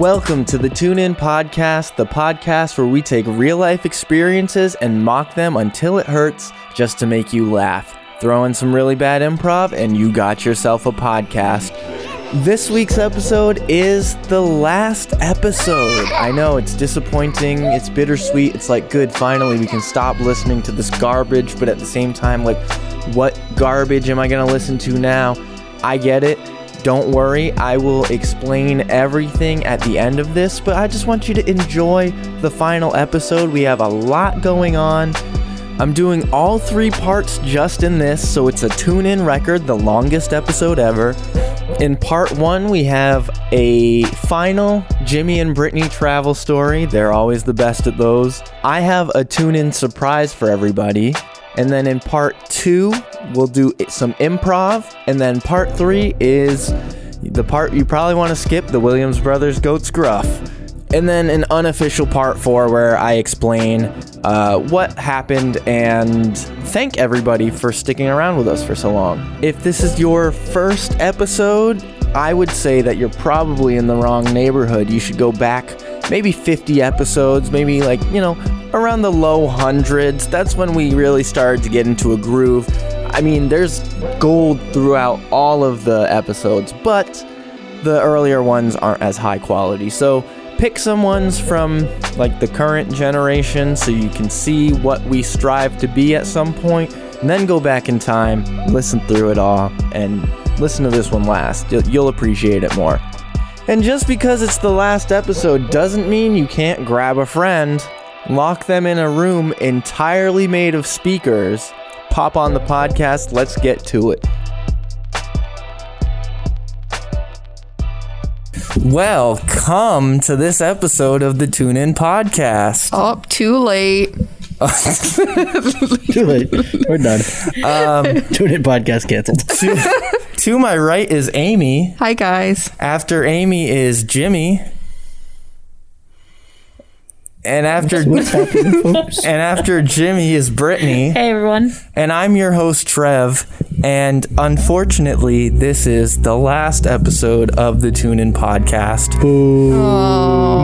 Welcome to the Tune In Podcast, the podcast where we take real life experiences and mock them until it hurts just to make you laugh. Throw in some really bad improv, and you got yourself a podcast. This week's episode is the last episode. I know it's disappointing, it's bittersweet. It's like, good, finally we can stop listening to this garbage, but at the same time, like, what garbage am I going to listen to now? I get it. Don't worry, I will explain everything at the end of this, but I just want you to enjoy the final episode. We have a lot going on. I'm doing all three parts just in this, so it's a tune in record, the longest episode ever. In part one, we have a final Jimmy and Brittany travel story. They're always the best at those. I have a tune in surprise for everybody. And then in part two, we'll do i- some improv. And then part three is the part you probably want to skip the Williams Brothers Goat's Gruff. And then an unofficial part four where I explain uh, what happened and thank everybody for sticking around with us for so long. If this is your first episode, I would say that you're probably in the wrong neighborhood. You should go back maybe 50 episodes, maybe like, you know, around the low hundreds. That's when we really started to get into a groove. I mean, there's gold throughout all of the episodes, but the earlier ones aren't as high quality. So pick some ones from like the current generation so you can see what we strive to be at some point, and then go back in time, listen through it all, and listen to this one last. You'll, you'll appreciate it more. And just because it's the last episode doesn't mean you can't grab a friend, lock them in a room entirely made of speakers, pop on the podcast, let's get to it. Welcome to this episode of the Tune In Podcast. Up Oh, too late. Too late. We're done. Tune in podcast canceled. Um, to, to my right is Amy. Hi guys. After Amy is Jimmy. And after and after Jimmy is Brittany. Hey everyone. And I'm your host, Trev. And unfortunately, this is the last episode of the Tune In podcast.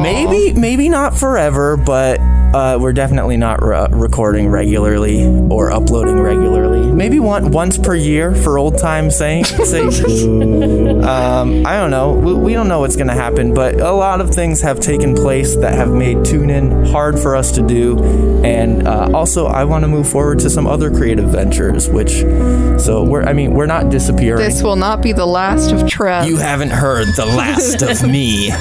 Maybe, maybe not forever, but uh, we're definitely not re- recording regularly or uploading regularly. Maybe one, once per year for old time's sake. sake. Um, I don't know. We, we don't know what's going to happen, but a lot of things have taken place that have made tune in hard for us to do. And uh, also, I want to move forward to some other creative ventures, which, so we're, I mean, we're not disappearing. This will not be the last of Trev. you haven't heard the last of me.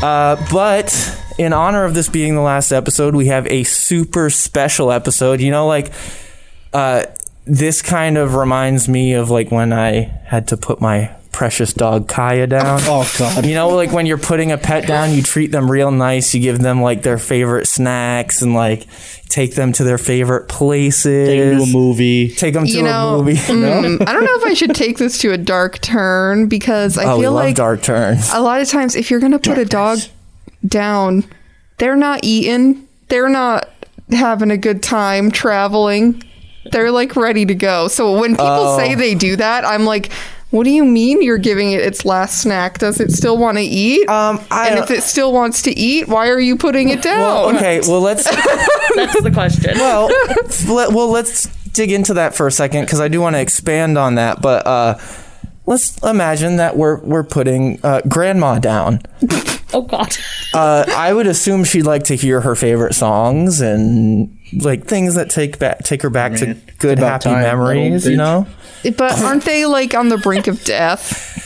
Uh, but in honor of this being the last episode, we have a super special episode. You know, like, uh, this kind of reminds me of like when I had to put my precious dog Kaya down. Oh God. You know, like when you're putting a pet down, you treat them real nice. You give them like their favorite snacks and like take them to their favorite places. Take him to a movie. Take them to You a know, movie. Mm, I don't know if I should take this to a dark turn because I Oh, we feel love like dark turns. a lot of times if you're gonna put a dog down, they're not eating, they're not having a good time traveling. They're like ready to go. So when people Oh. say they do that, I'm like, what do you mean you're giving it its last snack? Does it still want to eat? Um, I and if don't- it still wants to eat, why are you putting it down? well, okay, well let's That's the question. well, let, well, let's dig into that for a second because I do want to expand on that. But uh, let's imagine that we're we're putting uh, Grandma down. oh god. Uh, I would assume she'd like to hear her favorite songs and like things that take back take her back Man, to good about happy time, memories. You know, little bitch. But aren't they like on the brink of death?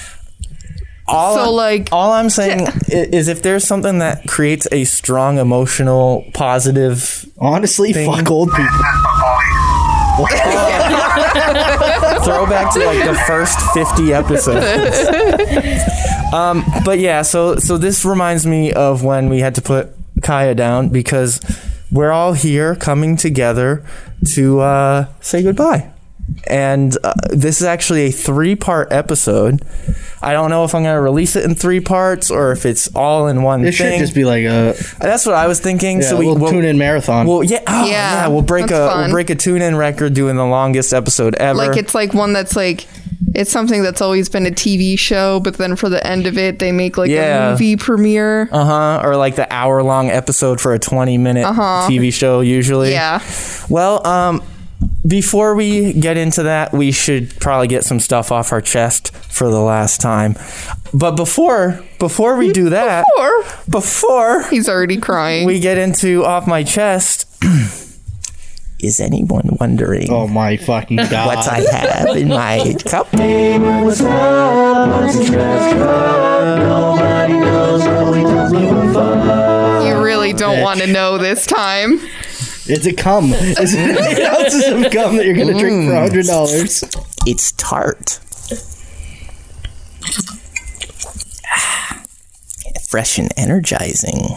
all So, I'm- like- all I'm saying i- is if there's something that creates a strong emotional positive Honestly, fuck old people. throwback to like the first 50 episodes. um, but yeah, so so this reminds me of when we had to put Kaya down because we're all here coming together to uh, say goodbye. And uh, this is actually a three-part episode. I don't know if I'm going to release it in three parts or if it's all in one It should thing. just be like a That's what I was thinking. yeah, so we little we'll- tune in marathon. Well, yeah, oh, yeah, Yeah, We'll break a that's we'll fun. break a tune-in record doing the longest episode ever. Like it's like one that's like It's something that's always been a TV show, but then for the end of it, they make like Yeah. a movie premiere. Uh huh. Or like the hour long episode for a 20 minute TV show, usually. Uh-huh. Yeah. Well, um, before we get into that, we should probably get some stuff off our chest for the last time. But before before we do that, Or before he's already crying. we get into off my chest, is anyone wondering Oh my fucking god! what I have in my cup? Mm. you really don't want to know this time. It's a cum. It's eight ounces of cum that you're gonna drink Mm. for hundred dollars. It's tart. Ah, Fresh and energizing.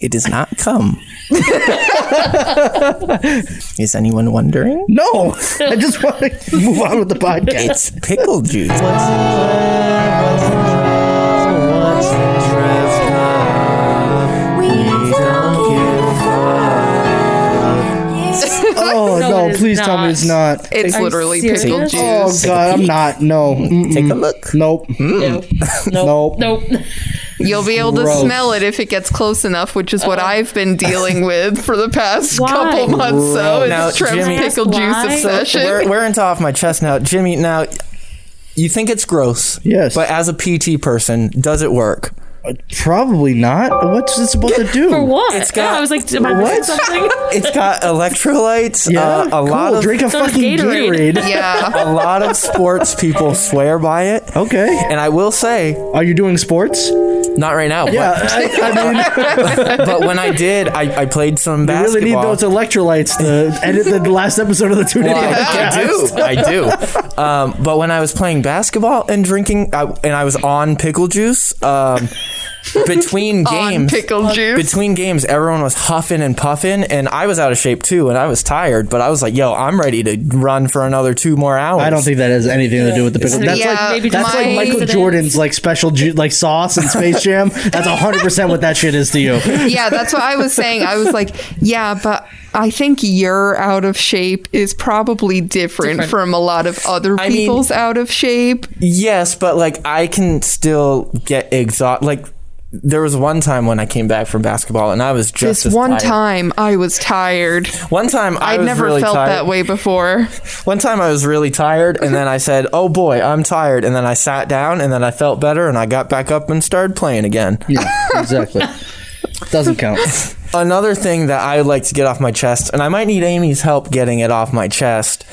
It does not come. Is anyone wondering? No, I just want to move on with the podcast. It's pickle juice. Oh No, no! it is please tell me it's not. It's Are you literally serious? pickle juice. Oh, Oh god, I'm not. No. Mm-mm. Take a look. Mm. Nope. Nope. Nope. Nope. Nope. You'll be able to Gross. smell it if it gets close enough, which is what I've been dealing with for the past Why? couple months. So it's Now, Trev's Jimmy- pickle juice Why? obsession. We're, we're into off my chest now. Jimmy, now, you think it's gross. Yes. Uh, But as a PT person, does it work? Probably not. What's it supposed to do? For what? It's got- Yeah, I was like, am I What? missing something? It's got electrolytes, Yeah. uh, a cool. lot of drink a So it's fucking Gatorade. Gatorade. yeah. a lot of sports people swear by it. Okay. And I will say, Are you doing sports? not right now, Yeah. I, I mean, but, but when I did, I, I played some I basketball. really need those electrolytes to edit the last episode of the two day Well, podcast. I do. I do. Um, but when I was playing basketball and drinking, I, and I was on pickle juice, um, between On games, pickle juice. between games, everyone was huffing and puffing, and I was out of shape too, and I was tired. But I was like, "Yo, I'm ready to run for another two more hours." I don't think that has anything to do with the pickle. That's Yeah, like maybe that's just like my- Michael coincidence. Jordan's like special ju- like sauce in Space Jam. That's hundred percent what that shit is to you. yeah, that's what I was saying. I was like, yeah, but I think your out of shape is probably different, Different. from a lot of other I mean- people's out of shape. Yes, but like I can still get exhausted. Like there was one time when I came back from basketball and I was just This as one tired. time I was tired. One time I I'd was never really felt tired. that way before. One time I was really tired and then I said, "Oh boy, I'm tired." And then I sat down and then I felt better and I got back up and started playing again. Yeah, exactly. Doesn't count. Another thing that I would like to get off my chest, and I might need Amy's help getting it off my chest.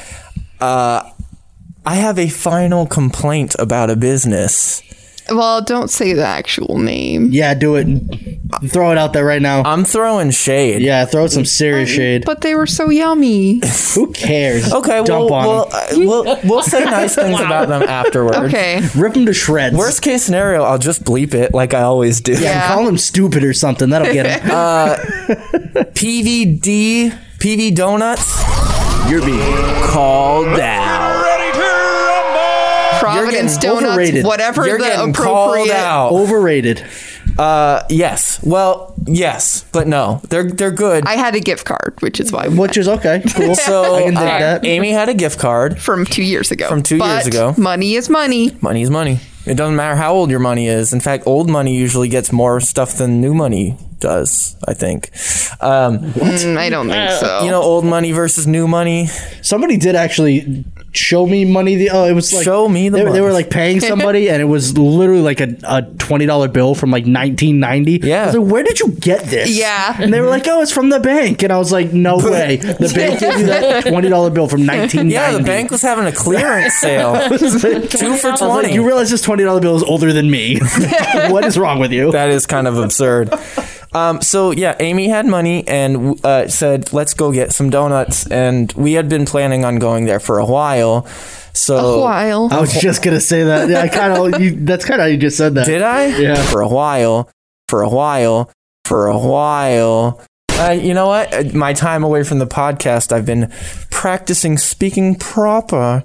Uh, I have a final complaint about a business. Well, don't say the actual name. Yeah, do it. Throw it out there right now. I'm throwing shade. Yeah, throw some serious shade. But they were so yummy. Who cares? Okay, dump well, on well, uh, we'll we'll say nice things about them afterwards. Okay. them. Rip them to shreds. Worst case scenario, I'll just bleep it like I always do. yeah, Yeah. Uh, call them stupid or something. That'll get them. Uh, PVD, PV Donuts. You're being called out. Providence getting Donuts, overrated. whatever You're the getting called appropriate. out. Overrated. Uh, yes. Well, yes, but no. They're they're good. I had a gift card, which is why we Which is okay. Cool. so I can dig uh, that. Amy had a gift card. from two years ago. From two years ago. Money is money. Money's money. It doesn't matter how old your money is. In fact, old money usually gets more stuff than new money does. I think. Um, Mm, I don't think so. you know, old money versus new money. Somebody did actually show me money. The oh, it was like Show me the they, they money. were like paying somebody, and it was literally like a, a twenty dollar bill from like nineteen ninety. Yeah. I was like, where did you get this? Yeah. and they were like, oh, it's from the bank, and I was like, no way, the bank gave you that twenty dollar bill from nineteen ninety. Yeah, the bank was having a clearance sale. Two for I was like, twenty. you realize this twenty dollar bill is older than me. what is wrong with you? That is kind of absurd. Um, so yeah, Amy had money and uh, said, "Let's go get some donuts." And we had been planning on going there for a while. So While Oh. I was just gonna say that. Yeah, I kind of. That's kind of how you just said that. did I? Yeah. For a while, for a while, for a while. Uh, you know what? Uh, My time away from the podcast, I've been practicing speaking proper.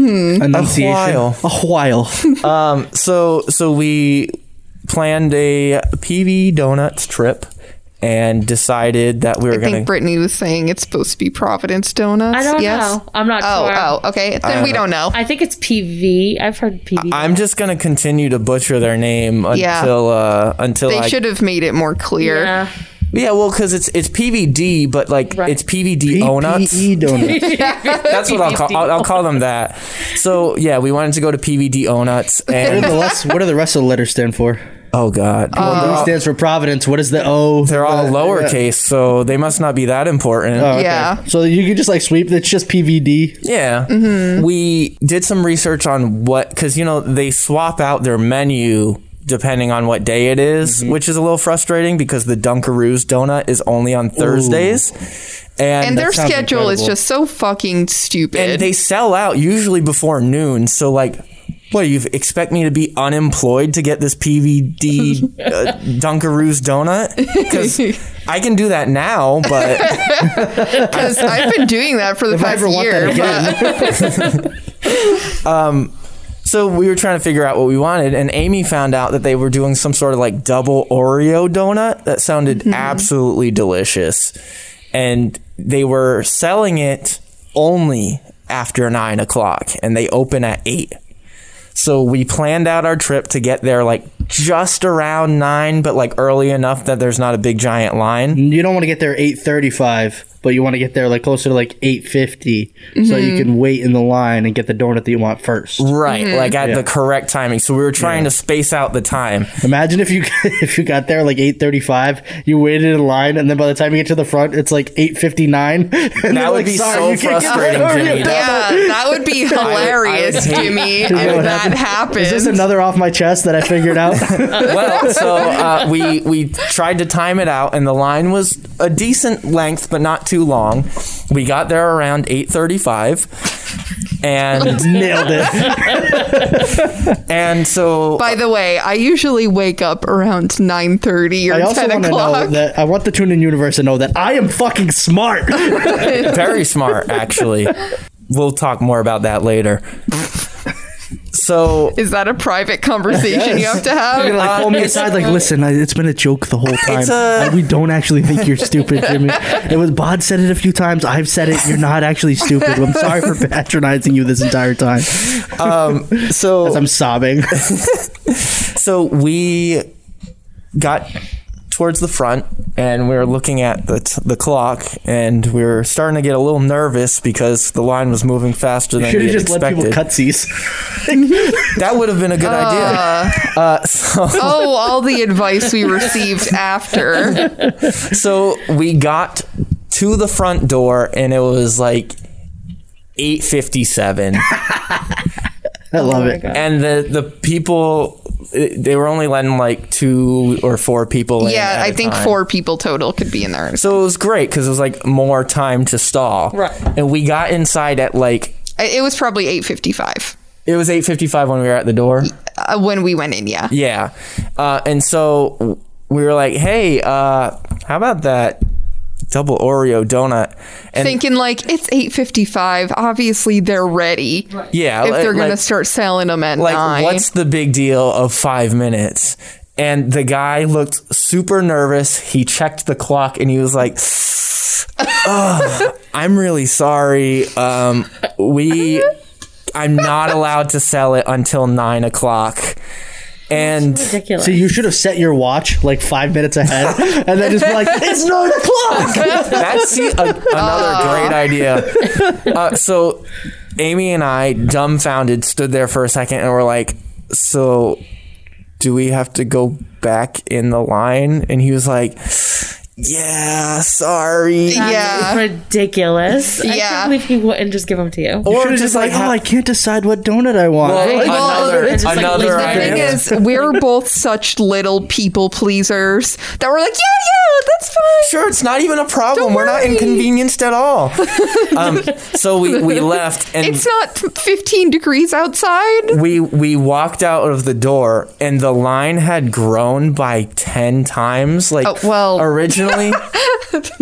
Enunciation. A while. A while. Um, so so we planned a PV Donuts trip and decided that we were I think going to. Brittany was saying it's supposed to be Providence Donuts. I don't yes? know. I'm not Oh, sure. oh, okay. Then we don't know. I think it's PV. I've heard PV. I'm just going to continue to butcher their name until Yeah. uh, until they I should have made it more clear. yeah. yeah well because it's it's PVD but like Right. it's PVD onuts PPE E donuts. that's what I'll call I'll, I'll call them that so yeah we wanted to go to PVD onuts What and do the less- what do the rest of the letters stand for? oh god One D stands for Providence. What is the O? they're all Uh, lowercase so they must not be that important Oh, okay. Yeah. So you can just like sweep. It's just PVD. Yeah. Mm-hmm. We did some research on what, because, you know, they swap out their menu depending on what day it is, Mm-hmm. which is a little frustrating because the Dunkaroos donut is only on Thursdays. And, And their sounds schedule is incredible. just so fucking stupid. and they sell out usually before noon. So, like, what, you expect me to be unemployed to get this PVD uh, Dunkaroos donut? Because I can do that now, but. Because I've been doing that for the If I past ever want year. that again. but- Um, So we were trying to figure out what we wanted, and Amy found out that they were doing some sort of like double Oreo donut that sounded absolutely delicious. And they were selling it only after nine o'clock, and they open at eight. So we planned out our trip to get there like just around nine, but like early enough that there's not a big giant line. You don't want to get there eight thirty-five, but you want to get there like closer to like eight so Mm-hmm. you can wait in the line and get the donut that you want first. Right, like at the correct timing. So we were trying to space out the time. Imagine if you if you got there like eight thirty-five, you waited in line, and then by the time you get to the front, it's like eight fifty-nine. That would be so frustrating, Jimmy. yeah, that would be hilarious, hate- Jimmy, if know what that happened? happened. Is this another off my chest that I figured out? well, so uh, we we tried to time it out, and the line was a decent length, but not too long. We got there around eight thirty-five, and Nailed it. and so By the way, I usually wake up around nine thirty or I also ten want to know o'clock. that I want the tune in universe to know that I am fucking smart. very smart actually. We'll talk more about that later. So Is that a private conversation you have to have? Uh, like pull me aside, like, listen, I, it's been a joke the whole time. It's a- I- we don't actually think you're stupid, Jimmy. It was Bod said it a few times. I've said it. You're not actually stupid. I'm sorry for patronizing you this entire time. so I'm sobbing. so we got towards the front and we were looking at the, t- the clock and we were starting to get a little nervous because the line was moving faster than Should we have had just let expected. people cut these. That would have been a good idea. Uh, so, Oh, all the advice we received after. so we got to the front door, and it was like eight fifty-seven, I Oh love it. and the the people it- they were only letting like two or four people. in Yeah, at I a think time. four people total could be in there. So it was great because it was like more time to stall. Right. And we got inside at like I- It was probably eight fifty-five it was eight fifty-five when we were at the door. uh, when we went in. Yeah. Yeah. Uh, and so we were like, hey, uh, how about that double Oreo donut? And Thinking like it's eight fifty-five. Obviously, they're ready. yeah, If li- they're gonna like- start selling them at like, nine. what's the big deal of five minutes? And the guy looked super nervous. He checked the clock and he was like, "Ugh, I'm really sorry. Um, we, I'm not allowed to sell it until nine o'clock. And ridiculous. So you should have set your watch like five minutes ahead, and then just be like, "It's nine o'clock." That's the- a, another great idea. Uh, so Amy and I, dumbfounded, stood there for a second and were like, "So, do we have to go back in the line?" And he was like, "Yeah, sorry." That is Yeah. ridiculous. I Yeah. can't believe he wouldn't just give them to you. Or Should have just like, "Oh, I can't decide what donut I want." Well, Like, another, it's like- another the The thing idea. is, we're both such little people pleasers that we're like, yeah, yeah, that's fine. Sure, it's not even a problem. Don't We're not worry. inconvenienced at all. um, so we, we left and It's not 15 degrees outside. we we walked out of the door and the line had grown by 10 times like Oh, well. originally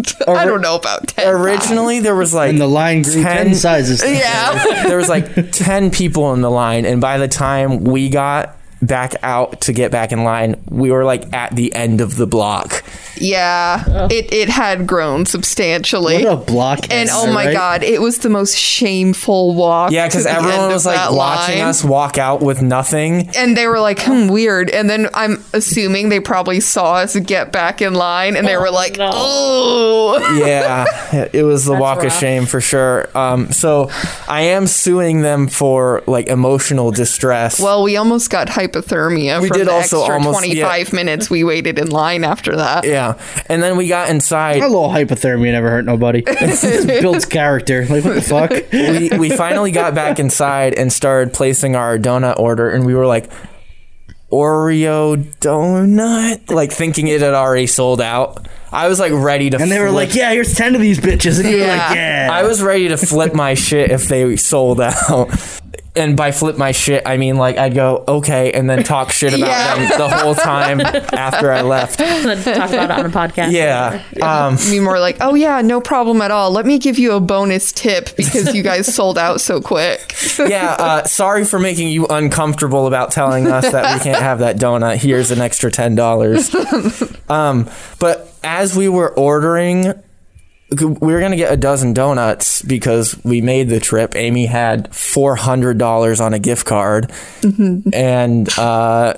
I don't know about 10. originally there was like and the line grew ten, sizes. Yeah. there was like 10 people in the line and by the time we got back out to get back in line, we were like at the end of the block. Yeah, it it had grown substantially. What a blockhead, And oh my right? god, it was the most shameful walk. Yeah, because to the end everyone of was like that watching line. us walk out with nothing. and they were like, "Hmm, weird." And then I'm assuming they probably saw us get back in line, and they were like, no. "Oh, Yeah, it- it was the walk of rough. shame for sure. Um, so I am suing them for like emotional distress. well, we almost got hypothermia We from did the also extra almost- yeah. 25 minutes we waited in line after that." yeah, and then we got inside. A little hypothermia never hurt nobody. It builds character. Like what the fuck? we, we finally got back inside and started placing our donut order, and we were like, Oreo donut? Like, thinking it had already sold out. I was like ready to And they were like, "Yeah, here's ten of these bitches," and you were Yeah. like, "Yeah." I was ready to flip my shit if they sold out. And by flip my shit, I mean like I'd go, okay, and then talk shit about Yeah. them the whole time after I left. Let's talk about it on a podcast. Yeah. Um, Me more like, "Oh yeah, no problem at all. Let me give you a bonus tip because you guys sold out so quick." yeah, uh, sorry for making you uncomfortable about telling us that we can't have that donut. Here's an extra ten dollars. Um, but as we were ordering, we were gonna get a dozen donuts because we made the trip. Amy had four hundred dollars on a gift card, and uh,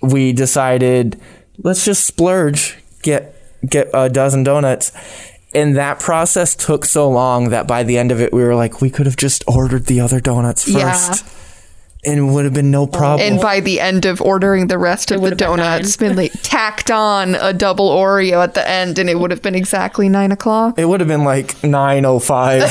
we decided let's just splurge, get get a dozen donuts. And that process took so long that by the end of it, we were like, we could have just ordered the other donuts first, Yeah. and it would have been no problem. And by the end of ordering the rest of the would've been donuts, been like, tacked on a double Oreo at the end, and it would have been exactly nine o'clock. it would have been like nine oh five.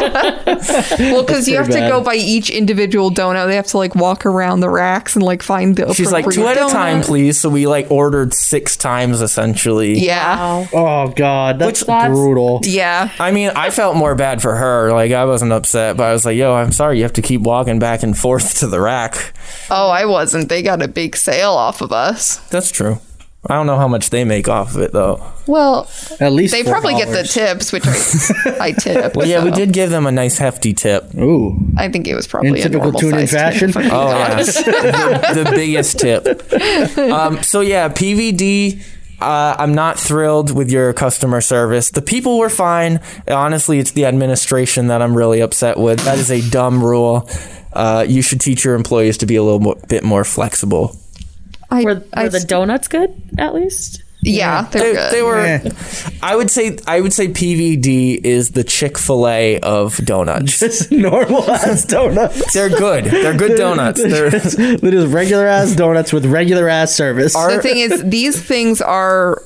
Well, because you have pretty to bad. go by each individual donut, they have to like walk around the racks and like find the. She's like, two appropriate at a donut." time, please. So we like ordered six times essentially. Yeah, Wow. oh god, that's, Which- That's- brutal. yeah. I mean, I felt more bad for her. Like, I wasn't upset, but I was like, yo, I'm sorry you have to keep walking back and forth to the rack. Oh, I wasn't. They got a big sale off of us. That's true. I don't know how much they make off of it, though. Well, At least they four probably get the dollars. tips, which I, I tip. Well, yeah, we so did give them a nice hefty tip. Ooh, I think it was probably In a typical normal tune-in size tip, fashion? if I'm being Oh, honest. yeah. the, the biggest tip. Um, so, yeah, PVD. Uh, I'm not thrilled with your customer service. The people were fine. Honestly, it's the administration that I'm really upset with. That is a dumb rule. Uh, you should teach your employees to be a little mo- bit more flexible. I, Were, were I- the donuts good, at least? yeah, they're they, good. they were. Eh. I would say. I would say PVD is the Chick Fil A of donuts. just normal ass donuts. They're good. They're good donuts. They're, They're just, they're just regular ass donuts with regular ass service. Our- the thing is, these things are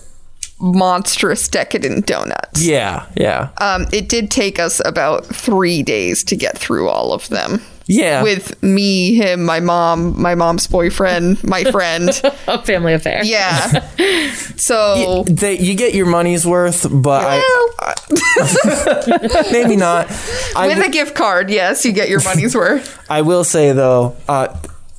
monstrous decadent donuts. yeah, yeah, Um, it did take us about three days to get through all of them. yeah. With me, him, my mom, my mom's boyfriend, my friend. A family affair. Yeah. So they, you get your money's worth, but I, maybe not. I, with w- a gift card, yes, you get your money's worth. I will say though, uh,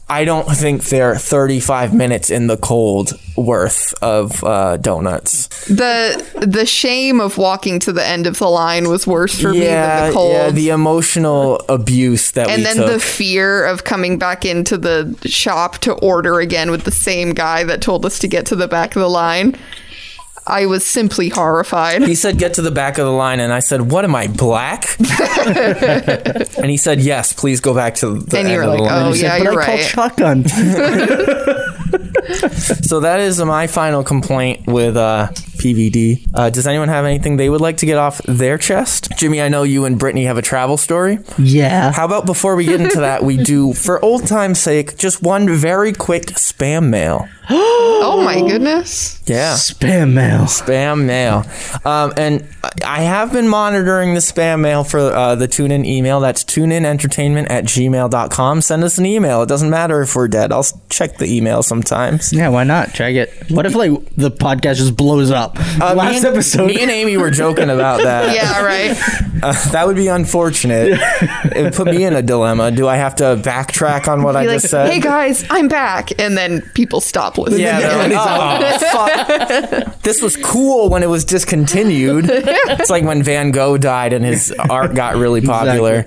I don't think they're 35 minutes in the cold worth of uh, donuts. The the shame of walking to the end of the line was worse for me than yeah, the cold. yeah. The emotional abuse that we and then took. the fear of coming back into the shop to order again with the same guy that told us to get to the back of the line. I was simply horrified. He said, "Get to the back of the line," and I said, "What am I black?" and he said, "Yes, please go back to the And end you were of the like, line." "Oh He yeah, said, but you're I right." called shotgun. So that is my final complaint with uh, PVD. Uh, does anyone have anything they would like to get off their chest? Jimmy, I know you and Brittany have a travel story. yeah. How about before we get into that, we do, for old time's sake, just one very quick spam mail. Oh my goodness. Yeah. Spam mail. Spam mail. Um, and I have been monitoring the spam mail for uh, the TuneIn email. That's tuneinentertainment at gmail.com. Send us an email. It doesn't matter if we're dead. I'll s- check the email sometimes. Yeah, why not? Try it. What if like the podcast just blows up? Uh, me Last and- episode. Me and Amy were joking about that. Yeah, right. Uh, that would be unfortunate. it put me in a dilemma. Do I have to backtrack on what I Be like, just said? hey guys, I'm back. And then people stop listening. yeah, they're "Oh." like, "Oh, fuck. This was cool when it was discontinued. It's like when Van Gogh died and his art got really popular.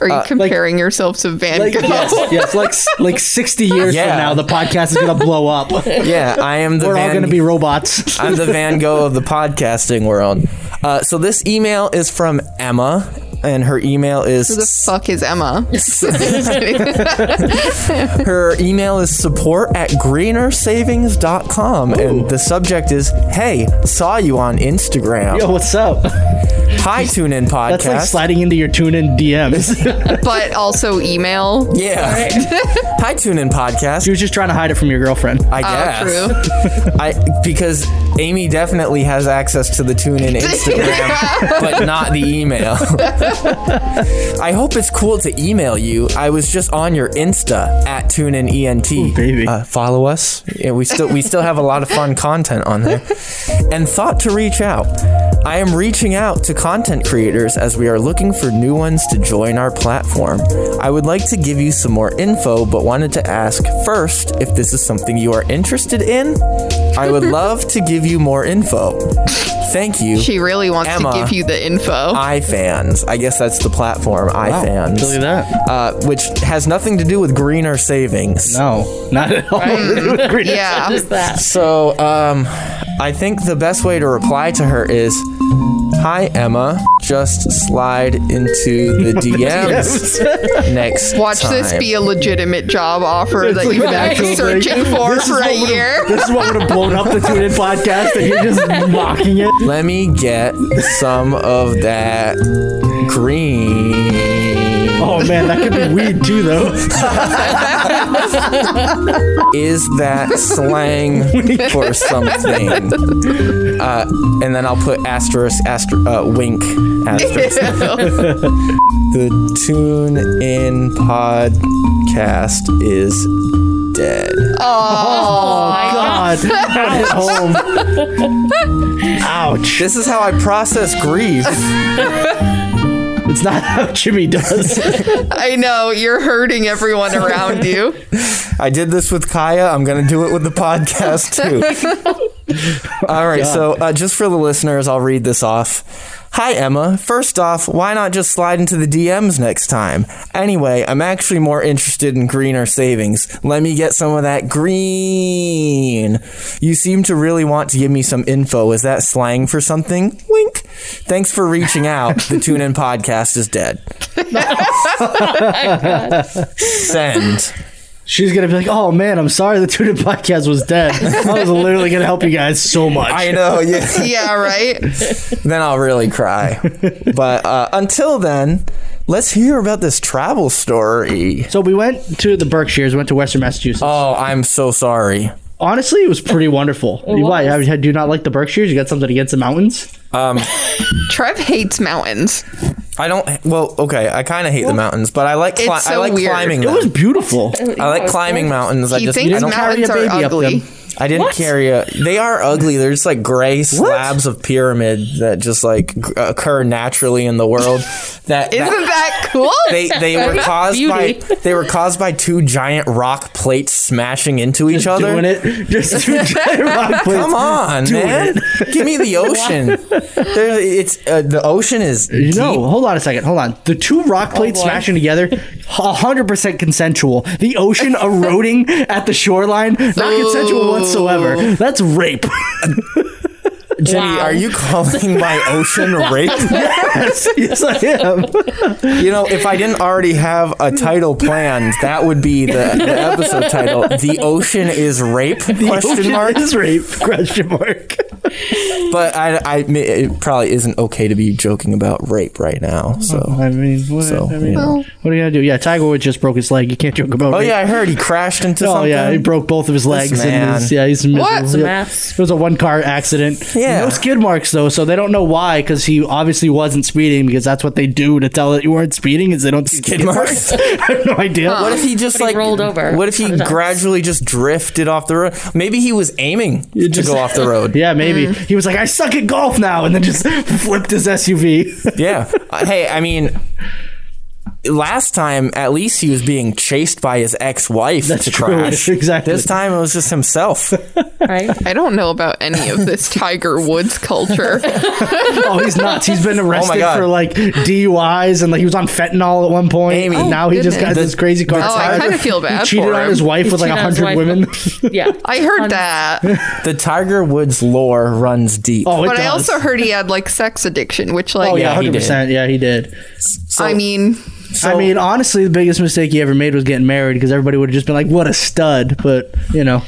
Are you comparing yourself to Van Like, Gogh? yes, yes, like like sixty years Yeah. from now, the podcast is gonna blow up. We're Yeah, I am the all Van gonna be robots. I'm the Van Gogh of the podcasting world. Uh, so this email is from Emma, and her email Who the is fuck is Emma? her email is support at greenersavings.com, and the subject is Hey, saw you on Instagram. Yo, what's up? Hi, tune in podcast. That's like sliding into your tune in DMs. but also email. yeah. Hi, tune in podcast. she was just trying to hide it from your girlfriend. I guess. Oh, I because Amy definitely has access to the tune in Instagram, but not the email. I hope it's cool to email you. I was just on your Insta at tuneinent. baby. Uh, follow us. Yeah, we still we still have a lot of fun content on there. And thought to reach out. I am reaching out to content creators as we are looking for new ones to join our platform. I would like to give you some more info, but wanted to ask first if this is something you are interested in. I would love to give you more info. Thank you. She really wants Emma. to give you the info. iFans. I guess that's the platform, iFans. look at that. Uh, which has nothing to do with greener savings. No, not at all. yeah. Just that. So, um, I think the best way to reply to her is Hi, Emma. Just slide into the DMs next Watch time. this be a legitimate job offer that you've been searching for This is for a what would've- year. This is what would have blown up the tune in podcast, and you're just mocking it. Let me get some of that green. Oh man, that could be weed too, though. Is that slang for something? Uh, and then I'll put asterisk, asterisk, uh, wink, asterisk. The Tune In podcast is dead. Oh, God, at home. Ouch! This is how I process grief. It's not how Jimmy does. I know you're hurting everyone around you. I did this with Kaya. I'm going to do it with the podcast too. All right. So, uh, just for the listeners, I'll read this off. Hi, Emma. First off, why not just slide into the DMs next time? Anyway, I'm actually more interested in greener savings. Let me get some of that green. You seem to really want to give me some info. Is that slang for something? Wink. Thanks for reaching out. The TuneIn podcast is dead. Oh Send. She's gonna be like, "Oh man, I'm sorry, the tune in podcast was dead. I was literally gonna help you guys so much." I know. Yeah. Yeah, right? then I'll really cry. but uh, until then, let's hear about this travel story. So we went to the Berkshires, went to Western Massachusetts. Oh, I'm so sorry. Honestly, it was pretty wonderful. Why? I mean, do you not like the Berkshires? You got something against the mountains? Um, Trev hates mountains. I don't. Well, okay. I kind of hate the mountains, but I like cli- It's I so like weird. climbing. It Them. was beautiful. I like climbing mountains. I He just I thinks don't. carry a mountains are baby up ugly. them. I didn't carry a. They are ugly. They're just like gray slabs of pyramid that just like g- occur naturally in the world. That, Isn't that that cool? they they were caused by Beauty. they were caused by two giant rock plates smashing into each other. Doing it. Just two giant rock plates. Come on, doing man. Give me the ocean. there, it's uh, the ocean is You deep. know, hold on a second. Hold on. The two rock plates smashing together, 100% consensual. The ocean eroding at the shoreline, not consensual whatsoever. That's rape. Jenny, uh, Wow. are you calling my ocean rape? yes, yes, I am. You know, if I didn't already have a title planned, that would be the, the episode title. The ocean is rape? question Ocean mark. is rape? Question mark. But I, I, it probably isn't okay to be joking about rape right now. So. Oh, I mean, what, So, I mean, you know. what are you gonna do? Yeah, Tiger Woods just broke his leg. You can't joke about. Oh rape. yeah, I heard he crashed into Oh something. yeah, he broke both of his legs and man. his, yeah, he's miserable. What's the Yeah. maths? It was a one-car accident. Yeah. no skid marks though, so they don't know why. Because he obviously wasn't speeding. Because that's what they do to tell that you weren't speeding is they don't see Kid skid marks. marks. I have no idea. What if he just But he like rolled over What if he sometimes. gradually just drifted off the road? Maybe he was aiming to just- go off the road. Yeah, maybe he was like, "I suck at golf now," and then just flipped his SUV. Yeah. Uh, hey, I mean, last time at least he was being chased by his ex-wife That's to true. crash. Exactly. This time it was just himself. right? I don't know about any of this Tiger Woods culture. Oh, he's nuts. He's been arrested God. for like DUIs and like he was on fentanyl at one point. Amy. and now he just Oh, goodness. got this crazy car. Oh, I kinda feel bad He cheated for on him. his wife with like Cheated on his hundred wife. women. Yeah. I heard that. the Tiger Woods lore runs deep. Oh, it But I does. also heard he had like sex addiction, which like Oh yeah, Yeah, he hundred did. percent. Yeah, he did. So- I mean, so- I mean, honestly, the biggest mistake he ever made was getting married because everybody would have just been like, "What a stud!" But you know,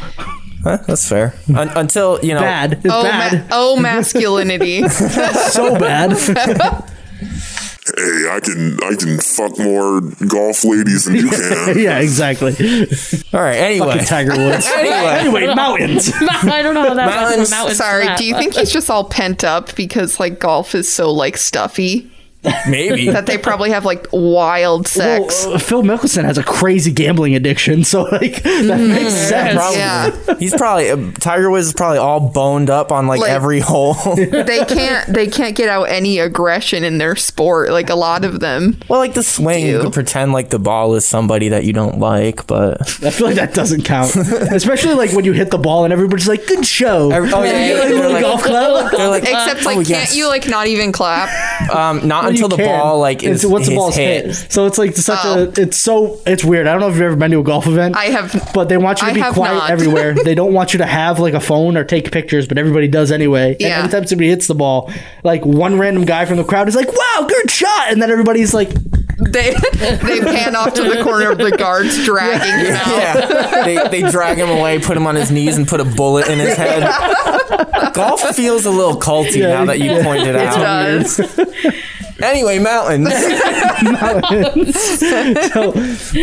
huh, that's fair. Un- until you know, bad. It's oh, bad. ma- oh masculinity. so bad. hey, I can I can fuck more golf ladies than you can. yeah, exactly. all right. Anyway, Tiger Woods. anyway, anyway, mountains. I don't know how that mountains, Mountains. mountains to Sorry, that. do you think he's just all pent up because like golf is so like stuffy maybe that they probably have like wild sex? Well, uh, Phil Mickelson has a crazy gambling addiction, so like that makes sense. probably. Mm-hmm. yeah. He's probably uh, Tiger Woods is probably all boned up on like, Like- every hole. they can't they can't get out any aggression in their sport like a lot of them well, like the swing, you Ew. could pretend like the ball is somebody that you don't like, but I feel like that doesn't count, especially like when you hit the ball and everybody's like, "Good show." Every- oh, yeah, You yeah, yeah, get, like, a little they're like- golf club. they're like except like oh, can't yes. you like not even clap um, not You until the can. ball like It's- is once the is ball's hit. hit. So it's like such Oh. a. It's so it's weird. I don't know if you've ever been to a golf event. I have- but they want you to I be have quiet not. everywhere. they don't want you to have like a phone or take pictures, but everybody does anyway. Yeah. And every time somebody hits the ball, like one random guy from the crowd is like, "Wow, good shot!" And then everybody's like, they they pan off to the corner of the guards dragging him out Yeah, they, they drag him away, put him on his knees, and put a bullet in his head. Golf feels a little culty now that you pointed it out. does Anyway, mountains.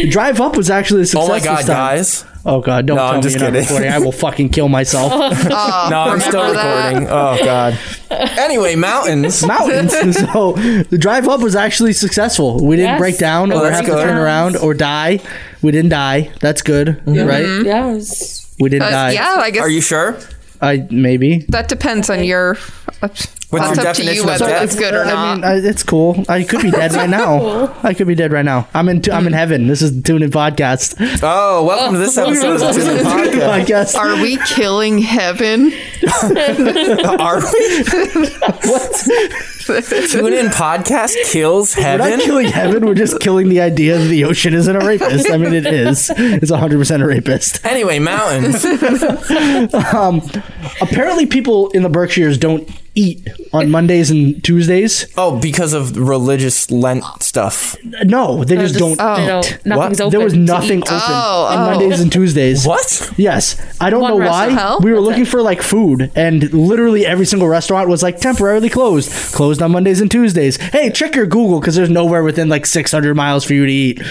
"Drive up was actually a success." Oh my god, this time. guys! Oh god, don't No, tell I'm me just you're not kidding. recording. I will fucking kill myself. no, I'm still Oh, remember that? recording. Oh god. Anyway, mountains. Mountains. so the drive up was actually successful. We didn't Yes. break down Oh, Well, or that's have good. to turn around or die. We didn't die. That's good, right? Yeah, it was- We didn't Uh, die. Mm-hmm. yeah i guess Are you sure? I maybe. that depends on your that's What's your up to definition you of whether death? that's good or I mean, not I, it's cool. I could be dead right now. I could be dead right now. I'm in. i Hmm. I'm in heaven. This is the Tune In podcast. Oh, welcome to this episode of the Tune In Podcast. podcast. are we killing heaven Are we? What? Tune In Podcast kills We're not heaven. killing heaven. We're just killing the idea that the ocean isn't a rapist. I mean, it is. It's 100 percent a rapist. Um, Anyway, mountains. Apparently, people in the Berkshires don't eat on Mondays and Tuesdays. Oh, because of religious Lent stuff. No, they just, don't. they don't, nothing's open. There was to nothing eat. open Oh, on oh. Mondays and Tuesdays. What? Yes, I don't One know restaurant. why. Hell, We were looking for like food, and literally every single restaurant was like temporarily closed, closed on Mondays and Tuesdays. Hey, check your Google because there's nowhere within like 600 miles for you to eat.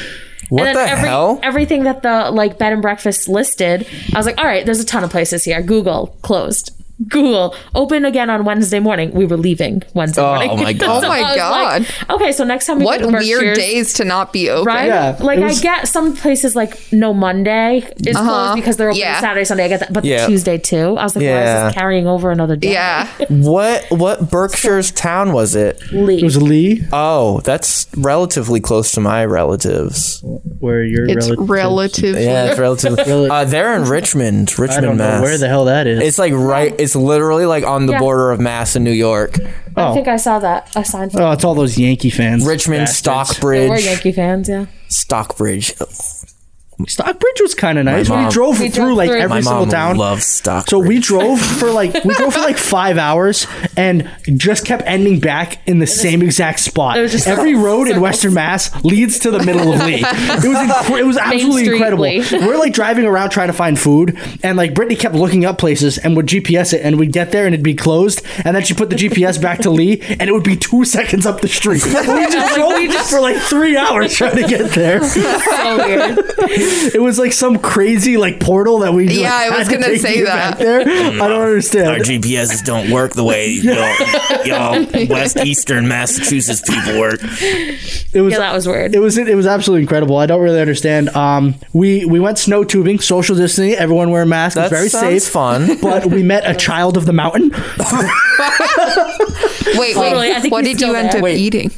What the every, hell? Everything that the like bed and breakfast listed, I was like, all right, there's a ton of places here. Google closed. Google open again on Wednesday morning. We were leaving Wednesday Oh morning. my God. Oh my I was like, okay, so next time we what go to weird Berkshires, days to not be open Right? Yeah, like it was- I get some places like no Monday is closed because they're open Uh-huh. Yeah. Saturday, Sunday. I get that, but Yeah. Tuesday too. I was like, why is Yeah. this carrying over another day? yeah What what Berkshire's town was it? Lee. It was Lee, Oh, that's relatively close to my relatives. where your it's relatives- relative Yeah, it's relatively. uh, they're in Richmond, Richmond, I don't know Mass. where the hell that is. It's like right. It's literally like on the Yeah. border of Mass and New York. I Oh. think I saw that a sign for oh, it's all those Yankee fans. Richmond, Bastards. we're Stockbridge, Yankee fans, yeah. Stockbridge. Stockbridge was kind of nice. mom- we drove We through drove like through. My every single mom town. loves Stockbridge. So we drove for like we drove for like five hours and just kept ending back in the same exact spot. was just Every circles, road in circles. Western Mass leads to the middle of Lee. It was incre- it was absolutely Street incredible. Lee. We're like driving around trying to find food, and like Brittany kept looking up places and would GPS it, and we'd get there and it'd be closed, and then she put the GPS back to Lee, and it would be two seconds up the street. We just drove for like three hours trying to get there. So weird. It was like some crazy like portal that we like, Yeah, I had was to gonna take say you that. back there. I don't understand. our GPSs don't work the way y'all, y'all West Eastern Massachusetts people work. It was Yeah, that was weird. it was it was absolutely incredible. I don't really understand. Um, we we went snow tubing, social distancing, everyone wear masks. That It's very sounds safe. fun. But we met a child of the mountain. wait wait Totally, I think what he's did you still end there. up Wait. eating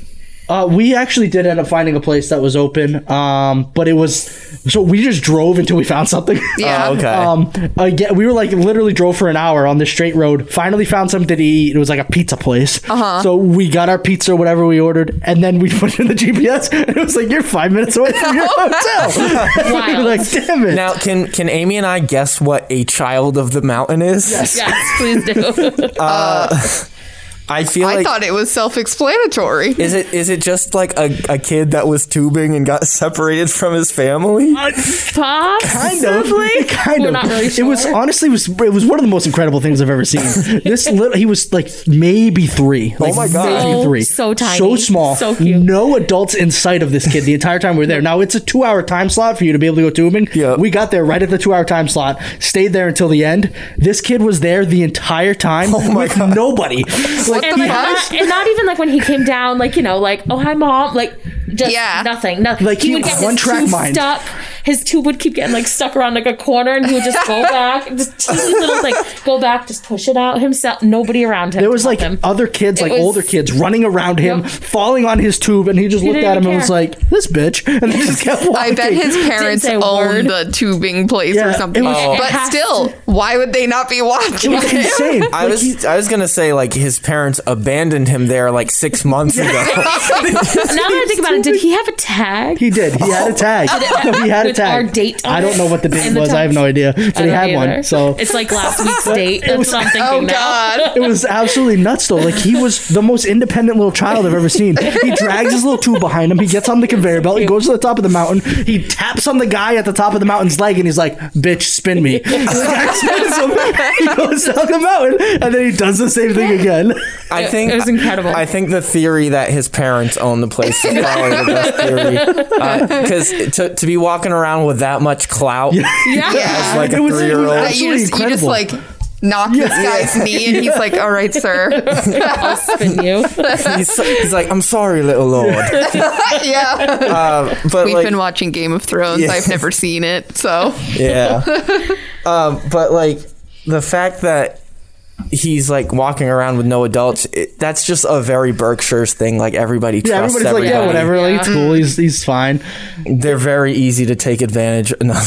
Uh, we actually did end up finding a place that was open, um, but it was so we just drove until we found something. Yeah. Oh, okay. Um, again, we were like literally drove for an hour on this straight road. Finally found something to eat. It was like a pizza place. Uh-huh. So we got our pizza, whatever we ordered, and then we put it in the GPS, and it was like you're five minutes away from your hotel. we were Wild. like, damn it! Oh. Now, can can Amy and I guess what a child of the mountain is? Yes. Yes, please do. I feel I like thought it was self-explanatory. is it is it just like a, a kid that was tubing and got separated from his family? kind of, Possibly. kind We're of. not really It was sure. honestly was it was one of the most incredible things I've ever seen. this little, he was like maybe three. Like Oh my God. maybe So- three. so tiny. so small, So cute. No adults in sight of this kid the entire time we are there. Now it's a two-hour time slot for you to be able to go tubing. Yeah. we got there right at the two-hour time slot. Stayed there until the end. This kid was there the entire time Oh my with God. nobody. Like, and the like fuck? not, and not even like when he came down, like you know, like oh hi mom, like just Yeah. nothing, nothing. Like, he was one his track tube mind. stuck. His tube would keep getting like stuck around like a corner, and he would just go back, just teeny little like go back, just push it out himself. Nobody around him. there was to like help him. other kids, like was- older kids, running around him, Yep. falling on his tube, and he just looked didn't at him even and was care. like, "This bitch," and then just kept I walking. bet his parents say a word. own the tubing place Yeah, or it something. was- Oh. It But has still, why would they not be watching? It's insane. I Like, was he- I was gonna say like his parents abandoned him there like six months ago. now that I think about it, did he have a tag? He did. He had a tag. he had a With our tag. date on I don't it know what the date and the was. I have no time. idea. But I he don't had either. one. So it's like last week's date. It That's was- what I'm thinking Oh now. God! it was absolutely nuts, though. Like he was the most independent little child I've ever seen. He drags his little tube behind him. He gets on the conveyor belt. He goes to the top of the mountain. He taps on the guy at the top of the mountain's leg, and he's like, "Bitch, spin me." The guy spins him. He goes down the mountain, and then he does the same thing again. I think it was incredible. I think the theory that his parents own the place is probably the best theory because to, to be walking around with that much clout, Yeah. as like It a was- three year it old. was- Uh, you, just, you just incredible. like knock this guy's knee, and he's like, "All right, sir." I'll spin you. He's, so- he's like, I'm sorry, little lord. yeah, Um, but we've like, been watching Game of Thrones. Yeah. I've never seen it, so yeah. um, but like the fact that he's like walking around with no adults, it, that's just a very Berkshire's thing. Like everybody Yeah, trusts everybody. everybody's like, "Yeah, whatever. Like it's cool. He's he's fine." They're very easy to take advantage. No, I'm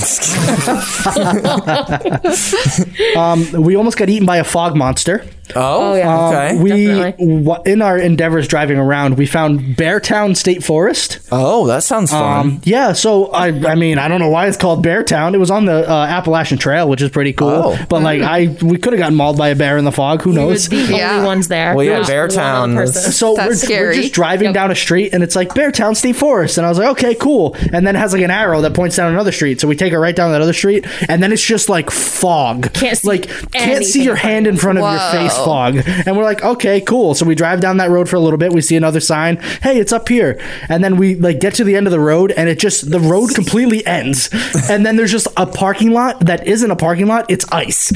just kidding. Um, We almost got eaten by a fog monster. Um, Oh, Oh, yeah. okay. we Definitely. wa- in our endeavors driving around we found beartown state forest oh, that sounds fun. um, yeah so I, I mean i don't know why it's called beartown it was on the uh, appalachian trail which is pretty cool Oh. but like i we could have gotten mauled by a bear in the fog who Mm. We were knows the Yeah. only ones there. Well, yeah, Not Bear one Town other is- person. so we're, That's just- we're scary. just driving down a street and it's like Beartown State Forest and I was like okay cool and then it has like an arrow that points down another street so we take it right down that other street and then it's just like fog Can't see like can't see anything your hand in front of your Whoa. face fog and we're like okay cool so we drive down that road for a little bit we see another sign hey it's up here and then we like get to the end of the road and it just the road completely ends and then there's just a parking lot that isn't a parking lot it's ice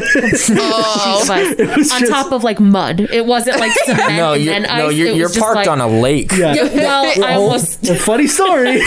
Oh. Jeez, like, on just- top of like mud. It wasn't like cement no, and you're, then ice. no, you're, It was you're just, parked like- on a lake. Yeah, well, I almost. a funny story.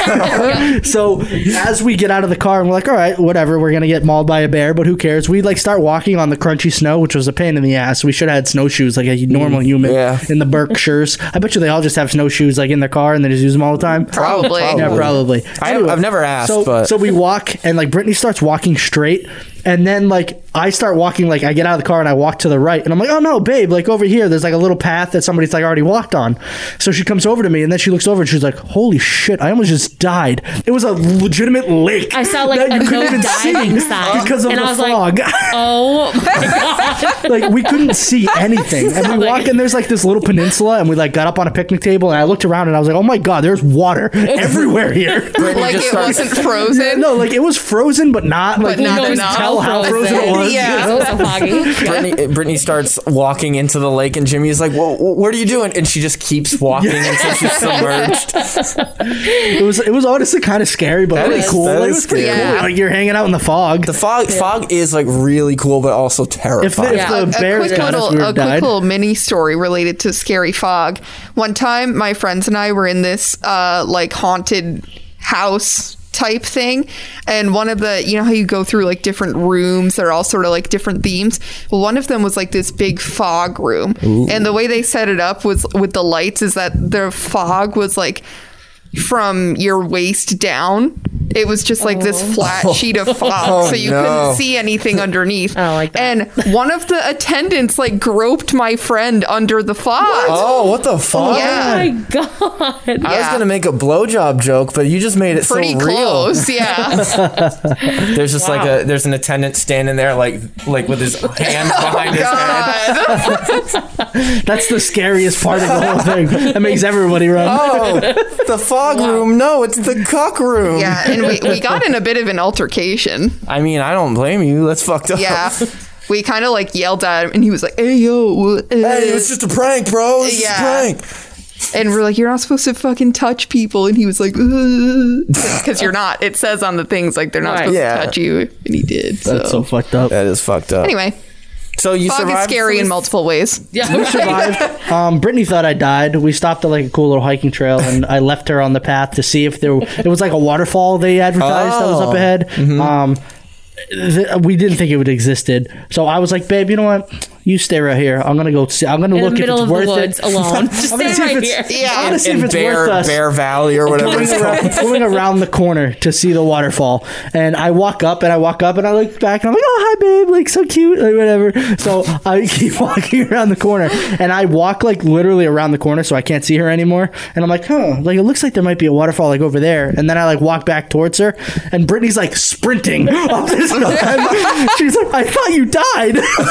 so as we get out of the car and we're like, all right, whatever, we're gonna get mauled by a bear, but who cares? We like start walking on the crunchy snow, which was a pain in the ass. We should have had snowshoes like a normal human Mm, yeah. in the Berkshires. I bet you they all just have snowshoes like in their car and they just use them all the time. probably. probably. Yeah, probably. I- I've never asked, so, but- so we walk, and like Brittany starts walking straight, and then like I start walking, like I get out of the car and I walk to the right, and I'm like, oh no, babe, like over here, there's like a little path that somebody's like already walked on. So she comes over to me, and then she looks over and she's like, holy shit, I almost just died. It was a legitimate lake. I saw like that a you couldn't no even see diving sign because of and the I was fog. like, oh my god. like we couldn't see anything and we walk and there's like this little peninsula and we like got up on a picnic table and i looked around and i was like oh my god there's water everywhere here like just it started- wasn't frozen. Yeah, no, like it was frozen, but not like not you could enough. tell how frozen it was. Yeah. It was so foggy. Yeah. Brittany, Brittany starts walking into the lake, and Jimmy's like, "Whoa, wh- what are you doing?" And she just keeps walking until she's submerged. It was it was honestly kind of scary, but pretty is- cool. that Like, it is was pretty scary. cool. Like you're hanging out in the fog. The fog, fog is like really cool, but also if the, terrifying. if Yeah. the A- a bears quick got little us, we would a have quick died. little mini story related to scary fog. One time, my friends and I were in this uh, like haunted house type thing. And one of the, you know how you go through like different rooms, they're all sort of like different themes. Well, one of them was like this big fog room. And the way they set it up was with the lights is that the fog was like from your waist down. It was just like Oh. this flat sheet of fog, so you no. couldn't see anything underneath. I don't like that. And one of the attendants like groped my friend under the fog. Oh, what the fuck? yeah. Oh my god. I was Yeah. gonna make a blowjob joke, but you just made it Pretty so real. close, yeah. There's just like a there's an attendant standing there like like with his hands behind his head. That's the scariest part of the whole thing. That makes everybody run. Oh, the fog room. No, it's the cock room. Yeah, and we, we got in a bit of an altercation. I mean, I don't blame you. That's fucked up. Yeah. We kind of like yelled at him, and he was like, hey, yo. uh, Hey, it's just a prank, bro. It's Yeah. just a prank. and we're like, you're not supposed to fucking touch people. And he was like, because you're not. It says on the things, like, they're not Right. supposed Yeah. to touch you. And he did. So, That's so fucked up. That is fucked up. anyway, so you fog is survived scary in this? multiple ways. Yeah, We right. survived. Um, Brittany thought I died. We stopped at like a cool little hiking trail, and I left her on the path to see if there. It was like a waterfall they advertised that was Oh. up ahead. Um, th- we didn't think it would existed, so I was like, "Babe, you know what? You stay right here. I'm gonna go. See, I'm gonna in the look if middle it's of the worth woods it." alone. Just I'm gonna stay see if right here. it's- Yeah. I'm gonna see in if it's Bear, worth us. Bear Valley or whatever it's Pulling called. around, pulling around the corner to see the waterfall, and I walk up and I walk up and I look back and I'm like, "Oh, hi, babe! Like so cute, like whatever." So I keep walking around the corner, and I walk like literally around the corner, so I can't see her anymore. And I'm like, "Huh? Like it looks like there might be a waterfall like over there." And then I like walk back towards her, and Brittany's like sprinting up this. hill. I'm like- She's like, "I thought you died." I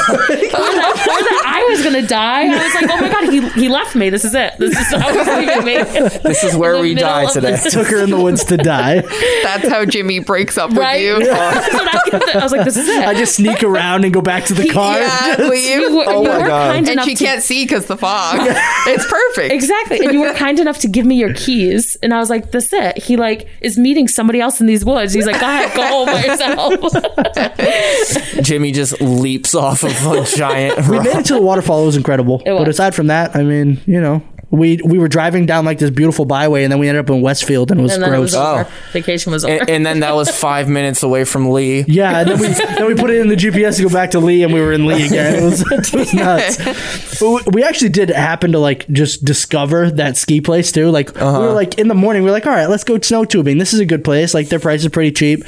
thought I was gonna die. I was like, oh my god, he, he left me. This is it. This is I was leaving me. This is where the we middle die of today. the- Took her in the woods to die. That's how Jimmy breaks up Right? with you. That's what I, kept- I was like, this is it. I just sneak around and go back to the car. Yeah, leave. you were, you Oh my were God. kind and enough she to can't see because the fog. it's perfect. Exactly. And you were kind enough to give me your keys. And I was like, that's it. He like is meeting somebody else in these woods. He's like, go ahead, go home by yourself. Jimmy just leaps off of a giant We made rock. it to the waterfall. It was incredible. was. But aside from that, I mean, you know, we we were driving down like this beautiful byway, and then we ended up in Westfield, and it was and then it gross. was over. Oh. Vacation was over. And, and then that was five minutes away from Lee. yeah, and then we then we put it in the GPS to go back to Lee, and we were in Lee again. It was, it was nuts. But we- we actually did happen to like just discover that ski place too. Like we were like in the morning, we were like, all right, let's go snow tubing. This is a good place. Like their price is pretty cheap.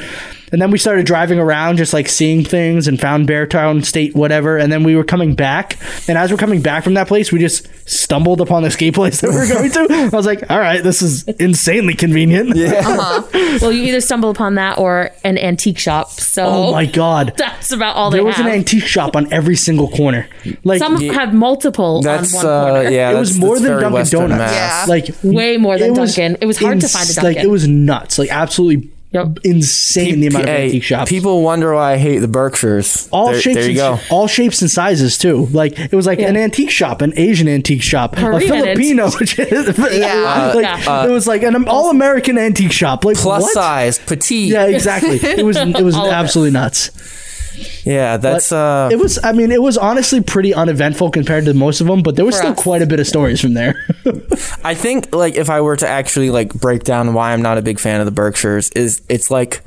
And then we started driving around, just like seeing things, and found Beartown State, whatever. And then we were coming back, and as we're coming back from that place, we just stumbled upon the ski place that we were going to. I was like, all right, this is insanely convenient. Uh-huh. well, you either stumble upon that or an antique shop. So Oh my god. that's about all There they was have. an antique shop on every single corner. Like Some have multiple That's on one corner. uh, yeah. It was that's- more that's than very Dunkin' Western Donuts. Mass. Yeah. like Way more than was Dunkin'. It was hard to find a Like Dunkin'. it was nuts. Like absolutely Yep. insane the amount of Hey, antique shops. People wonder why I hate the Berkshires. all there, shapes, there you go. and, all shapes and sizes too. Like it was like an antique shop, an Asian antique shop, a Korean Uh, Filipino. yeah, like, Yeah. it was like an all American antique shop. Like Uh, Plus what? size, petite. Yeah, Yeah, exactly. It was it was All of it. absolutely nuts. that's uh. It was. I mean, it was honestly pretty uneventful compared to most of them, but there was For still us. quite a bit of stories from there. I think like if I were to actually like break down why I'm not a big fan of the Berkshires is it's like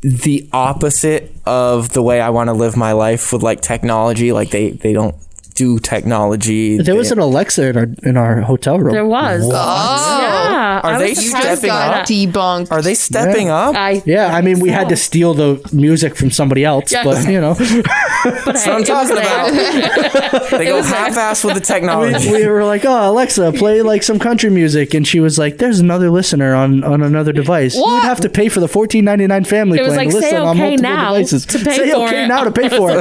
the opposite of the way I want to live my life with like technology. Like they they don't do technology. there was an Alexa in our in our hotel room. there was. Yeah. Are I they was surprised stepping by that. Got up? debunked. Are they stepping up? I, Yeah, I mean, we had to steal the music from somebody else, Yeah. but you know, but hey, I'm it was talking there. about. they go half-ass with the technology. we were like, "Oh, Alexa, play like some country music," and she was like, "There's another listener on on another device. You would What? have to pay for the 14.99 family It was plan like, to listen "Say on okay multiple now devices. to pay say for okay it." Uh. now to pay for it."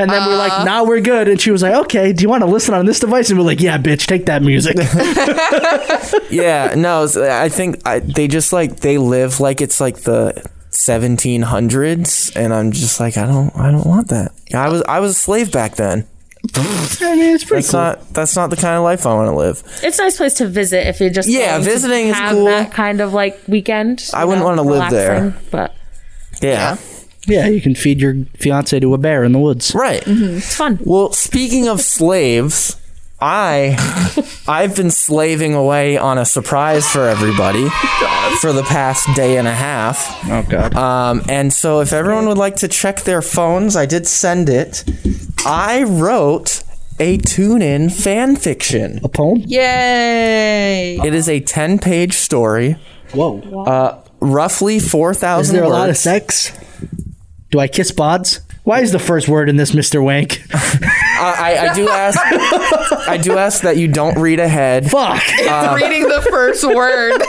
And then we're like, "Now nah, we're good," and she was like, "Okay, do you want to listen on this device?" And we're like, "Yeah, bitch, take that music." yeah, no, it's- I think I, they just like they live like it's like the 1700s, and I'm just like I don't I don't want that. I was I was a slave back then. I mean, it's pretty That's cool. not that's not the kind of life I want to live. it's a nice place to visit if you're just Yeah, going to visiting is have cool. That kind of like weekend. I you wouldn't know, wanna live there. relaxing, but Yeah, yeah, you can feed your fiance to a bear in the woods. Mm-hmm. right. it's fun. Well, speaking of slaves, I I've been slaving away on a surprise for everybody for the past day and a half. Oh god. Um, and so, if everyone would like to check their phones, I did send it. I wrote a tune in fan fiction. a poem? Yay! It is a 10 page story, Uh, Whoa. roughly 4,000 words. Is there a lot of sex? Do I kiss bods? Why is the first word in this Mr. Wank? I, I- I do ask. I do ask that you don't read ahead. Fuck. Uh, reading the first word.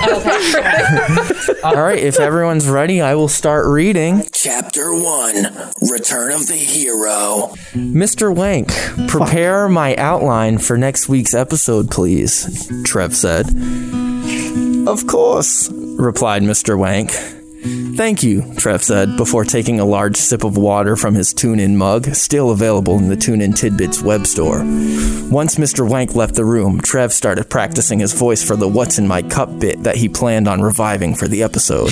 All right, if everyone's ready, I will start reading. Chapter 1 Return of the Hero. Mr. Wank, prepare my outline for next week's episode, please, Trev said. Of course, replied Mr. Wank. Thank you, Trev said, before taking a large sip of water from his tune in mug, still available in the Tune In Tidbits web store. Once Mr. Wank left the room, Trev started practicing his voice for the What's in My Cup bit that he planned on reviving for the episode.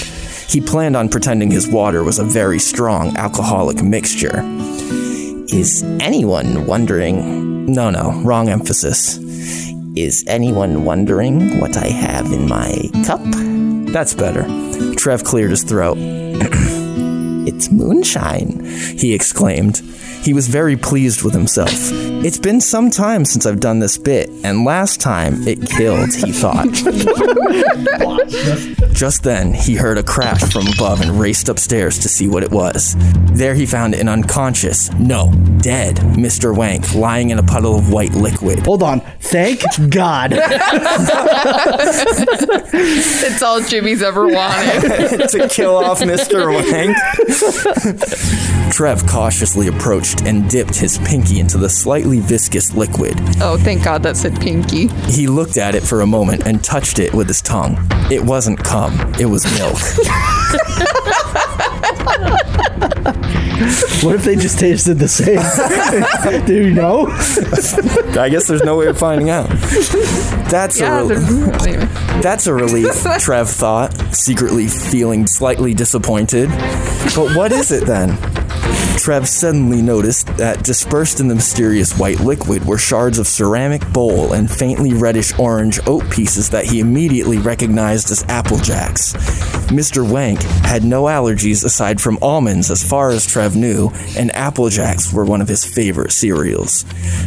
He planned on pretending his water was a very strong alcoholic mixture. Is anyone wondering? No, no, wrong emphasis. Is anyone wondering what I have in my cup? That's better. Trev cleared his throat. it's moonshine, he exclaimed. He was very pleased with himself. It's been some time since I've done this bit, and last time it killed, he thought. Just then, he heard a crash from above and raced upstairs to see what it was. There he found an unconscious, no, dead, Mr. Wank lying in a puddle of white liquid. Hold on. Thank God. It's all Jimmy's ever wanted. to kill off Mr. Wank. Trev cautiously approached and dipped his pinky into the slightly viscous liquid. Oh, thank God that said pinky. He looked at it for a moment and touched it with his tongue. It wasn't cum, it was milk. What if they just tasted the same? Do you know? I guess there's no way of finding out. That's Yeah, a rel- there's- anyway. That's a relief, Trev thought, secretly feeling slightly disappointed. But what is it then? Trev suddenly noticed that dispersed in the mysterious white liquid were shards of ceramic bowl and faintly reddish orange oat pieces that he immediately recognized as apple jacks. Mr. Wank had no allergies aside from almonds, as far as Trev knew, and apple jacks were one of his favorite cereals.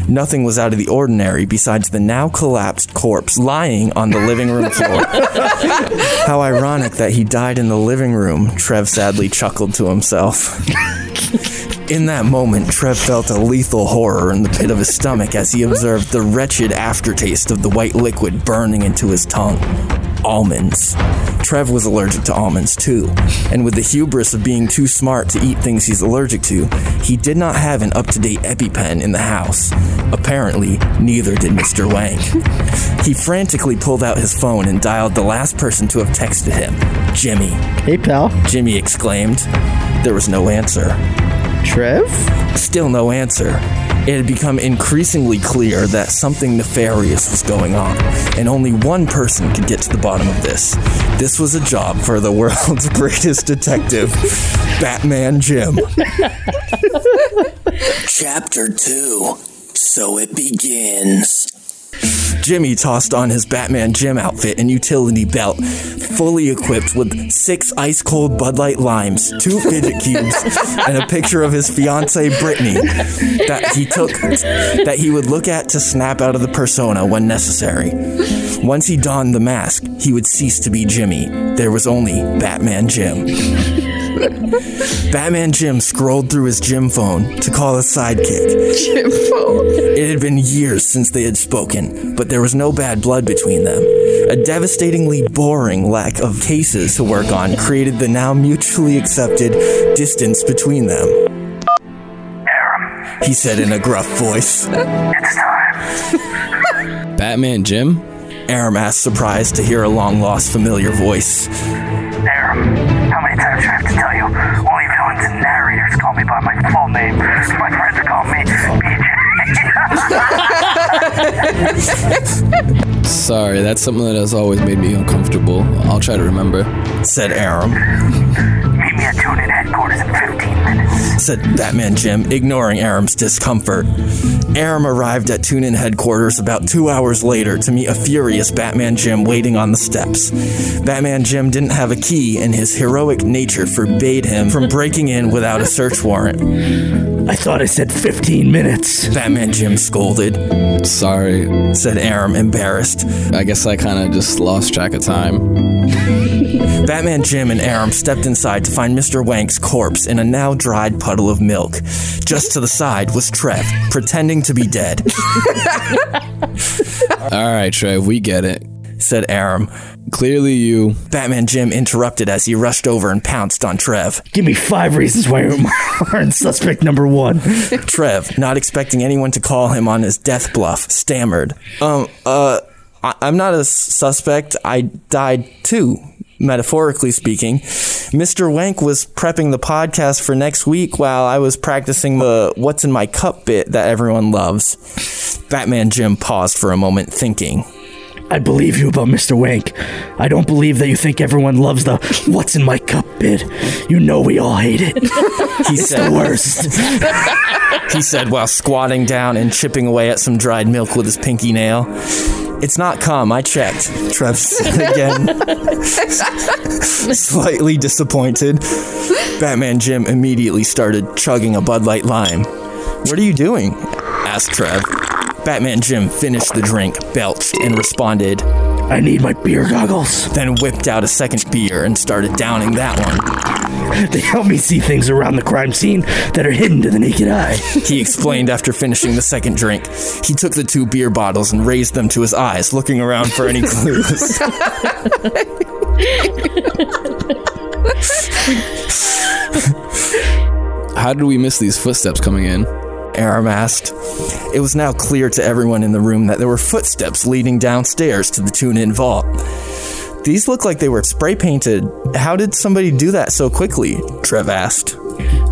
Nothing was out of the ordinary besides the now collapsed corpse lying on the living room floor. How ironic that he died in the living room, Trev sadly chuckled to himself. In that moment, Trev felt a lethal horror in the pit of his stomach as he observed the wretched aftertaste of the white liquid burning into his tongue. Almonds. Trev was allergic to almonds too, and with the hubris of being too smart to eat things he's allergic to, he did not have an up to date EpiPen in the house. Apparently, neither did Mr. Wang. He frantically pulled out his phone and dialed the last person to have texted him Jimmy. Hey, pal. Jimmy exclaimed. There was no answer. Trev? Still no answer. It had become increasingly clear that something nefarious was going on, and only one person could get to the bottom of this. This was a job for the world's greatest detective, Batman Jim. Chapter 2 So It Begins. Jimmy tossed on his Batman Jim outfit and utility belt, fully equipped with six ice cold Bud Light limes, two fidget cubes, and a picture of his fiancee Brittany that he took that he would look at to snap out of the persona when necessary. Once he donned the mask, he would cease to be Jimmy. There was only Batman Jim. Batman Jim scrolled through his gym phone to call his sidekick. It had been years since they had spoken, but there was no bad blood between them. A devastatingly boring lack of cases to work on created the now mutually accepted distance between them. He said in a gruff voice. Batman Jim? Aram asked, surprised to hear a long lost familiar voice. Aram, how many times do I have to tell you? Only villains and narrators call me by my full name. My friends call me BJ. Sorry, that's something that has always made me uncomfortable. I'll try to remember. Said Aram. Meet me at TuneIn headquarters. hours and 15 minutes. said Batman Jim, ignoring Aram's discomfort. Aram arrived at Tune In headquarters about two hours later to meet a furious Batman Jim waiting on the steps. Batman Jim didn't have a key, and his heroic nature forbade him from breaking in without a search warrant. I thought I said 15 minutes. Batman Jim scolded, Sorry. said Aram, embarrassed. I guess I kind of just lost track of time. Batman Jim and Aram stepped inside to find Mr. Wank's corpse in a now dried puddle of milk. Just to the side was Trev, pretending to be dead, All right, Trev, we get it. said Aram. Clearly, you. Batman Jim interrupted as he rushed over and pounced on Trev. Give me five reasons why you aren't suspect number one. Trev, not expecting anyone to call him on his death bluff, stammered, Um, uh, I- I'm not a s- suspect. I died too, metaphorically speaking. Mr. Wank was prepping the podcast for next week while I was practicing the What's in My Cup bit that everyone loves. Batman Jim paused for a moment, thinking. I believe you about Mr. Wank. I don't believe that you think everyone loves the what's in my cup bit. You know we all hate it. He said, Worst. he said while squatting down and chipping away at some dried milk with his pinky nail. It's not cum, I checked. Trev said again, slightly disappointed. Batman Jim immediately started chugging a Bud Light Lime. What are you doing? asked Trev. Batman Jim finished the drink, belched, and responded, I need my beer goggles. then whipped out a second beer and started downing that one. They help me see things around the crime scene that are hidden to the naked eye. He explained after finishing the second drink. He took the two beer bottles and raised them to his eyes, looking around for any clues. How did we miss these footsteps coming in? Aram asked. It was now clear to everyone in the room that there were footsteps leading downstairs to the tune in vault. These look like they were spray painted. How did somebody do that so quickly? Trev asked.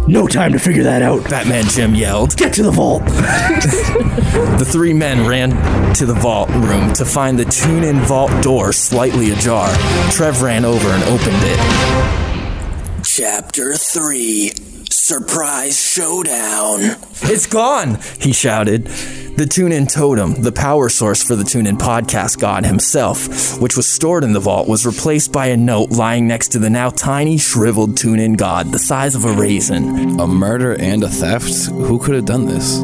No time to figure that out. Batman Jim yelled. Get to the vault. The three men ran to the vault room to find the tune in vault door slightly ajar. Trev ran over and opened it. Chapter 3 Surprise Showdown. It's gone, he shouted. The tune in totem, the power source for the tune in podcast god himself, which was stored in the vault, was replaced by a note lying next to the now tiny, shriveled tune in god, the size of a raisin. A murder and a theft? Who could have done this?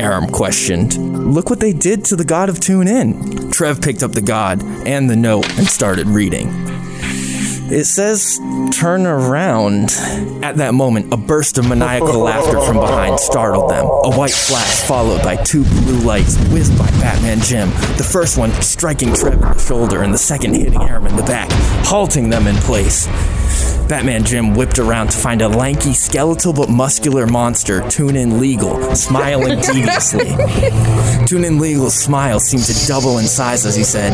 Aram questioned. Look what they did to the god of tune in. Trev picked up the god and the note and started reading. It says, turn around. At that moment, a burst of maniacal laughter from behind startled them. A white flash followed by two blue lights whizzed by Batman Jim, the first one striking Trev in the shoulder and the second hitting Aram in the back, halting them in place. Batman Jim whipped around to find a lanky, skeletal but muscular monster, Tune In Legal, smiling deviously. Tune In Legal's smile seemed to double in size as he said,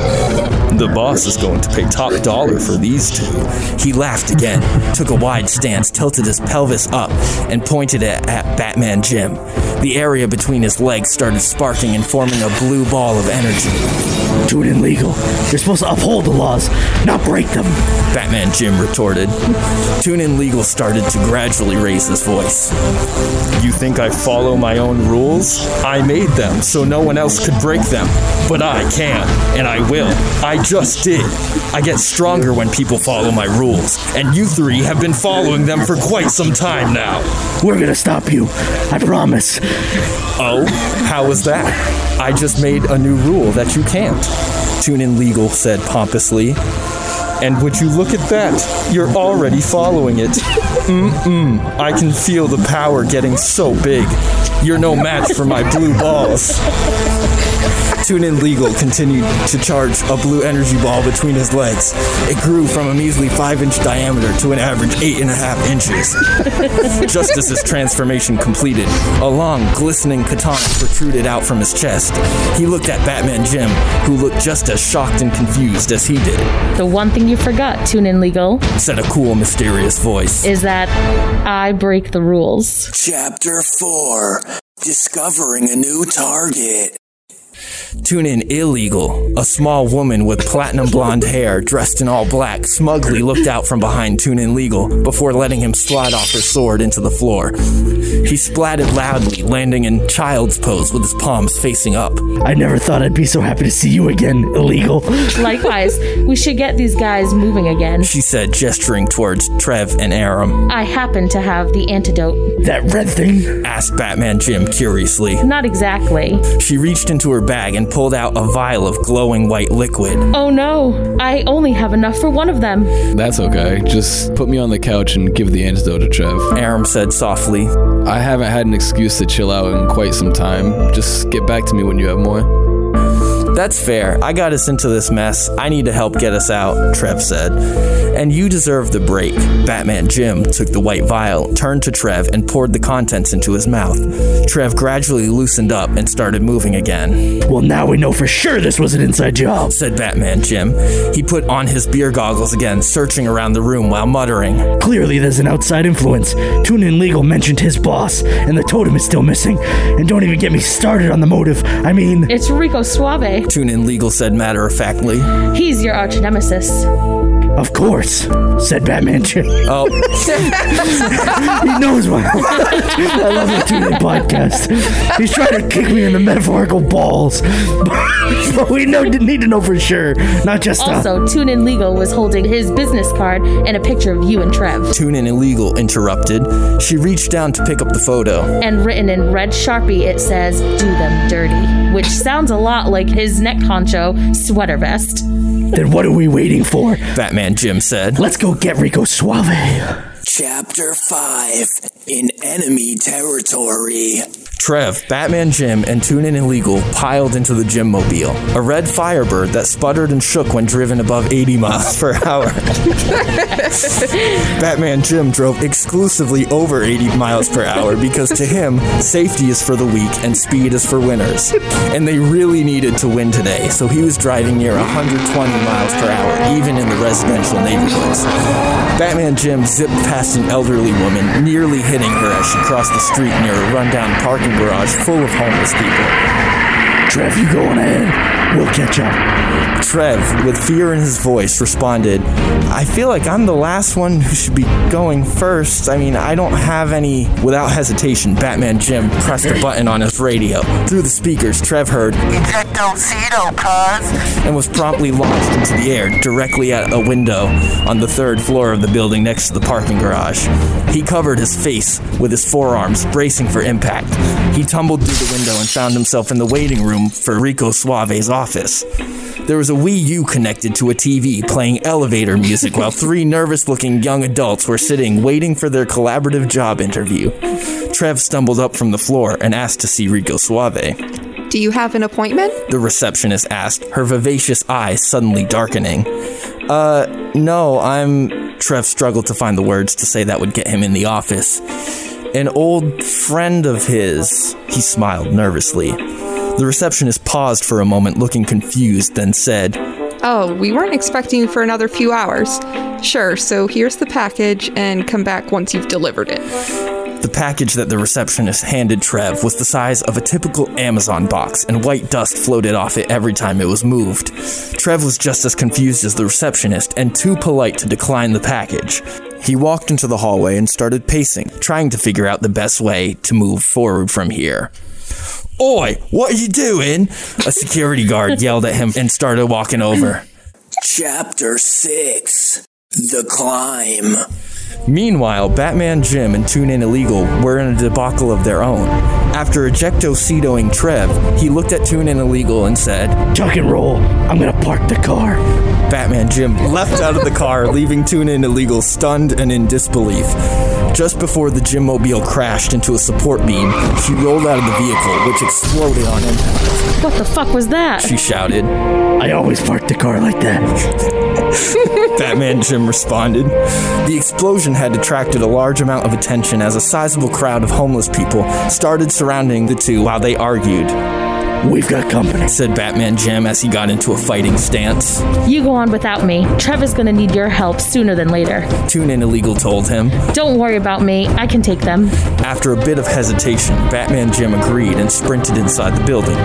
the boss is going to pay top dollar for these two. He laughed again, took a wide stance, tilted his pelvis up, and pointed it at Batman Jim. The area between his legs started sparking and forming a blue ball of energy. Do it in legal. You're supposed to uphold the laws, not break them. Batman Jim retorted. Tune in legal started to gradually raise his voice. You think I follow my own rules? I made them so no one else could break them. But I can, and I will. I just did. I get stronger when people follow my rules, and you three have been following them for quite some time now. We're gonna stop you. I promise. Oh, how was that? I just made a new rule that you can't. Tune in legal said pompously. And would you look at that? You're already following it. Mm-mm. I can feel the power getting so big. You're no match for my blue balls. Tune in legal continued to charge a blue energy ball between his legs. It grew from a measly five inch diameter to an average eight and a half inches. Just as his transformation completed, a long, glistening katana protruded out from his chest. He looked at Batman Jim, who looked just as shocked and confused as he did, The one thing you forgot, Tune In Legal, said a cool, mysterious voice. is that I break the rules. Chapter 4 Discovering a New Target. Tune in Illegal. A small woman with platinum blonde hair, dressed in all black, smugly looked out from behind Tune In Legal before letting him slide off her sword into the floor. He splatted loudly, landing in child's pose with his palms facing up. I never thought I'd be so happy to see you again, illegal. Likewise, we should get these guys moving again. She said, gesturing towards Trev and Aram. I happen to have the antidote. That red thing? Asked Batman Jim curiously. Not exactly. She reached into her bag and pulled out a vial of glowing white liquid. Oh no, I only have enough for one of them. That's okay. Just put me on the couch and give the antidote to Trev. Aram said softly. I haven't had an excuse to chill out in quite some time. Just get back to me when you have more. That's fair. I got us into this mess. I need to help get us out, Trev said. And you deserve the break. Batman Jim took the white vial, turned to Trev, and poured the contents into his mouth. Trev gradually loosened up and started moving again. Well, now we know for sure this was an inside job. Said Batman Jim. He put on his beer goggles again, searching around the room while muttering. Clearly, there's an outside influence. Tune in Legal mentioned his boss, and the totem is still missing. And don't even get me started on the motive. I mean, It's Rico Suave. Tune in legal said matter of factly. He's your arch nemesis. of course, said Batman Jim. Oh, He knows why. I love the Tune In podcast. He's trying to kick me in the metaphorical balls. but we know, need to know for sure. Not just uh, Also, Tune In Legal was holding his business card and a picture of you and Trev. Tune in illegal interrupted. She reached down to pick up the photo. And written in red Sharpie, it says, Do them dirty, which sounds a lot like his neck honcho sweater vest. then what are we waiting for? Batman Jim said. Let's go get Rico Suave. Chapter 5 In Enemy Territory. Trev, Batman Jim, and Tune In Illegal piled into the gym mobile, a red firebird that sputtered and shook when driven above 80 miles per hour. Batman Jim drove exclusively over 80 miles per hour because to him, safety is for the weak and speed is for winners. And they really needed to win today, so he was driving near 120 miles per hour, even in the residential neighborhoods. Batman Jim zipped past an elderly woman, nearly hitting her as she crossed the street near a rundown parking garage full of homeless people. Trev, you go on ahead. We'll catch up. Trev, with fear in his voice, responded, I feel like I'm the last one who should be going first. I mean, I don't have any. Without hesitation, Batman Jim pressed a button on his radio. Through the speakers, Trev heard, Ejectocito, cuz. and was promptly launched into the air directly at a window on the third floor of the building next to the parking garage. He covered his face with his forearms, bracing for impact. He tumbled through the window and found himself in the waiting room for Rico Suave's office. There was a Wii U connected to a TV playing elevator music while three nervous looking young adults were sitting waiting for their collaborative job interview. Trev stumbled up from the floor and asked to see Rico Suave. Do you have an appointment? The receptionist asked, her vivacious eyes suddenly darkening. Uh, no, I'm. Trev struggled to find the words to say that would get him in the office. An old friend of his. He smiled nervously. The receptionist paused for a moment, looking confused, then said, Oh, we weren't expecting you for another few hours. Sure, so here's the package and come back once you've delivered it. The package that the receptionist handed Trev was the size of a typical Amazon box, and white dust floated off it every time it was moved. Trev was just as confused as the receptionist and too polite to decline the package. He walked into the hallway and started pacing, trying to figure out the best way to move forward from here. Oi, what are you doing? A security guard yelled at him and started walking over. Chapter 6 The Climb. Meanwhile, Batman Jim and Tune In Illegal were in a debacle of their own. After ejectocetoing Trev, he looked at Tune In Illegal and said, Tuck and roll. I'm gonna park the car. Batman Jim left out of the car, leaving Tune In Illegal stunned and in disbelief. Just before the Jim Mobile crashed into a support beam, she rolled out of the vehicle, which exploded on impact. What the fuck was that? She shouted. I always park the car like that. Batman Jim responded. The explosion had attracted a large amount of attention as a sizable crowd of homeless people started surrounding the two while they argued. We've got company, said Batman Jim as he got into a fighting stance. You go on without me. Trev is gonna need your help sooner than later. Tune in Illegal told him. Don't worry about me. I can take them. After a bit of hesitation, Batman Jim agreed and sprinted inside the building.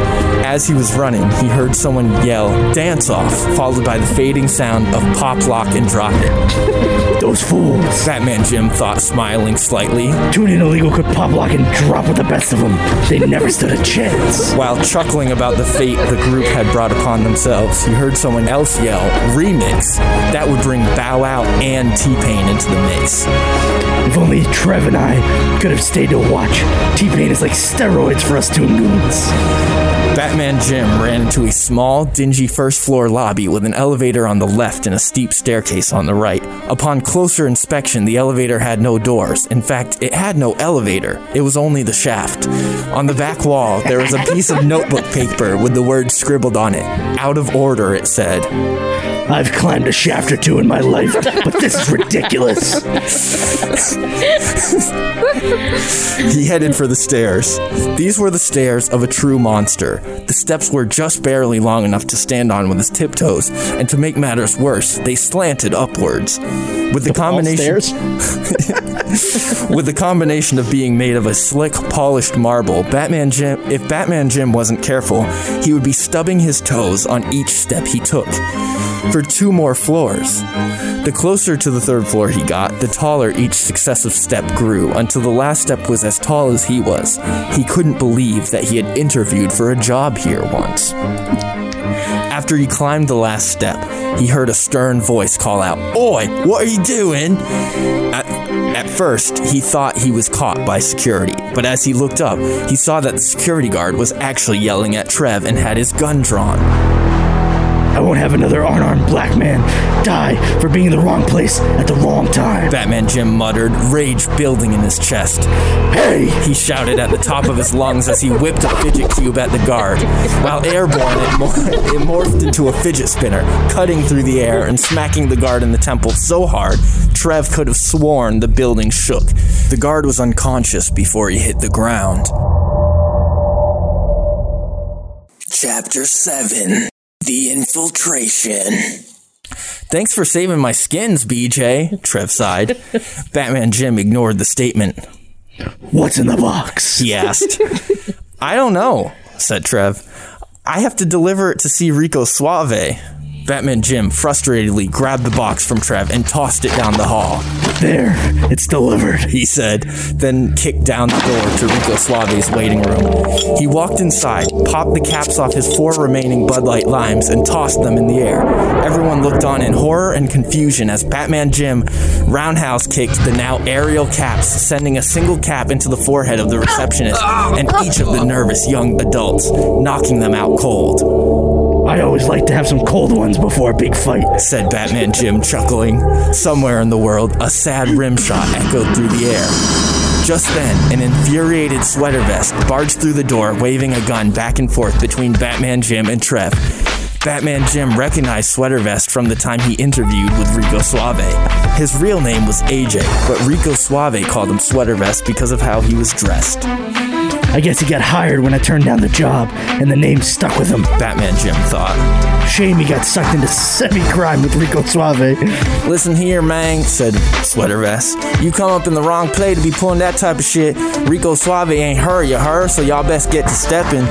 As he was running, he heard someone yell, Dance off, followed by the fading sound of Pop Lock and Drop It. Those fools. Batman Jim thought, smiling slightly. Tune in illegal could pop lock and drop with the best of them. They never stood a chance. While chuckling about the fate the group had brought upon themselves, he heard someone else yell, Remix. That would bring Bow Wow and T Pain into the mix. If only Trev and I could have stayed to watch. T Pain is like steroids for us Toon Goons. Batman Jim ran into a small, dingy first floor lobby with an elevator on the left and a steep staircase on the right. Upon closer inspection, the elevator had no doors. In fact, it had no elevator, it was only the shaft. On the back wall, there was a piece of notebook paper with the words scribbled on it. Out of order, it said. I've climbed a shaft or two in my life, but this is ridiculous. he headed for the stairs. These were the stairs of a true monster. The steps were just barely long enough to stand on with his tiptoes, and to make matters worse, they slanted upwards. With the, combination with the combination of being made of a slick, polished marble, Batman Jim if Batman Jim wasn't careful, he would be stubbing his toes on each step he took for two more floors. The closer to the third floor he got, the taller each successive step grew until the last step was as tall as he was. He couldn't believe that he had interviewed for a job here once. After he climbed the last step, he heard a stern voice call out, Oi, what are you doing? At, at first, he thought he was caught by security, but as he looked up, he saw that the security guard was actually yelling at Trev and had his gun drawn. I won't have another unarmed black man die for being in the wrong place at the wrong time. Batman Jim muttered, rage building in his chest. Hey! He shouted at the top of his lungs as he whipped a fidget cube at the guard. While airborne, it, mor- it morphed into a fidget spinner, cutting through the air and smacking the guard in the temple so hard, Trev could have sworn the building shook. The guard was unconscious before he hit the ground. Chapter 7 The Infiltration. Thanks for saving my skins, BJ, Trev sighed. Batman Jim ignored the statement. What's in the box? He asked. I don't know, said Trev. I have to deliver it to see Rico Suave. Batman Jim frustratedly grabbed the box from Trev and tossed it down the hall. There, it's delivered, he said, then kicked down the door to Rico Suave's waiting room. He walked inside, popped the caps off his four remaining Bud Light limes, and tossed them in the air. Everyone looked on in horror and confusion as Batman Jim roundhouse kicked the now aerial caps, sending a single cap into the forehead of the receptionist and each of the nervous young adults, knocking them out cold. I always like to have some cold ones before a big fight, said Batman Jim, chuckling. Somewhere in the world, a sad rim shot echoed through the air. Just then, an infuriated sweater vest barged through the door, waving a gun back and forth between Batman Jim and Trev. Batman Jim recognized Sweater Vest from the time he interviewed with Rico Suave. His real name was AJ, but Rico Suave called him Sweater Vest because of how he was dressed. I guess he got hired when I turned down the job, and the name stuck with him. Batman Jim thought. Shame he got sucked into semi crime with Rico Suave. Listen here, man, said Sweater Vest. You come up in the wrong play to be pulling that type of shit. Rico Suave ain't her, you her, so y'all best get to stepping.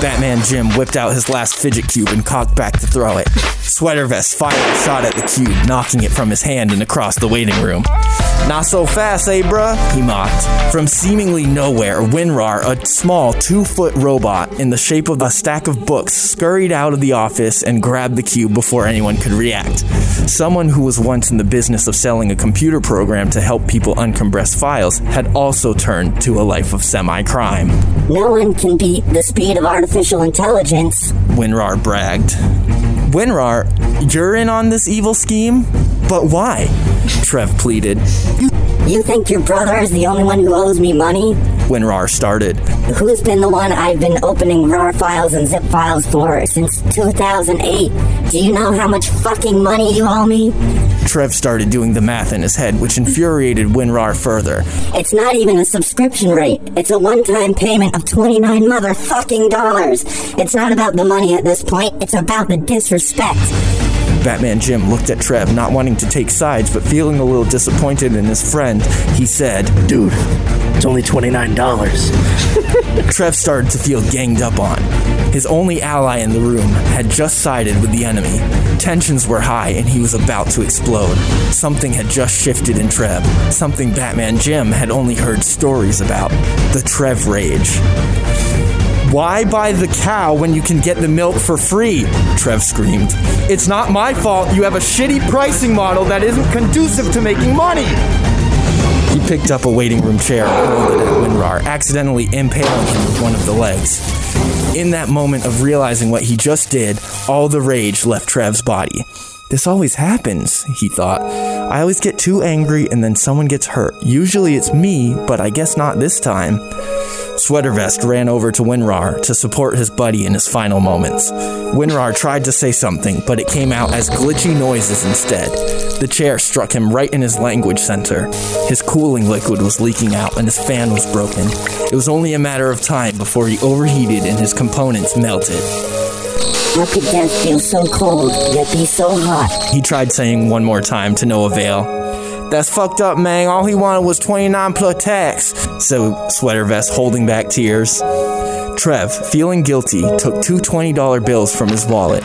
Batman Jim whipped out his last fidget cube and cocked back to throw it. Sweater Vest fired a shot at the cube, knocking it from his hand and across the waiting room. Not so fast, eh, bruh? He mocked. From seemingly nowhere, Winrar, a small two foot robot in the shape of a stack of books, scurried out of the office and grabbed the cube before anyone could react. Someone who was once in the business of selling a computer program to help people uncompress files had also turned to a life of semi crime. No one can beat the speed of artificial intelligence, Winrar bragged. Winrar, you're in on this evil scheme? But why? Trev pleaded. You think your brother is the only one who owes me money? when RAR started. Who's been the one I've been opening RAR files and zip files for since 2008? Do you know how much fucking money you owe me? Trev started doing the math in his head, which infuriated WinRAR further. It's not even a subscription rate. It's a one-time payment of 29 motherfucking dollars. It's not about the money at this point. It's about the disrespect. Batman Jim looked at Trev, not wanting to take sides, but feeling a little disappointed in his friend. He said, Dude, it's only $29. Trev started to feel ganged up on. His only ally in the room had just sided with the enemy. Tensions were high and he was about to explode. Something had just shifted in Trev, something Batman Jim had only heard stories about the Trev Rage. Why buy the cow when you can get the milk for free? Trev screamed. It's not my fault you have a shitty pricing model that isn't conducive to making money. He picked up a waiting room chair and hurled it at Winrar, accidentally impaling him with one of the legs. In that moment of realizing what he just did, all the rage left Trev's body. This always happens, he thought. I always get too angry and then someone gets hurt. Usually it's me, but I guess not this time. Sweater Vest ran over to Winrar to support his buddy in his final moments. Winrar tried to say something, but it came out as glitchy noises instead. The chair struck him right in his language center. His cooling liquid was leaking out and his fan was broken. It was only a matter of time before he overheated and his components melted. How could death feel so cold, yet be so hot? He tried saying one more time to no avail. That's fucked up, man. All he wanted was 29 plus tax. So, Sweater Vest holding back tears. Trev, feeling guilty, took two $20 bills from his wallet.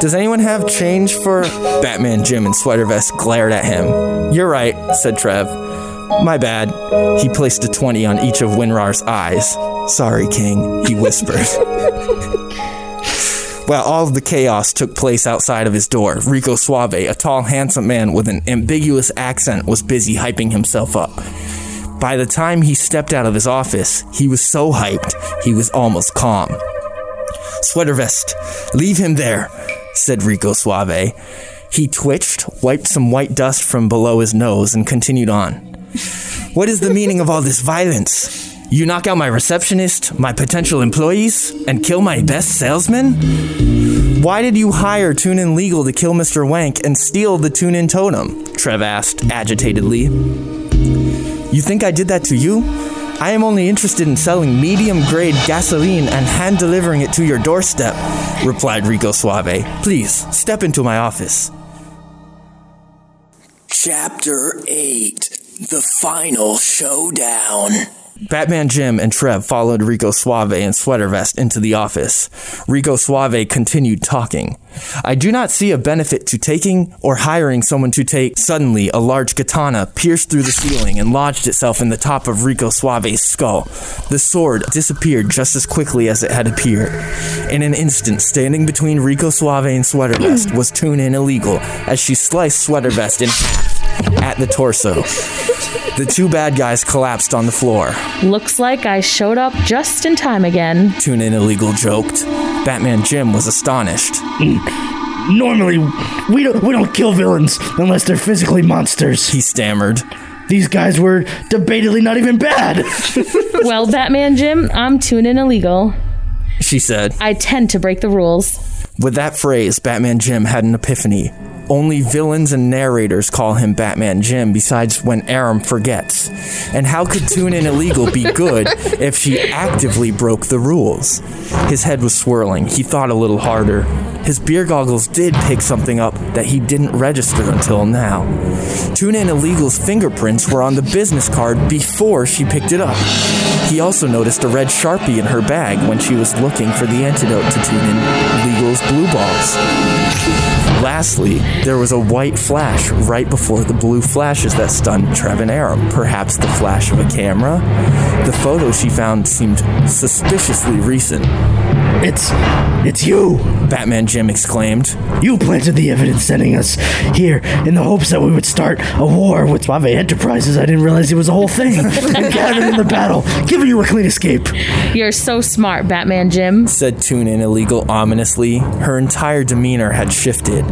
Does anyone have change for. Batman Jim and Sweater Vest glared at him. You're right, said Trev. My bad. He placed a 20 on each of Winrar's eyes. Sorry, King, he whispered. While all of the chaos took place outside of his door, Rico Suave, a tall, handsome man with an ambiguous accent, was busy hyping himself up. By the time he stepped out of his office, he was so hyped, he was almost calm. Sweater vest, leave him there, said Rico Suave. He twitched, wiped some white dust from below his nose, and continued on. What is the meaning of all this violence? You knock out my receptionist, my potential employees, and kill my best salesman? Why did you hire TuneIn Legal to kill Mr. Wank and steal the TuneIn totem? Trev asked agitatedly. You think I did that to you? I am only interested in selling medium grade gasoline and hand delivering it to your doorstep, replied Rico Suave. Please, step into my office. Chapter 8 The Final Showdown. Batman Jim and Trev followed Rico Suave and Sweater Vest into the office. Rico Suave continued talking. I do not see a benefit to taking or hiring someone to take. Suddenly, a large katana pierced through the ceiling and lodged itself in the top of Rico Suave's skull. The sword disappeared just as quickly as it had appeared. In an instant, standing between Rico Suave and Sweater Vest was Tune In Illegal as she sliced Sweater Vest in half at the torso. The two bad guys collapsed on the floor. Looks like I showed up just in time again. Tune in illegal joked. Batman Jim was astonished. Normally, we don't, we don't kill villains unless they're physically monsters, he stammered. These guys were debatedly not even bad. well, Batman Jim, I'm tuning illegal. She said. I tend to break the rules. With that phrase, Batman Jim had an epiphany. Only villains and narrators call him Batman Jim, besides when Aram forgets. And how could Tune In Illegal be good if she actively broke the rules? His head was swirling. He thought a little harder. His beer goggles did pick something up that he didn't register until now. Tune In Illegal's fingerprints were on the business card before she picked it up. He also noticed a red sharpie in her bag when she was looking for the antidote to Tune In Illegal's blue balls. Lastly, there was a white flash right before the blue flashes that stunned Trevin Aram, perhaps the flash of a camera. The photo she found seemed suspiciously recent. It's it's you, Batman Jim exclaimed. You planted the evidence sending us here in the hopes that we would start a war with Suave Enterprises. I didn't realize it was a whole thing. and gathered in the battle, giving you a clean escape. You're so smart, Batman Jim. Said Tune in Illegal ominously. Her entire demeanor had shifted.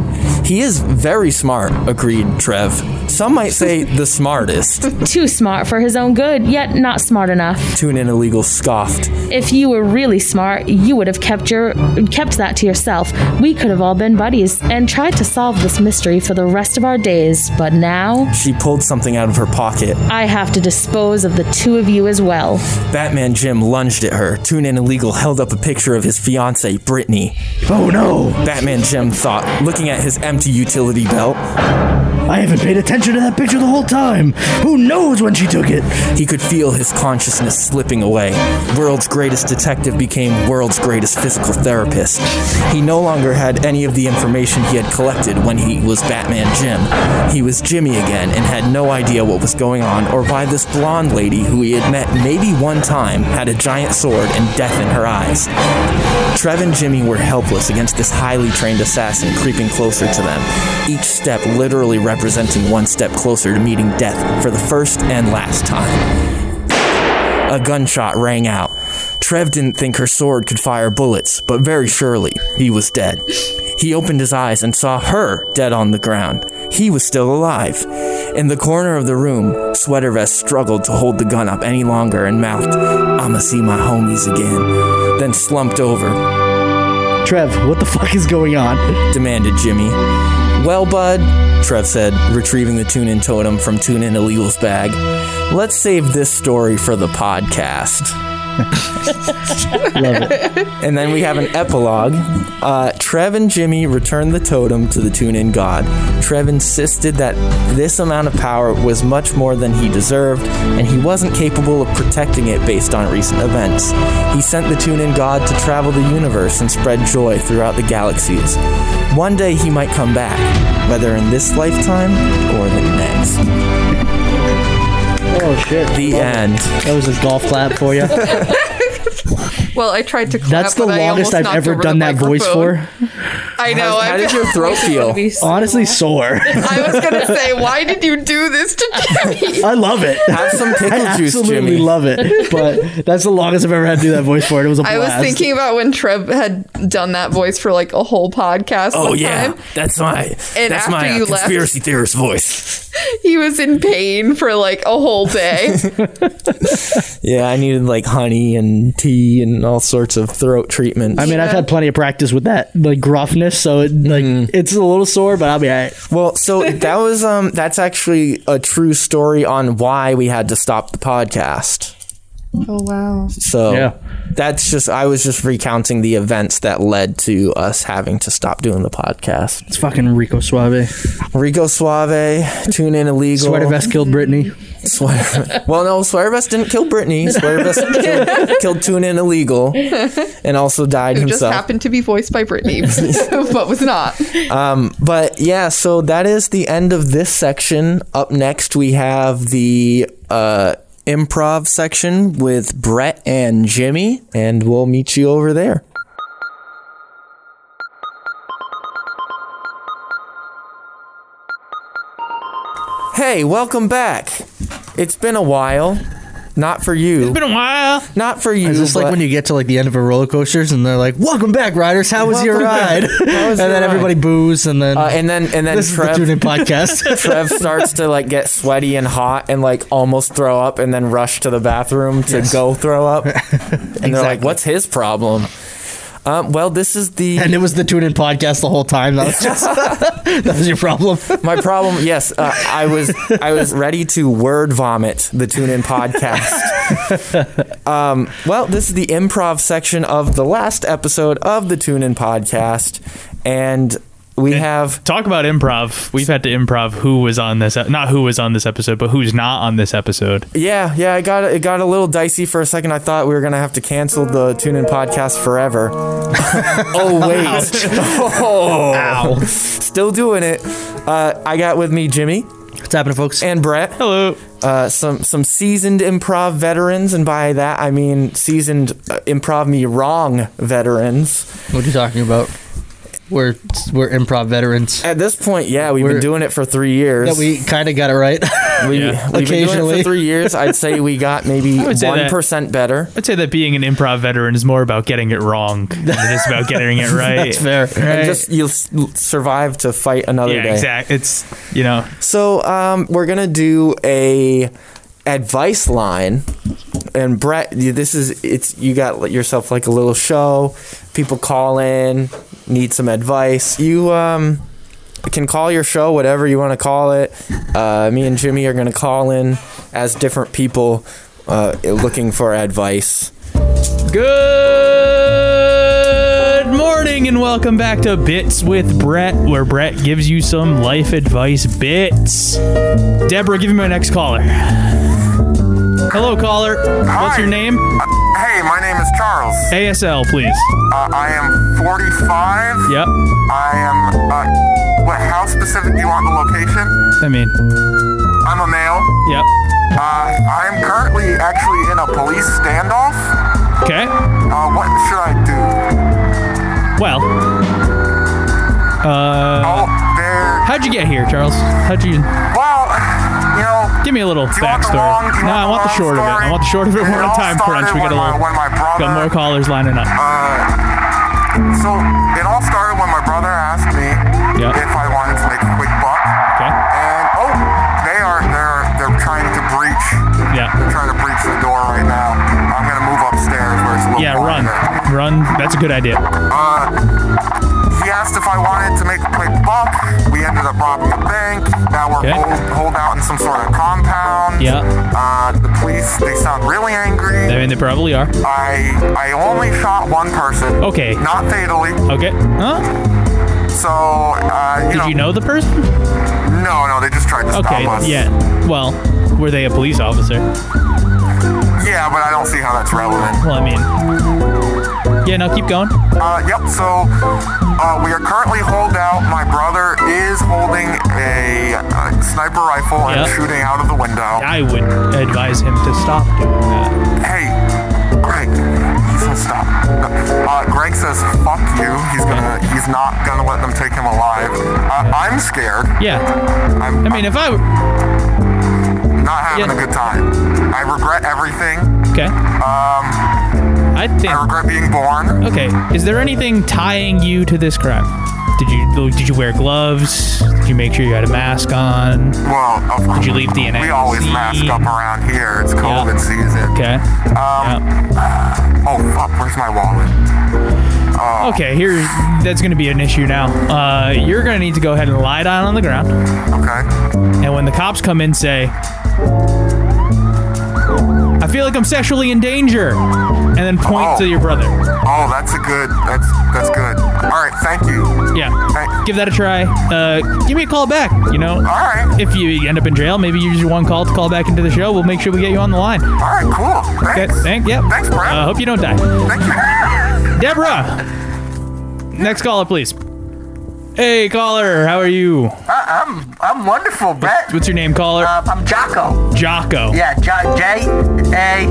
He is very smart, agreed Trev. Some might say the smartest. Too smart for his own good, yet not smart enough. Tune in Illegal scoffed. If you were really smart, you would have kept your kept that to yourself. We could have all been buddies and tried to solve this mystery for the rest of our days, but now She pulled something out of her pocket. I have to dispose of the two of you as well. Batman Jim lunged at her. Tune in Illegal held up a picture of his fiancee, Brittany. Oh no! Batman Jim thought, looking at his empty utility belt. I haven't paid attention to that picture the whole time. Who knows when she took it? He could feel his consciousness slipping away. World's greatest detective became world's greatest physical therapist. He no longer had any of the information he had collected when he was Batman Jim. He was Jimmy again and had no idea what was going on or why this blonde lady who he had met maybe one time had a giant sword and death in her eyes. Trev and Jimmy were helpless against this highly trained assassin creeping closer to them, each step literally representing one step closer to meeting death for the first and last time. A gunshot rang out. Trev didn't think her sword could fire bullets, but very surely he was dead. He opened his eyes and saw her dead on the ground. He was still alive. In the corner of the room, Sweater Vest struggled to hold the gun up any longer and mouthed, I'ma see my homies again, then slumped over, Trev, what the fuck is going on? demanded Jimmy. Well, bud, Trev said, retrieving the tune in totem from Tune In Illegal's bag, let's save this story for the podcast. Love it. And then we have an epilogue. Uh, Trev and Jimmy return the totem to the Tune In God. Trev insisted that this amount of power was much more than he deserved, and he wasn't capable of protecting it based on recent events. He sent the Tune In God to travel the universe and spread joy throughout the galaxies. One day he might come back, whether in this lifetime or the next. Oh shit. The end. That was a golf clap for you. Well, I tried to clap. That's the but I almost longest I've knocked ever over done the that voice for. I know. How- how I'm- did your throat feel? Honestly, sore. I was gonna say, why did you do this to Jimmy? I love it. Have some pickle I juice, absolutely Jimmy. love it. But that's the longest I've ever had to do that voice for it. It was a I blast. was thinking about when Trev had done that voice for like a whole podcast. Oh one yeah, time. that's my And that's after my uh, you left- conspiracy theorist voice. he was in pain for like a whole day. Yeah, I needed like honey and tea and all sorts of throat treatments. I mean, I've had plenty of practice with that, like gruffness. So it, like, it's a little sore, but I'll be all right. Mm-hmm. well, so that was um that's actually a true story on why we had to stop the podcast. oh wow. So Yeah. that's just I was just recounting the events that led to us having to stop doing the podcast. It's fucking Rico Suave. Rico Suave, tune in illegal. Sweater vest killed Brittany. Sweater- well, no, Sweater Vest didn't kill Brittany. Sweater Vest killed, killed Tune In Illegal and also died Who just himself. happened to be voiced by Brittany, but was not. Um, but yeah, so that is the end of this section. Up next, we have the uh, improv section with Brett and Jimmy, and we'll meet you over there. Hey, welcome back. It's been a while. Not for you. It's been a while. Not for you. Is this like but- when you get to like the end of a roller coasters and they're like, "Welcome back, riders! How was your Welcome ride?" back. How was and your ride? then everybody boos, and then Uh, and then and then this Trev, is the tune podcast. Trev starts to like get sweaty and hot and like almost throw up and then rush to the bathroom to Yes. go throw up. And they're like, "What's his problem?" Um, well, this is the and it was the tune in podcast the whole time. That was just that was your problem. my problem. Yes, uh, I was I was ready to word vomit the tune in podcast. Um, well, this is the improv section of the last episode of the tune in podcast, and we have Talk about improv. We've had to improv who was on this, e- not who was on this episode, but who's not on this episode. Yeah, yeah, it got it got a little dicey for a second. I thought we were gonna have to cancel the tune in podcast forever. oh wait, oh, still doing it. Uh, I got with me Jimmy. What's happening, folks? And Brett. Hello. Uh, some some seasoned improv veterans, and by that I mean seasoned uh, improv me wrong veterans. What are you talking about? We're we're improv veterans. At this point, yeah, we've We're- been doing it for three years. That we kind of got it right. we, we've been doing it Occasionally. for three years. I'd say we got maybe I would say one that- percent better. I'd say that being an improv veteran is more about getting it wrong than it is about getting it right. And just you'll s- survive to fight another yeah, day. exactly. It's you know So um, we're gonna do a advice line, and Brett, you- this is it's you got yourself like a little show. People call in, need some advice. You um, can call your show whatever you want to call it. Uh, me and Jimmy are gonna call in as different people uh, looking for advice. Good morning and welcome back to Bits with Brett, where Brett gives you some life advice bits. Deborah, give me my next caller. Hello, caller. What's your name? Hey, my name is Charles. ASL, please. Uh, I am 45. Yep. I am. Uh, what? How specific do you want the location? I mean, I'm a male. Yep. Uh, I am currently actually in a police standoff. okay. Uh, what should I do? Well. Uh. How'd you get here, Charles? How'd you? Oh, Well, you know. Give me a little backstory. no, I want the short of it. I want the short of it. We're on a time crunch. We got a little. got more callers lining up. So it all started when my brother asked me if I wanted to make a quick buck. And oh, they are they're they're trying to breach. Yeah. They're trying to breach the door right now. I'm gonna move upstairs where it's a little yeah, quieter. run, run. That's a good idea. Uh, he asked if I wanted to make a quick buck. We ended up robbing a bank. Now we're hold, hold out in some sort of compound. Yeah. Uh, the police, they sound really angry. I mean, they probably are. I I only shot one person. Okay. Not fatally. Okay. Huh? So, uh, you Did know, you know the person? No, no, they just tried to Okay. stop us. Yeah. Well, were they a police officer? Yeah, but I don't see how that's relevant. Well, I mean. Yeah. Now keep going. Uh, yep. So uh, we are currently holed out. My brother is holding a uh, sniper rifle and Yep. shooting out of the window. I would advise him to stop doing that. Hey, Greg. He says stop. Uh, Greg says fuck you. He's gonna. He's not gonna let them take him alive. Uh, I'm scared. Yeah. I'm, I mean, if I. Not having a good time. I regret everything. Okay. Um. I think. I regret being born. Okay. Is there anything tying you to this crime? Did you did you wear gloves? Did you make sure you had a mask on? Well, of Did you leave DNA? We always mask up around here. It's COVID season. Okay. Um, Oh fuck! Where's my wallet? Oh. Okay, here that's going to be an issue now. Uh, you're going to need to go ahead and lie down on the ground. Okay. And when the cops come in, say, "I feel like I'm sexually in danger," and then point to your brother. Oh, that's a good. That's that's good. All right. Thank you. Yeah. Give that a try. Uh, give me a call back. You know. All right. If you end up in jail, maybe use your one call to call back into the show. We'll make sure we get you on the line. All right. Cool. Thanks. Okay, thank. Yeah. Thanks, Brad. Uh, hope you don't die. Thank you. Deborah. Next caller, please. Hey, caller. How are you? I, Uh, I'm I'm wonderful, Brett. What's your name, caller? Uh, I'm Jocko. Jocko. Yeah, J J A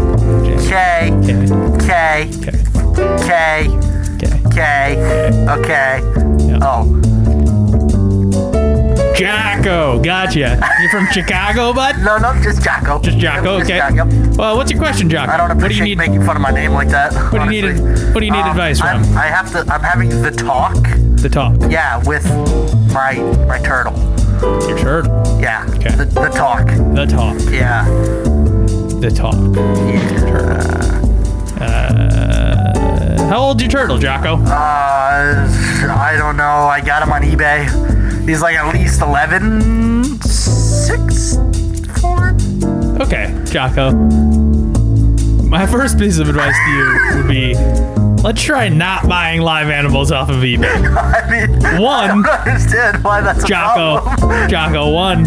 K K K K Okay. Oh, Jocko. Gotcha. You from Chicago, bud? No, no, just Jocko. Just Jocko. Okay. Well, what's your question, Jocko? I don't appreciate what do you need? making fun of my name like that. Um, What do you need? What do you need advice from? I'm, I have to. I'm having the talk. The talk. Yeah, with my my turtle. Your turtle. Yeah. The, the talk. The talk. Yeah. The talk. Uh, how old your turtle, Jocko? Uh, I don't know. I got him on eBay. He's like at least 11, 6, 4. Okay, Jocko. My first piece of advice to you would be let's try not buying live animals off of eBay. I mean, One. I don't understand why that's a Jocko, problem. Jocko, one.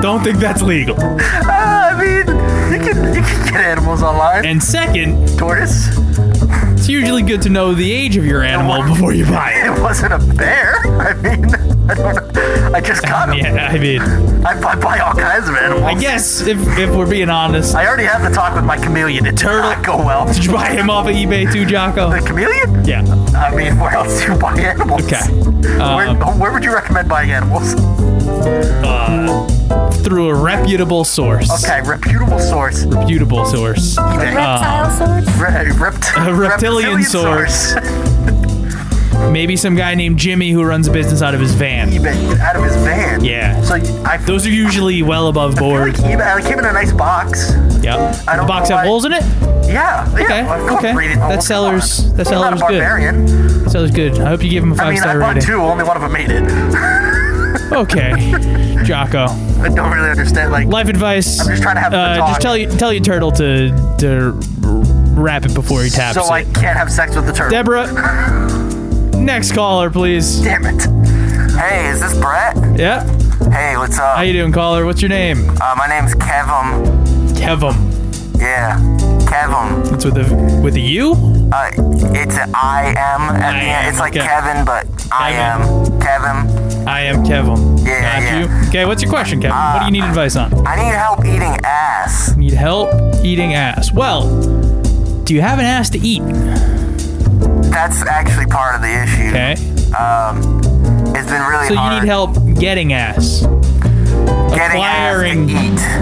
Don't think that's legal. Uh, I mean, you can, you can get animals online. And second, tortoise. it's usually good to know the age of your animal before you buy it. It wasn't a bear. I mean, I don't know. I just got him. Yeah, I mean, I, I buy all kinds of animals. I guess if if we're being honest, I already had the talk with my chameleon. It did not go well. Did you buy him off of eBay too, Jocko? The chameleon? Yeah. I mean, where else do you buy animals? Okay. Um, where, where would you recommend buying animals? Uh, through a reputable source. Okay, reputable source. Reputable source. eBay. Uh, source? Re- rept- a reptilian, reptilian source. Maybe some guy named Jimmy who runs a business out of his van. eBay out of his van. Yeah. So those are usually well above board. He uh, came in a nice box. Yep. I don't the box know have why- holes in it. Yeah. Okay. Yeah, of course, okay. breeding That holes, come on. seller's that I'm not a seller's good. barbarian. That seller's good. I hope you give him a I five mean, I star bought rating. two. Only one of them made it. Okay, Jocko. I don't really understand. Like life advice. I'm just trying to have. Uh, the talk. just tell you tell your turtle to to wrap it before he taps So it. I can't have sex with the turtle. Deborah. Next caller, please. Damn it. Hey, is this Brett? Yeah. Hey, what's up? How you doing, caller? What's your name? Uh, my name's Kevin. Kevin. Yeah, Kevin. It's with a with a U. Uh, it's an I am at the end. It's like Kevin, but I am Kevin. I am Kevin. Yeah, Got yeah. Uh, you. Okay, what's your question, Kevin? what do you need advice on? I need help eating ass. Need help eating ass. Well, do you have an ass to eat? That's actually part of the issue. Okay. Um, it's been really so hard. you need help getting ass. acquiring,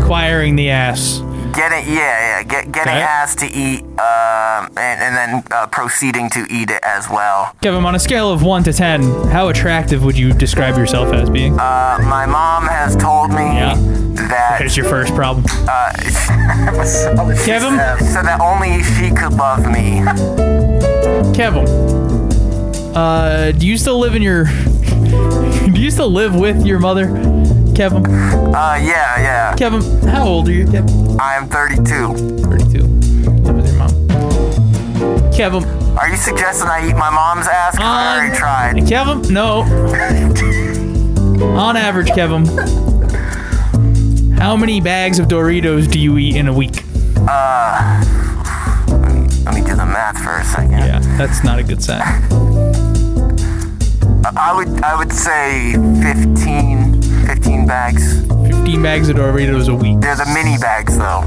acquiring the ass. Getting yeah yeah get getting Okay. ass to eat um and, and then uh, proceeding to eat it as well. Kevin, on a scale of one to ten, how attractive would you describe yourself as being? Uh, my mom has told me that That's your first problem. uh Kevin? so that only she could love me. Kevin, uh, do you still live in your? do you still live with your mother, Kevin? Uh yeah yeah. Kevin, how old are you, Kevin? I'm 32. 32. Live with your mom. Kevin. Uh, Are you suggesting I eat my mom's ass? 'Cause I already tried. Kevin, no. On average, Kevin, how many bags of Doritos do you eat in a week? Uh, let me, let me do the math for a second. Yeah, that's not a good sign. I- I would I would say 15, 15 bags. 15 bags of Doritos a week. They're the mini bags though.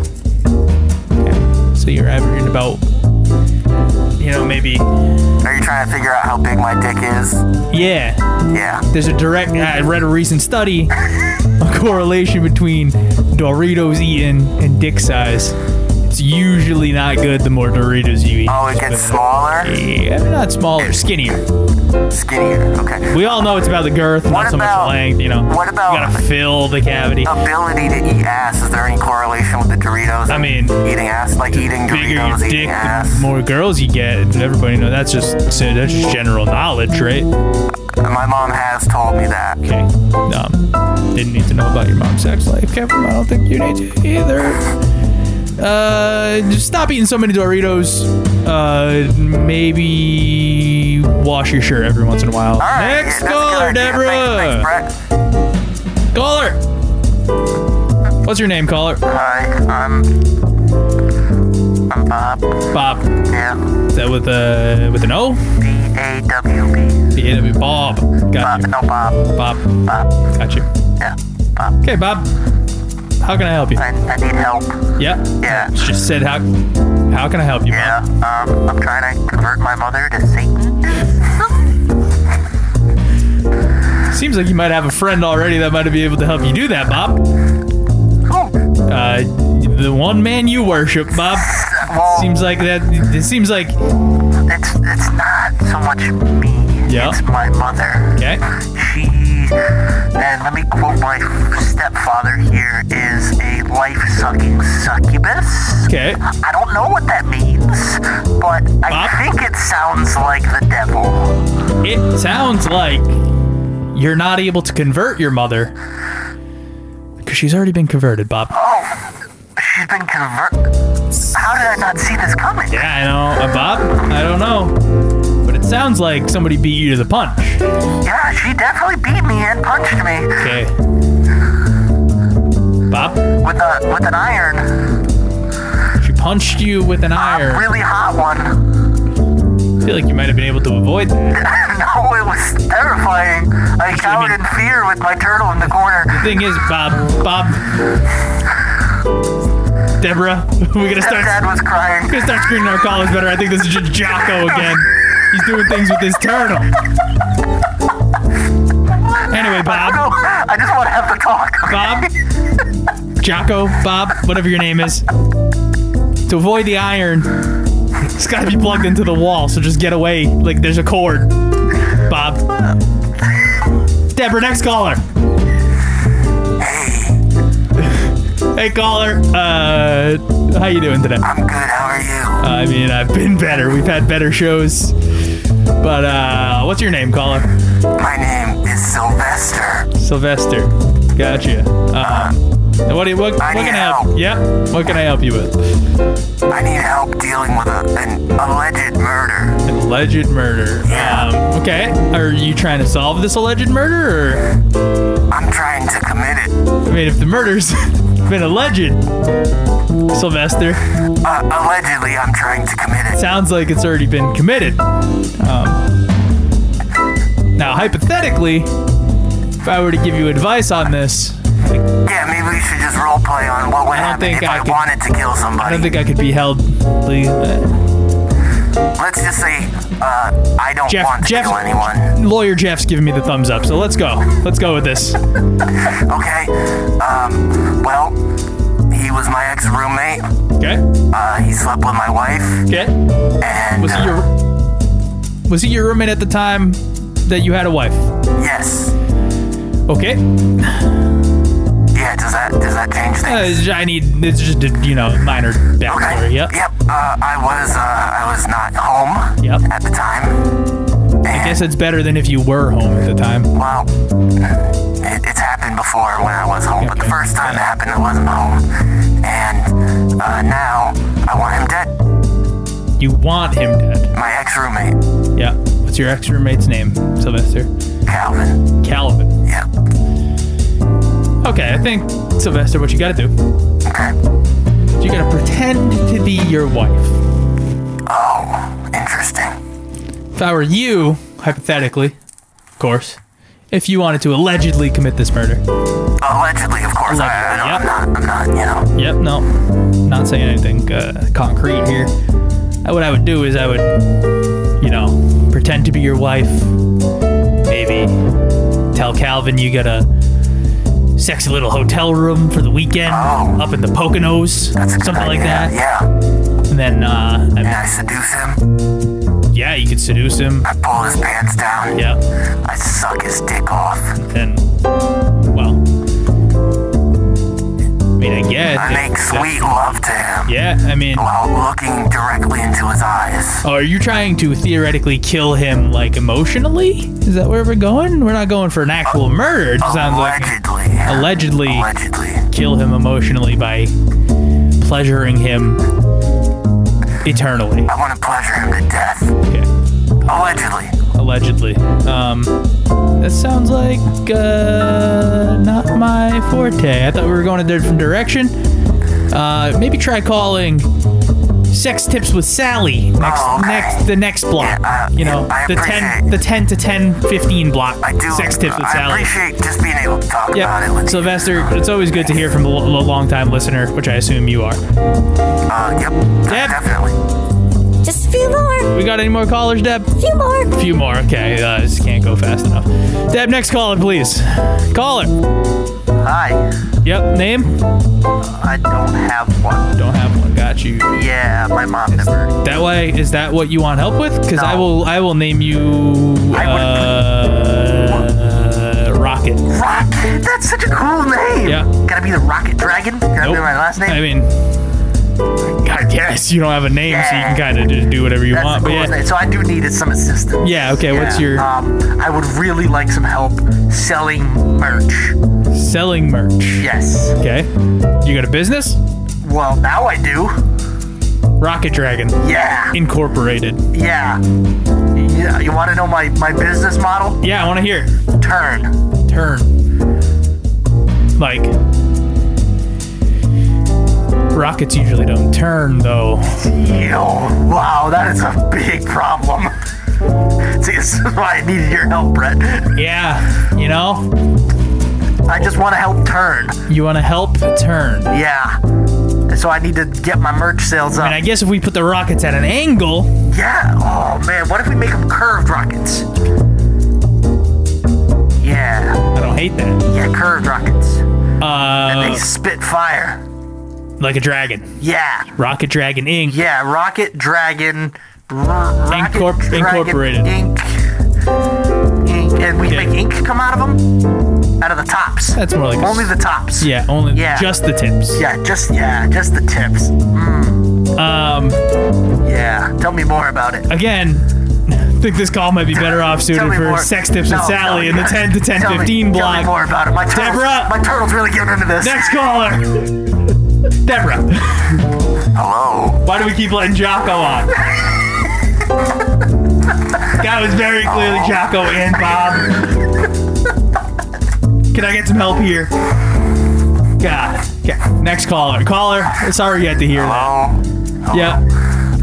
So you're averaging about, you know, maybe. Are you trying to figure out how big my dick is? Yeah. Yeah. There's a direct. I read a recent study, a correlation between Doritos eaten and dick size. It's usually not good the more Doritos you eat. Oh, it gets smaller. Yeah, not smaller, skinnier. Skinnier. Okay. We all know it's about the girth, not so much length. You know. What about- You gotta fill the cavity. Ability to eat ass. Is there any correlation with the Doritos? I mean, eating ass, like eating bigger your Doritos, eating dick, ass. the more girls you get. Everybody know that's just so that's just general knowledge, right? My mom has told me that. Okay. Um, didn't need to know about your mom's sex life, Kevin. I don't think you need to either. Uh, just stop eating so many Doritos. Uh, maybe wash your shirt every once in a while. All right, Next yeah, that's a good caller, idea. Deborah. Thanks, Caller. What's your name, caller? Hi, I'm. I'm Bob. Bob. Yeah. Is that with a with an O? B A W B. B A W. Bob. Got you. No, Bob. Bob. Bob. Got you. Yeah. Bob. Okay, Bob. How can I help you? I, I need help. Yeah. Yeah. Just said how. How can I help you? Yeah. Um, I'm trying to convert my mother to Satan. Seems like you might have a friend already that might be able to help you do that, Bob. Uh, the one man you worship, Bob. seems like that. It seems like. It's it's not so much me. Yeah. It's my mother. Okay. She and let me quote my stepfather here is a life sucking succubus. Okay. I don't know what that means, but I think it sounds like the devil. It sounds like you're not able to convert your mother because she's already been converted, Bob. Oh, she's been convert. How did I not see this coming? Yeah, I know, uh, Bob. I don't know, but it sounds like somebody beat you to the punch. Yeah, she definitely beat me and punched me Okay. Bob, with a uh, with an iron. she punched you with an iron. Really hot one. feel like you might have been able to avoid that. no, it was terrifying. I cowered in fear with my turtle in the corner. The thing is, Bob, Bob, Deborah, we're gonna start. Stepdad was crying. We're gonna start screening our callers better. I think this is just Jocko again. He's doing things with his turtle. Anyway, Bob. I, just want to have the talk. Bob, Jocko, Bob, whatever your name is, to avoid the iron, it's gotta be plugged into the wall. So just get away. Like there's a cord. Bob. Deborah, next caller. Hey caller, uh, how you doing today? I'm good. How are you? I mean, I've been better. We've had better shows, but uh, what's your name, caller? My name is Sylvester. Sylvester. Gotcha. Uh, what, do you- what, what I need can I help? help. Yep. What can I help you with? I need help dealing with a, an alleged murder. An alleged murder. Um, okay. Are you trying to solve this alleged murder, or? I'm trying to commit it. I mean, if the murder's been alleged, Sylvester. Uh, allegedly, I'm trying to commit it. Sounds like it's already been committed. Um, now, hypothetically, if I were to give you advice on this, Yeah, maybe we should just role play on what would happen if I, wanted to kill I somebody. don't think I could be held. Let's just say uh, I don't want to kill anyone. Lawyer Jeff's giving me the thumbs up, so let's go. Let's go with this. okay. Um, well, he was my ex roommate. Okay. Uh, he slept with my wife. Okay. And uh, Was he your was he your roommate at the time that you had a wife? Yes. Okay. Yeah. Does that does that change Uh, I need it's just a, you know minor backstory. Yep. Yep. Uh, I was uh, I was not home Yep. at the time. I guess it's better than if you were home at the time. Well, it, it's happened before when I was home, but the first time it happened, I wasn't home. And uh, now I want him dead. You want him dead. My ex roommate, Yeah. What's your ex roommate's name, Sylvester? Calvin. Calvin. Yeah. Okay, I think Sylvester, what you gotta do? Okay. You gotta pretend to be your wife. Oh, interesting. If I were you, hypothetically, of course, if you wanted to allegedly commit this murder. Allegedly, of course. I, I don't, I'm, not, I'm not, you know. Yep, no, not saying anything uh, concrete here. Uh, what I would do is I would, you know, pretend to be your wife. Maybe tell Calvin you got a sexy little hotel room for the weekend Oh. up in the Poconos, something like that. Yeah. And then, uh, I mean, I seduce him. yeah, you could seduce him. I pull his pants down. Yeah. I suck his dick off. And, well, I mean, I guess. I make sweet love to him. Yeah, I mean. While looking directly into his eyes. Oh, are you trying to theoretically kill him, like emotionally? Is that where we're going? We're not going for an actual murder. It sounds like allegedly, kill him emotionally by pleasuring him eternally. I want to pleasure him to death. Okay. Allegedly. Allegedly. Um, that sounds like uh, not my forte. I thought we were going a different direction. Uh, maybe try calling sex tips with Sally next, Oh, next the next block. uh, you know, the ten, the ten to 10, 15 block. I do. Sex tips with Sally. Appreciate just being able to talk about it. Yep. Sylvester, it's always good to hear from a long time listener, which I assume you are. Uh, yep. Definitely. Just a few more. We got any more callers, Deb? A few more. A few more. Okay, uh, this can't go fast enough. Deb, next caller, please. Caller. Hi. Yep. Name? I don't have one. Don't have one. Got you. Yeah, my mom never. That way, is that what you want help with? Because I will, I will name you. Uh, Rocket. Rocket. That's such a cool name. Yeah. Gotta be the Rocket Dragon. Gotta be my last name. I mean, I guess you don't have a name, so you can kind of just do whatever you That's want. the But coolest yeah. name. So I do need some assistance. Yeah, okay, what's your- Um, I would really like some help selling merch. Selling merch. Yes. Okay. You got a business? Well, now I do. Rocket Dragon. Yeah. Incorporated. Yeah. Yeah. You want to know my, my business model? Yeah, I want to hear. Turn. Turn. Like. Rockets usually don't turn, though. Yo, wow, that is a big problem. See, this is why I needed your help, Brett. Yeah, you know? I just want to help turn. You want to help turn. Yeah. So I need to get my merch sales up. And I guess if we put the rockets at an angle. Yeah. Oh man, what if we make them curved rockets? Yeah. I don't hate that. Yeah, curved rockets. Uh, and they spit fire. Like a dragon. Yeah. Rocket Dragon Inc. Yeah, Rocket Dragon. R- Rocket Incorp- Dragon Incorporated. Ink. Ink. And we make ink come out of them? Out of the tops. That's more like a Only s- the tops. Yeah, only Yeah. just the tips. Yeah, just, yeah, just the tips. Um, yeah, tell me more about it. Again, I think this call might be better off Tell suited me for more. sex tips No, with tell me Sally in the more. 10 to 10 Tell me- 15 block. Tell me more about it. My turtle's, Deborah! My turtle's really getting into this. Next caller. Deborah. Hello. Why do we keep letting Jocko on? that was very clearly Jocko and Bob. Can I get some help here? God. Okay. Next caller. Caller. Sorry you had to hear that. Yeah.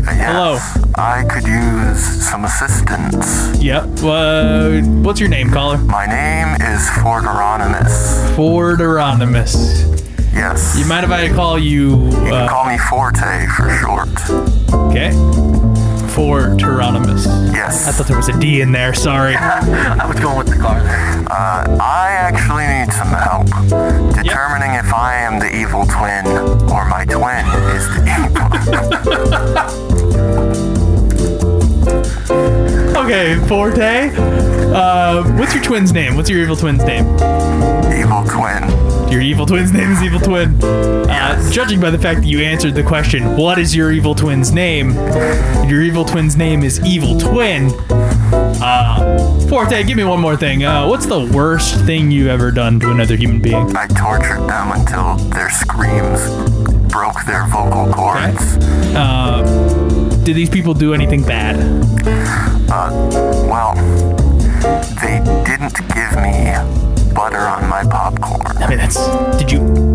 Hello. I could use some assistance. Yep. Uh, what's your name, caller? My name is Forderonimus. Forderonimus. Yes. You mind if I call you? You can call me Forte for short. uh, Okay. Forderonimus. Yes. I thought there was a D in there. Sorry. I was going with the car. Uh, I actually need some help determining if I am the evil twin or my twin is the Okay, Forte. Uh, what's your twin's name? What's your evil twin's name? Evil twin. Your evil twin's name is evil twin. Uh, Judging by the fact that you answered the question, "What is your evil twin's name?" Your evil twin's name is evil twin. Uh, Forte, give me one more thing. Uh, what's the worst thing you've ever done to another human being? I tortured them until their screams broke their vocal cords. Uh, did these people do anything bad? Uh, well, they didn't give me butter on my popcorn. I mean, that's. Did you?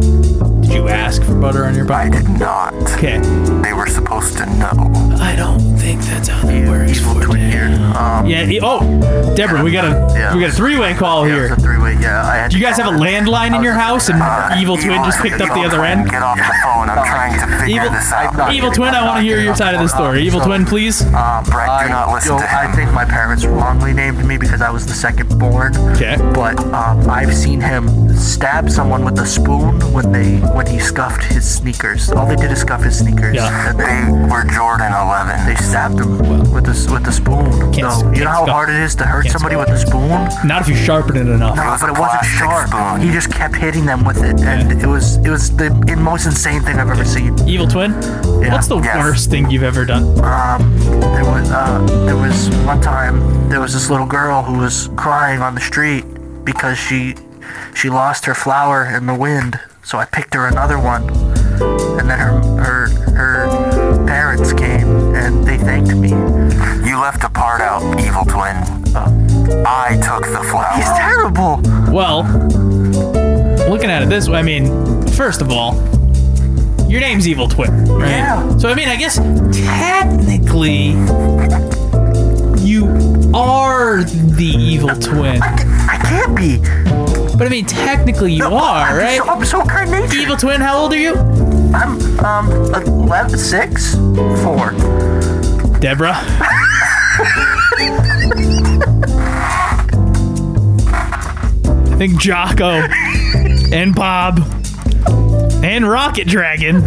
Did you ask for butter on your popcorn? I did not. Okay. They were supposed to know. I don't think that's how that works. Evil twin here. Um, Yeah. he- Oh, Deborah, we got a Yeah. we got a three-way call here. three-way. Yeah. I had Do you guys have a landline in your house, and Uh, evil twin just picked up the other end? Get off the phone. I'm trying to figure Evil, this out. evil twin, I want to hear your side of the story. Evil twin, please. Uh, Brett, do not listen don't- to him. I think my parents wrongly named me because I was the second born. Okay. But um, I've seen him stab someone with a spoon when they when he scuffed his sneakers. All they did is scuff his sneakers. Yeah. They were Jordan 11. They stabbed him with a s- with a spoon. Can't s- no, you can't know how scuff- hard it is to hurt can't somebody scuff with a spoon. Not if you sharpen it enough. No, but it wasn't sharp. He just kept hitting them with it, and it was it was the most insane thing I've ever seen. Evil twin. Yeah. What's the worst thing you've ever done? Um, there was uh, there was one time there was this little girl who was crying on the street because she she lost her flower in the wind. So I picked her another one, and then her her her parents came and they thanked me. You left a part out, evil twin. Uh, I took the flower. He's terrible. Well, looking at it this way, I mean, first of all, your name's Evil Twin, right? Yeah. So I mean, I guess technically, you are the Evil Twin. I can't be. But I mean, technically, you are, I'm right? So, I'm so kind natured. Evil twin, how old are you? I'm um 11, six, four. Deborah. I think Jocko and Bob and Rocket Dragon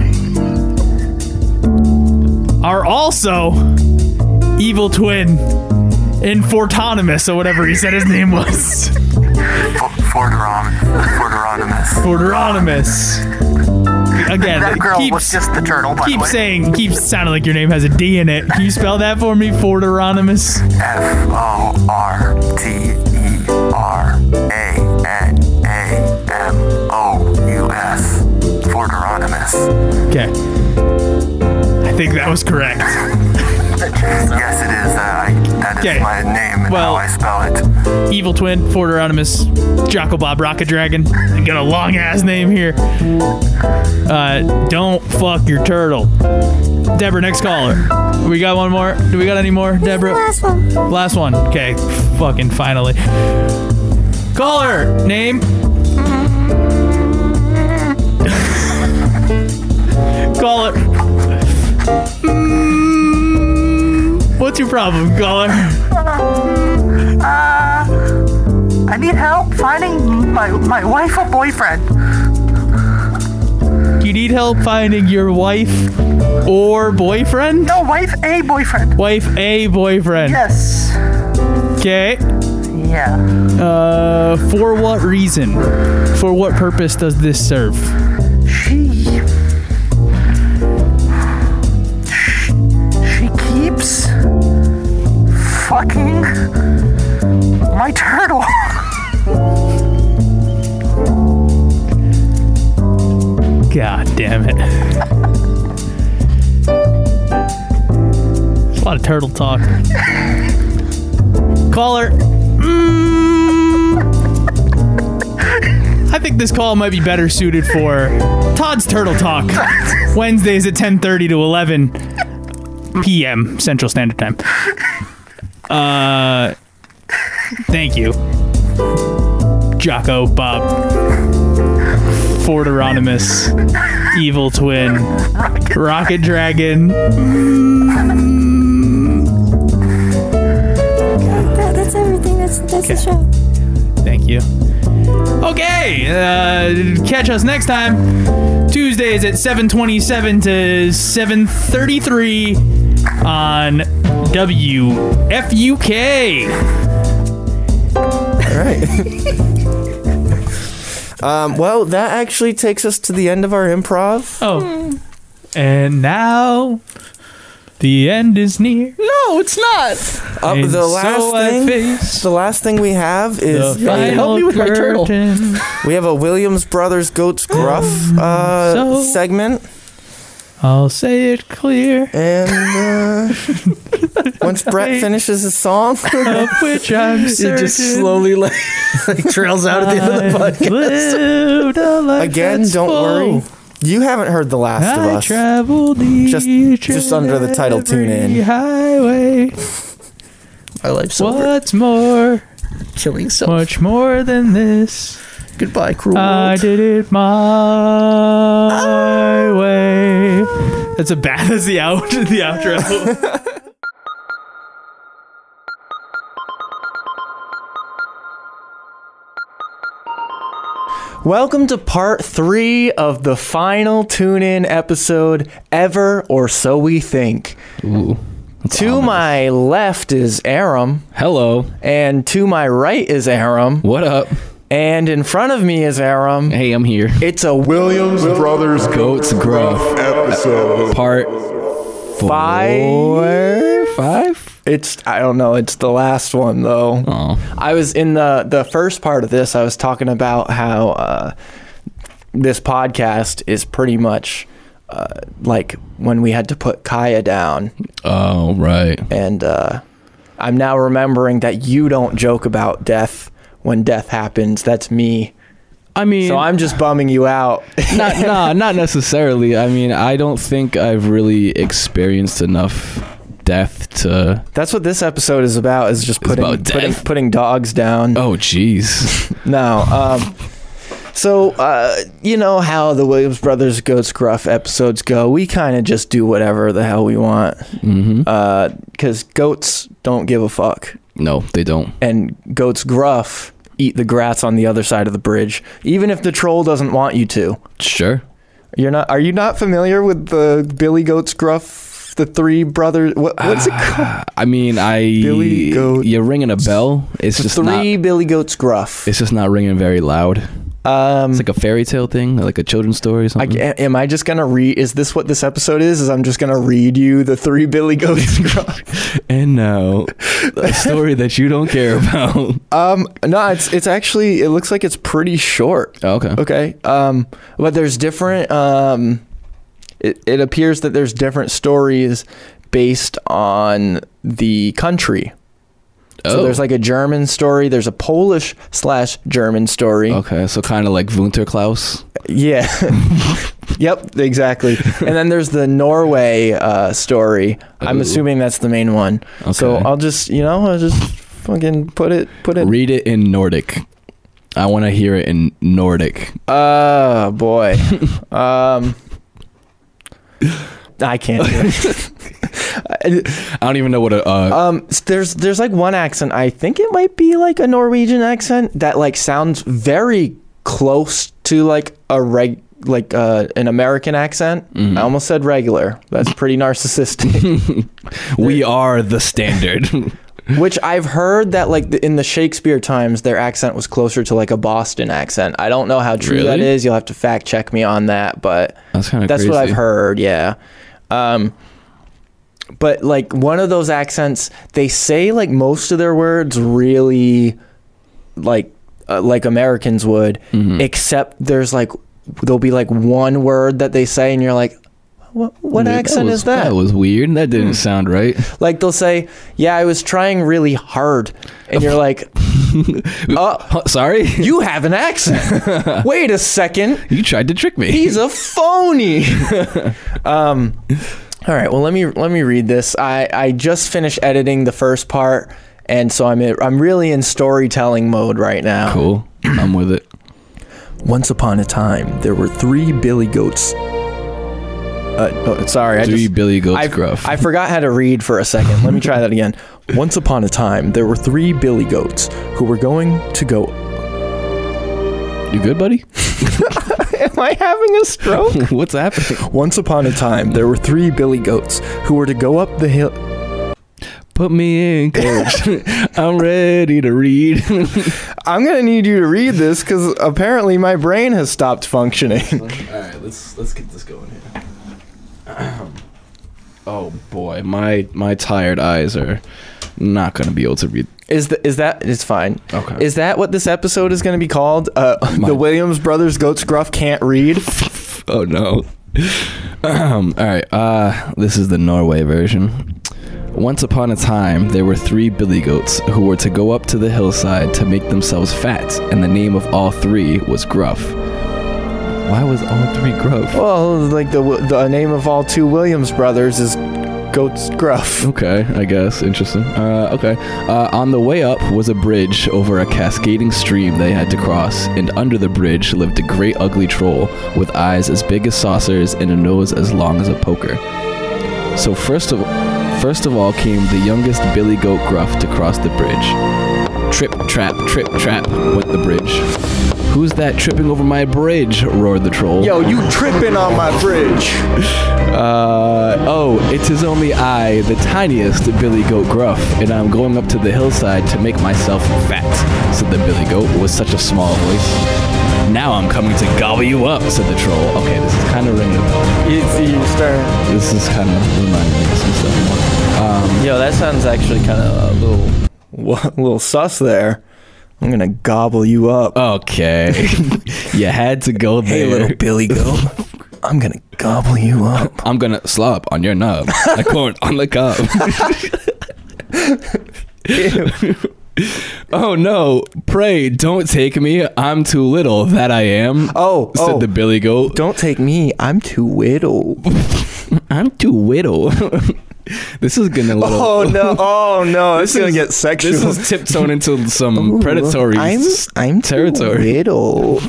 are also evil twin and Fortonimus or whatever he said his name was. Forderon. Forderonimus. Forderonimus. Again, That it girl keeps, was oh just the turtle, by the Keep way. saying, keeps sounding like your name has a D in it. Can you spell that for me, Forderonimus? F O R T E R A N A M O U S. Forderonimus. Okay. I think that was correct. yes, it is. Uh, I, that It's Yeah. my name and Well- how I spell it. Evil Twin, Fort Euronymous, Jocko Bob Rocket Dragon. I got a long ass name here. Uh, don't fuck your turtle. Deborah, next caller. We got one more. Do we got any more, Deborah? Last one. Last one. Okay. Fucking finally. Caller, name? caller. Mm, What's your problem, caller? Uh, I need help finding my my wife or boyfriend. You need help finding your wife or boyfriend? No, wife a boyfriend. Wife a boyfriend. Yes. Okay. Yeah. Uh, for what reason? For what purpose does this serve? She. She keeps fucking my turtle. God damn it. It's a lot of turtle talk. Caller. Mm. I think this call might be better suited for Todd's Turtle Talk. Wednesdays at 10:30 to 11 p.m. Central Standard Time. Uh Thank you. Jocko Bob Forteronimus, Evil Twin, Rocket, Dragon. That, that's everything. That's that's the show. Thank you. Okay, uh, catch us next time. Tuesdays at 7:27 to 7:33 on WFUK. All right. um, well, that actually takes us to the end of our improv. Oh. And now the end is near. No, it's not. Uh, And the so last I thing, the last thing we have is The a- Help me with my turtle. curtain. We have a Williams Brothers Goats Gruff uh, segment. I'll say it clear. And uh, once Brett finishes his song, Of which I'm It just certain slowly like, like trails out at the end of the I've lived a podcast. life Again, don't worry. You haven't heard the last of I us. traveled just, just under the title. Tune in. the highway. My life's What's more? Killing self. Much more than this. Goodbye, cruel I world. did it my way. That's a bad as the out the outro. Welcome to part three of the final tune in episode ever, or so we think. Ooh. To my left is Aram. Hello. And to my right is Aram. What up? And in front of me is Aram. Hey, I'm here. It's a Williams Brothers Goats Gruff episode. Part five. Five. Oh. It's I don't know. It's the last one though. I was in the the first part of this. I was talking about how uh, this podcast is pretty much uh, like when we had to put Kaya down. Oh right. And uh, I'm now remembering that you don't joke about death when death happens. That's me. I mean, so I'm just bumming you out. not no, not necessarily. I mean, I don't think I've really experienced enough death to. That's what this episode is about. Is just putting putting, putting dogs down. Oh, jeez. no. Um, so uh, you know how the Williams Brothers Goats Gruff episodes go. We kind of just do whatever the hell we want. Mm-hmm. Because goats don't give a fuck. No, they don't. And goats gruff eat the grass on the other side of the bridge, even if the troll doesn't want you to. Sure. You're not. Are you not familiar with the Billy Goats Gruff, the three brothers? What, what's it Ah, called? I mean, I you're ringing a bell. It's just Three not, Billy Goats Gruff. It's just not ringing very loud. Um, it's like a fairy tale thing, like a children's story. Or I, something. a- am I just gonna read? Is this what this episode is? Is I'm just gonna read you the three Billy Goats? and now, a story that you don't care about. um, no, it's it's actually it looks like it's pretty short. Oh, okay. Okay. Um, but there's different. Um, it, it appears that there's different stories based on the country. So Oh. there's like a German story. There's a Polish slash German story. Okay, so kind of like Wunterklaus. Yeah. yep, exactly. And then there's the Norway uh, story. I'm Ooh. assuming that's the main one. So Okay. I'll just, you know, I'll just fucking put it, put it. Read it in Nordic. I want to hear it in Nordic. Oh boy. um, I can't. Do I don't even know what a. Uh, it. Um, s- there's there's like one accent. I think it might be like a Norwegian accent that like sounds very close to like a reg like uh, an American accent. Mm-hmm. I almost said regular. That's pretty narcissistic. we are the standard. Which I've heard that like the, in the Shakespeare times, their accent was closer to like a Boston accent. I don't know how true that Really? is. You'll have to fact check me on that, but That's kinda that's what I've crazy. heard. Yeah. Um, but like one of those accents, they say like most of their words really like uh, like Americans would, Mm-hmm. except there's like there'll be like one word that they say, and you're like, what what Like, accent was- is that? That was weird. That didn't sound right. Hmm. Like they'll say, "Yeah, I was trying really hard," and you're like, "Uh, "Oh, sorry, you have an accent. Wait a second, you tried to trick me. He's a phony." um, all right, well let me let me read this. I I just finished editing the first part, and so I'm I'm really in storytelling mode right now. Cool, I'm with it. Once upon a time, there were three billy goats. Uh, oh, sorry, I Three just, Billy Goats I, Gruff. I forgot how to read for a second. Let me try that again. Once upon a time, there were three billy goats who were going to go. You good, buddy? Am I having a stroke? What's happening? Once upon a time, there were three billy goats who were to go up the hill. Put me in, coach. I'm ready to read. I'm gonna need you to read this because apparently my brain has stopped functioning. All right, let's let's get this going here. oh boy, my my tired eyes are not gonna be able to read. Is the, is that it's fine? Okay. Is that what this episode is going to be called? Uh, the Williams Brothers Goats Gruff can't read. oh no. Ahem. All right, uh, this is the Norway version. Once upon a time, there were three billy goats who were to go up to the hillside to make themselves fat, and the name of all three was Gruff. Why was all three Gruff? Well, like the the name of all two Williams brothers is Goats Gruff. Okay, I guess. Interesting. Uh, okay. Uh, on the way up was a bridge over a cascading stream they had to cross, and under the bridge lived a great ugly troll with eyes as big as saucers and a nose as long as a poker. So first of first of all came the youngest Billy Goat Gruff to cross the bridge. Trip trap, trip trap went the bridge. Who's that tripping over my bridge? roared the troll. Yo, you tripping on my bridge. Uh, oh, it is only I, the tiniest Billy Goat Gruff, and I'm going up to the hillside to make myself fat, said the Billy Goat with such a small voice. Now I'm coming to gobble you up, said the troll. Okay, this is kind of ringing a bell. This is kind of reminding me of some stuff. Um, Yo, that sounds actually kind of a little a little sus there. I'm gonna gobble you up. Okay. you had to go there. Hey, little Billy Goat. I'm gonna gobble you up. I'm gonna slop on your knob. I corn on the cob. oh no! Pray don't take me. I'm too little. That I am. Oh, said oh. the Billy Goat. Don't take me. I'm too whittle. I'm too whittle. this is gonna. Little, Oh no! Oh no! It's gonna is- get sexual. This is tiptoeing into some Ooh, predatory I'm- s- I'm too territory. Whittle.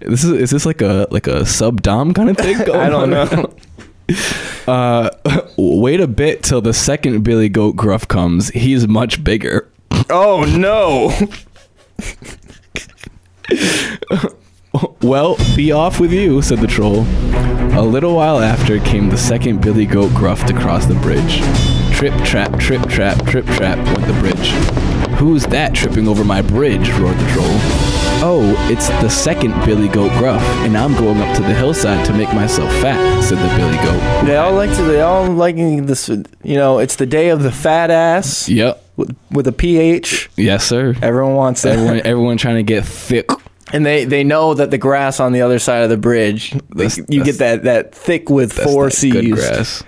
This is is this like a like a sub dom kind of thing? I don't know. Uh, wait a bit till the second Billy Goat Gruff comes. He's much bigger. Oh no! Well, be off with you, said the troll. A little while after came the second Billy Goat Gruff to cross the bridge. Trip, trap, trip, trap, trip, trap went the bridge. Who's that tripping over my bridge? roared the troll. Oh, it's the second Billy Goat Gruff, and I'm going up to the hillside to make myself fat, said the Billy Goat. They all like to. They all like this. You know, it's the day of the fat ass. Yep. With, with a ph. Yes, sir. Everyone wants that. Everyone, everyone trying to get thick. And they, they know that the grass on the other side of the bridge, they- you get that, that thick with four That's that C's. Good grass.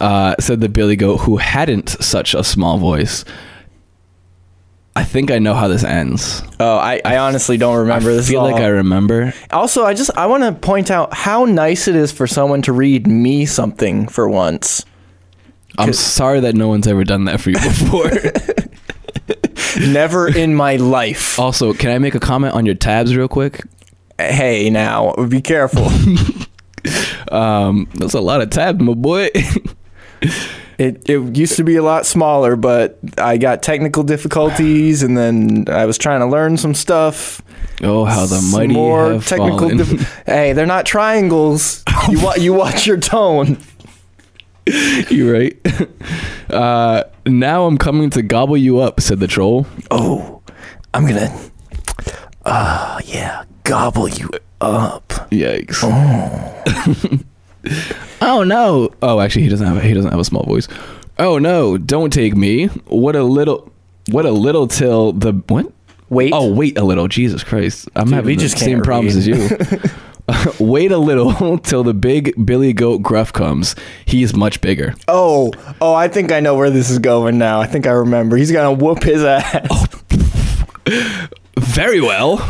Uh, said the Billy Goat, who hadn't such a small voice. I think I know how this ends. Oh, I, I honestly don't remember. this is feel like all- I remember. Also, I just I want to point out how nice it is for someone to read me something for once. I'm sorry that no one's ever done that for you before. Never in my life. Also, can I make a comment on your tabs real quick? Hey, now be careful. um, that's a lot of tabs, my boy. It it used to be a lot smaller, but I got technical difficulties, and then I was trying to learn some stuff. Oh, how the mighty have fallen. hey, they're not triangles. You wa- you watch your tone. you right. Uh, now I'm coming to gobble you up," said the troll. Oh, I'm gonna. Oh yeah, gobble you up. Yikes. Oh no! Oh, actually, he doesn't have a, he doesn't have a small voice. Oh no! Don't take me. What a little, what a little till the what? Wait. Oh, wait a little. Jesus Christ! I'm Dude, having we the just can't same problems as read. you. wait a little till the big Billy Goat Gruff comes. He is much bigger. Oh, oh, I think I know where this is going now. I think I remember. He's gonna whoop his ass. Oh. Very well.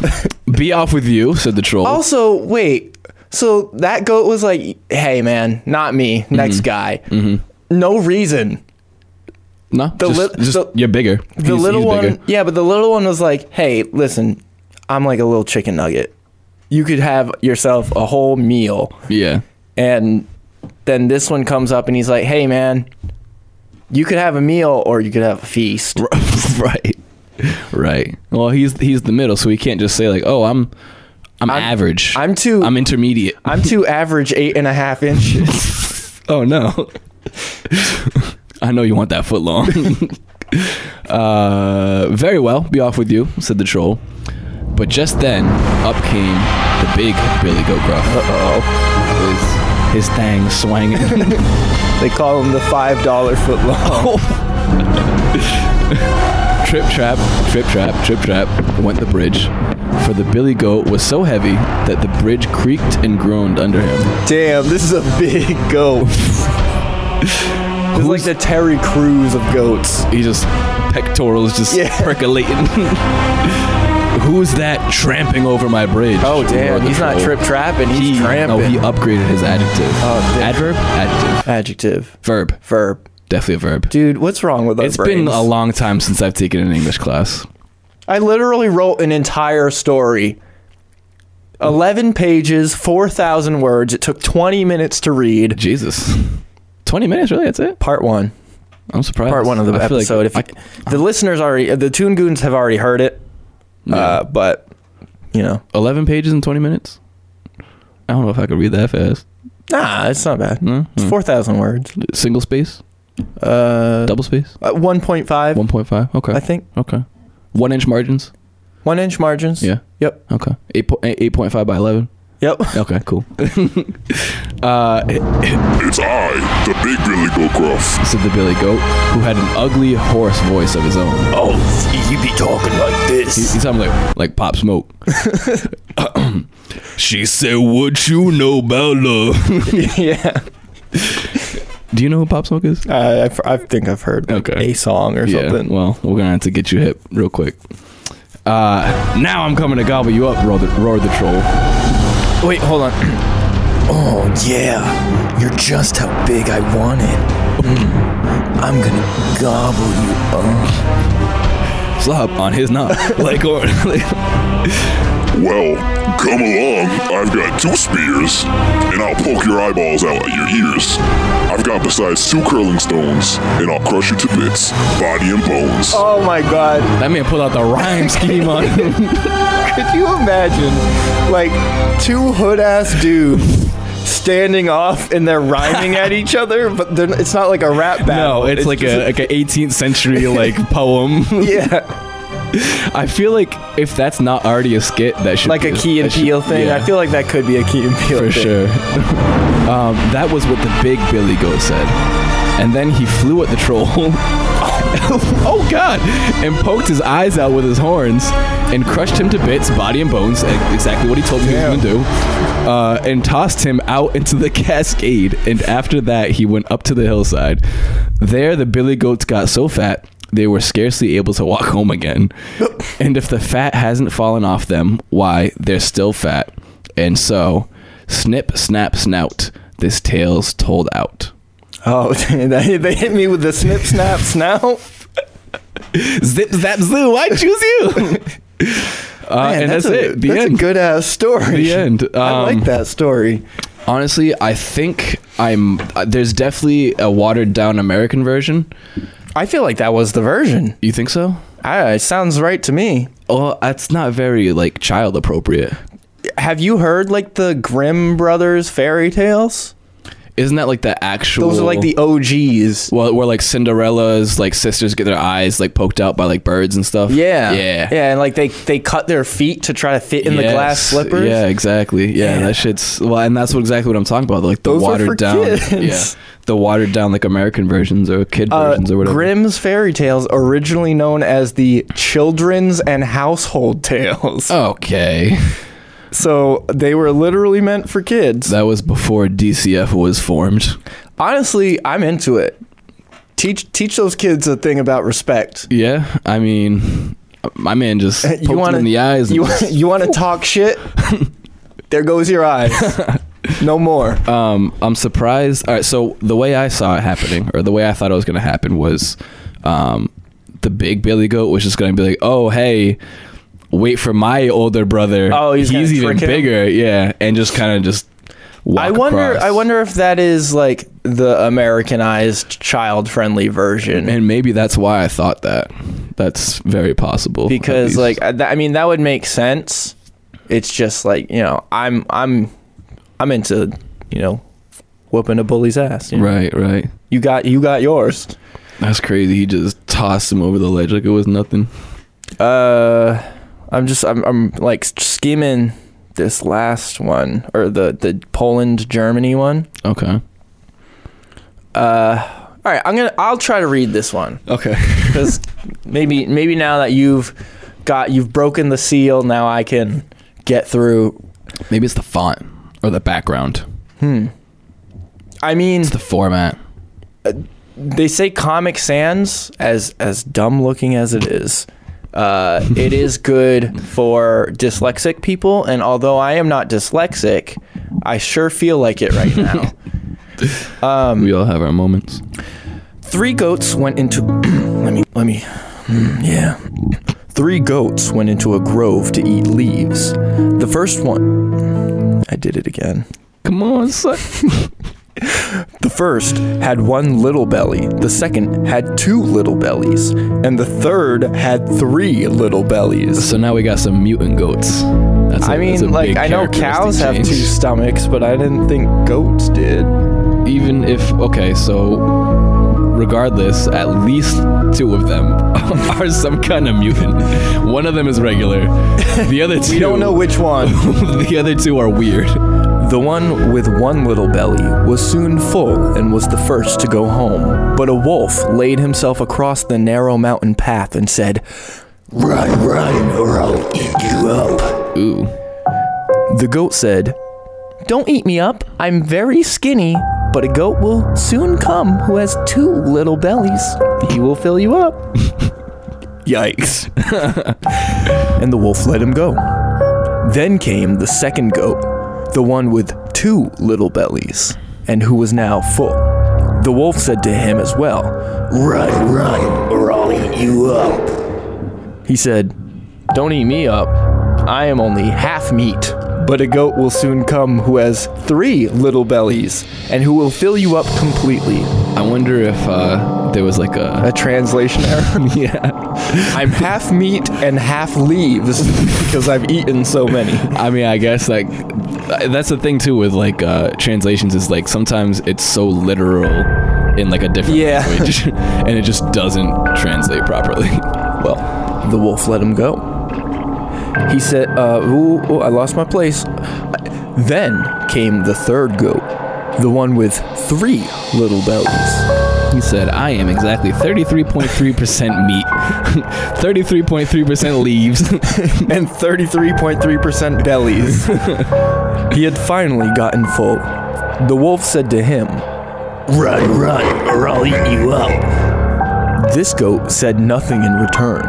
Be off with you," said the troll. Also, wait. So that goat was like, "Hey, man, not me. Next Mm-hmm. guy. No reason." No, The just, lit- just- the- you're bigger. The He's- little he's one, bigger. yeah, but the little one was like, "Hey, listen, I'm like a little chicken nugget. You could have yourself a whole meal." Yeah. And then this one comes up and he's like, "Hey, man, you could have a meal or you could have a feast." right. Right. Well, he's he's the middle, so he can't just say like, "Oh, I'm I'm, average. I'm too. I'm intermediate." I'm too average eight and a half inches. oh no. I know you want that foot long. uh, very well, be off with you," said the troll. But just then, up came the big Billy Goat Gruff. Uh oh. His, his thang swinging. they call him the five dollar foot long. Trip trap, trip trap, trip trap went the bridge, for the billy goat was so heavy that the bridge creaked and groaned under him. Damn, this is a big goat. It's like the Terry Crews of goats. He just pectorals just percolating. Who's that tramping over my bridge? Oh, damn, roared the he's not troll. trip trapping, he's he, No, tramping. he upgraded his adjective. Oh, damn. Adverb? Adjective. Adjective. Verb. Verb. Definitely a verb. Dude, what's wrong with our It's been brains? a long time since I've taken an English class. I literally wrote an entire story. 11 pages, 4,000 words. It took 20 minutes to read. Jesus. 20 minutes, really? That's it? Part one. I'm surprised. Part one of the I feel like episode. if the listeners already, the Toon Goons have already heard it. Uh, but, you know. 11 pages in 20 minutes? I don't know if I could read that fast. Nah, it's not bad. It's Mm. 4,000 words. Single space? Uh, Double space? uh, 1.5. 1.5? Okay. I think. Okay. One inch margins? One inch margins. Yeah. Yep. Okay. 8, po- eh, 8.5 by 11? Yep. Okay, cool. uh, It's I, the big Billy Goat Gruff. said the Billy Goat, who had an ugly, hoarse voice of his own. Oh, you be talking like this. He, he's something like, like Pop Smoke. she said, What you know about love? yeah. Do you know who Pop Smoke is? Uh, I've- I, think I've heard like, a song or Yeah, something. well, we're gonna have to get you hip real quick. Uh, now I'm coming to gobble you up, roared the, roared the troll. Wait, hold on. Oh, yeah. You're just how big I want it. Mm. I'm gonna gobble you up. Slop on his knob, like or Well, come along. I've got two spears, and I'll poke your eyeballs out at your ears. I've got besides two curling stones, and I'll crush you to bits, body and bones. Oh my god. That man pulled out the rhyme scheme on him. Could you imagine, like, two hood ass dudes standing off and they're rhyming at each other, but they're, it's not like a rap battle. No, it's, like just a like an 18th century like poem. Yeah. I feel like if that's not already a skit, that should Like be a Key and that should- Peele thing. yeah. I feel like that could be a Key and Peele for thing. sure. um, that was what the big Billy Goat said, and then he flew at the troll. oh God! And poked his eyes out with his horns, and crushed him to bits, body and bones. e- Exactly what he told me he was gonna do. Uh, and tossed him out into the cascade. And after that, he went up to the hillside. There, the Billy Goats got so fat They were scarcely able to walk home again. and if the fat hasn't fallen off them, why, they're still fat. And so, snip, snap, snout, this tale's told out. Oh, they hit me with the snip, snap, snout. Zip, zap, zoo. I choose you. Uh, Man, and that's, that's a- it. The that's a end. good-ass story. The end. Um, I like that story. Honestly, I think I'm. Uh, there's definitely a watered down American version. I feel like that was the version. You think so? I, it sounds right to me. Well, that's not very like child appropriate. Have you heard like the Grimm brothers fairy tales? Isn't that like the actual? Those are like the OGs. Well, where like Cinderella's like sisters get their eyes like poked out by like birds and stuff. Yeah. yeah, Yeah, and like they they cut their feet to try to fit in the glass Yes. slippers. Yeah, exactly. Yeah, that shit's well, and that's what exactly what I'm talking about. Like the Those are watered for down, kids. yeah, the watered down like American versions or kid Uh, versions or whatever. Grimm's fairy tales, originally known as the children's and household tales. Okay. So they were literally meant for kids. That was before DCF was formed. Honestly, I'm into it. Teach teach those kids a thing about respect. Yeah, I mean, my man just poked You him want in the eyes. and You just- you want to talk shit? there goes your eyes. no more. Um, I'm surprised. All right, so the way I saw it happening, or the way I thought it was going to happen, was um, the big Billy Goat was just going to be like, "Oh, hey, wait for my older brother. Oh, he's gonna even trick him? bigger, yeah." And just kind of just walk I wonder. across. I wonder if that is like the Americanized, child-friendly version. and maybe that's why I thought that. That's very possible at because, least. like, I, th- I mean, that would make sense. It's just like you know, I'm, I'm, I'm into, you know, whooping a bully's ass. you know? right, right. You got, you got yours. That's crazy. He just tossed him over the ledge like it was nothing. Uh, I'm just, I'm, I'm like scheming this last one or the the Poland Germany one. Okay. Uh, all right, I'm gonna. I'll try to read this one. Okay. Because maybe maybe now that you've got you've broken the seal, now I can get through. Maybe it's the font or the background. Hmm. I mean, uh, the format. They say Comic Sans as as dumb looking as it is. Uh, it is good for dyslexic people, and although I am not dyslexic, I sure feel like it right now. Um, we all have our moments. Three goats went into. let me. Let me. hmm, yeah. Three goats went into a grove to eat leaves. The first one. I did it again. Come on, son. The first had one little belly, the second had two little bellies, and the third had three little bellies. So now we got some mutant goats. That's a- I mean, that's a like, big I know cows characteristic have change. two stomachs, but I didn't think goats did. Even if okay, so regardless, at least two of them are some kind of mutant. One of them is regular. The other two We don't know which one. the other two are weird. The one with one little belly was soon full and was the first to go home. But a wolf laid himself across the narrow mountain path and said, Run, run, or I'll eat you up. Ooh. The goat said, Don't eat me up. I'm very skinny, but a goat will soon come who has two little bellies. He will fill you up. Yikes. and the wolf let him go. Then came the second goat, the one with two little bellies, and who was now full. The wolf said to him as well, Run, run, or I'll eat you up. He said, Don't eat me up. I am only half meat. But a goat will soon come who has three little bellies and who will fill you up completely. I wonder if uh, there was like a a translation error. yeah, I'm half meat and half leaves because I've eaten so many. I mean, I guess like that's the thing too with like uh, translations is like sometimes it's so literal in like a different Yeah. language, and it just doesn't translate properly. Well, the wolf let him go. He said, uh, ooh, ooh, I lost my place. Then came the third goat, the one with three little bellies. He said, I am exactly 33.3% meat, 33.3% leaves, and 33.3% bellies. he had finally gotten full. The wolf said to him, Run, run, or I'll eat you up. This goat said nothing in return,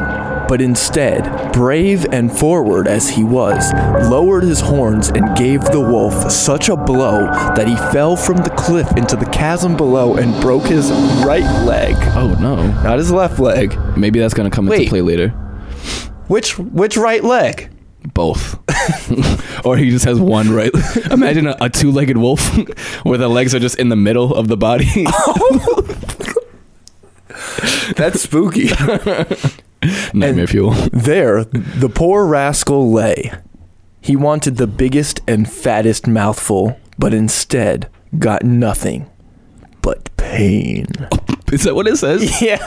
but instead, brave and forward as he was, lowered his horns and gave the wolf such a blow that he fell from the cliff into the chasm below and broke his right leg. Oh no. Not his left leg. Maybe that's gonna come Wait. into play later. Which which right leg? Both. or he just has one right. Imagine a, a two legged wolf where the legs are just in the middle of the body. That's spooky. Nightmare fuel. There, the poor rascal lay. He wanted the biggest and fattest mouthful, but instead got nothing but pain. Is that what it says? Yeah.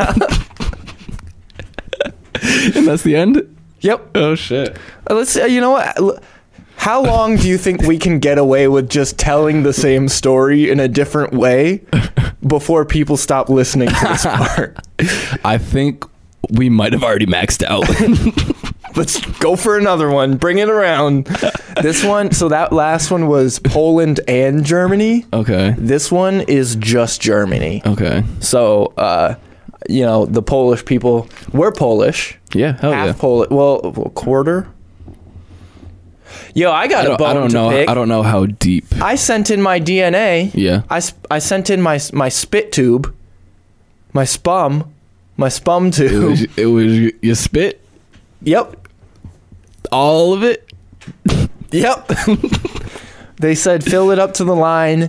and that's the end? Yep. Oh, shit. Uh, Let's. uh, You know what? L- How long do you think we can get away with just telling the same story in a different way before people stop listening to this part? I think we might have already maxed out. Let's go for another one. Bring it around. This one. So that last one was Poland and Germany. Okay. This one is just Germany. Okay. So, uh, you know, the Polish people. We're Polish. Yeah. Hell half yeah. Polish. Well, well, quarter. Yo, I got I a don't, bone I don't to know. pick. I don't know how deep. I sent in my DNA. Yeah. I, sp- I sent in my my spit tube, my spum, my spum It tube. was, it was your, your spit. Yep. All of it. Yep. they said fill it up to the line.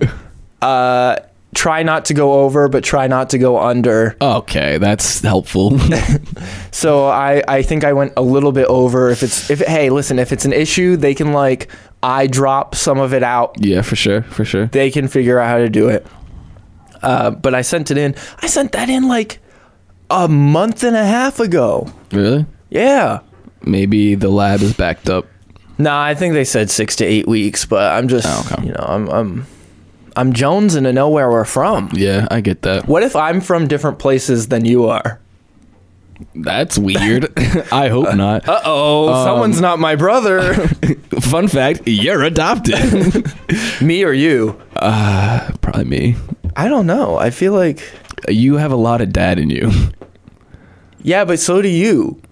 Uh, try not to go over, but try not to go under. Okay, that's helpful. So I I think I went a little bit over. If it's if hey listen, if it's an issue, they can like I drop some of it out. yeah, for sure. For sure. They can figure out how to do it. Uh, but I sent it in. I sent that in like a month and a half ago. Really? Yeah. Maybe the lab is backed up. Nah, I think they said six to eight weeks, but I'm just Oh, you know I'm I'm I'm Jones and to know where we're from. Yeah, I get that. What if I'm from different places than you are? That's weird. I hope not. Um, Uh oh, someone's not my brother. Fun fact: You're adopted. me or you? Uh, probably me. I don't know. I feel like You have a lot of dad in you. yeah, but so do you.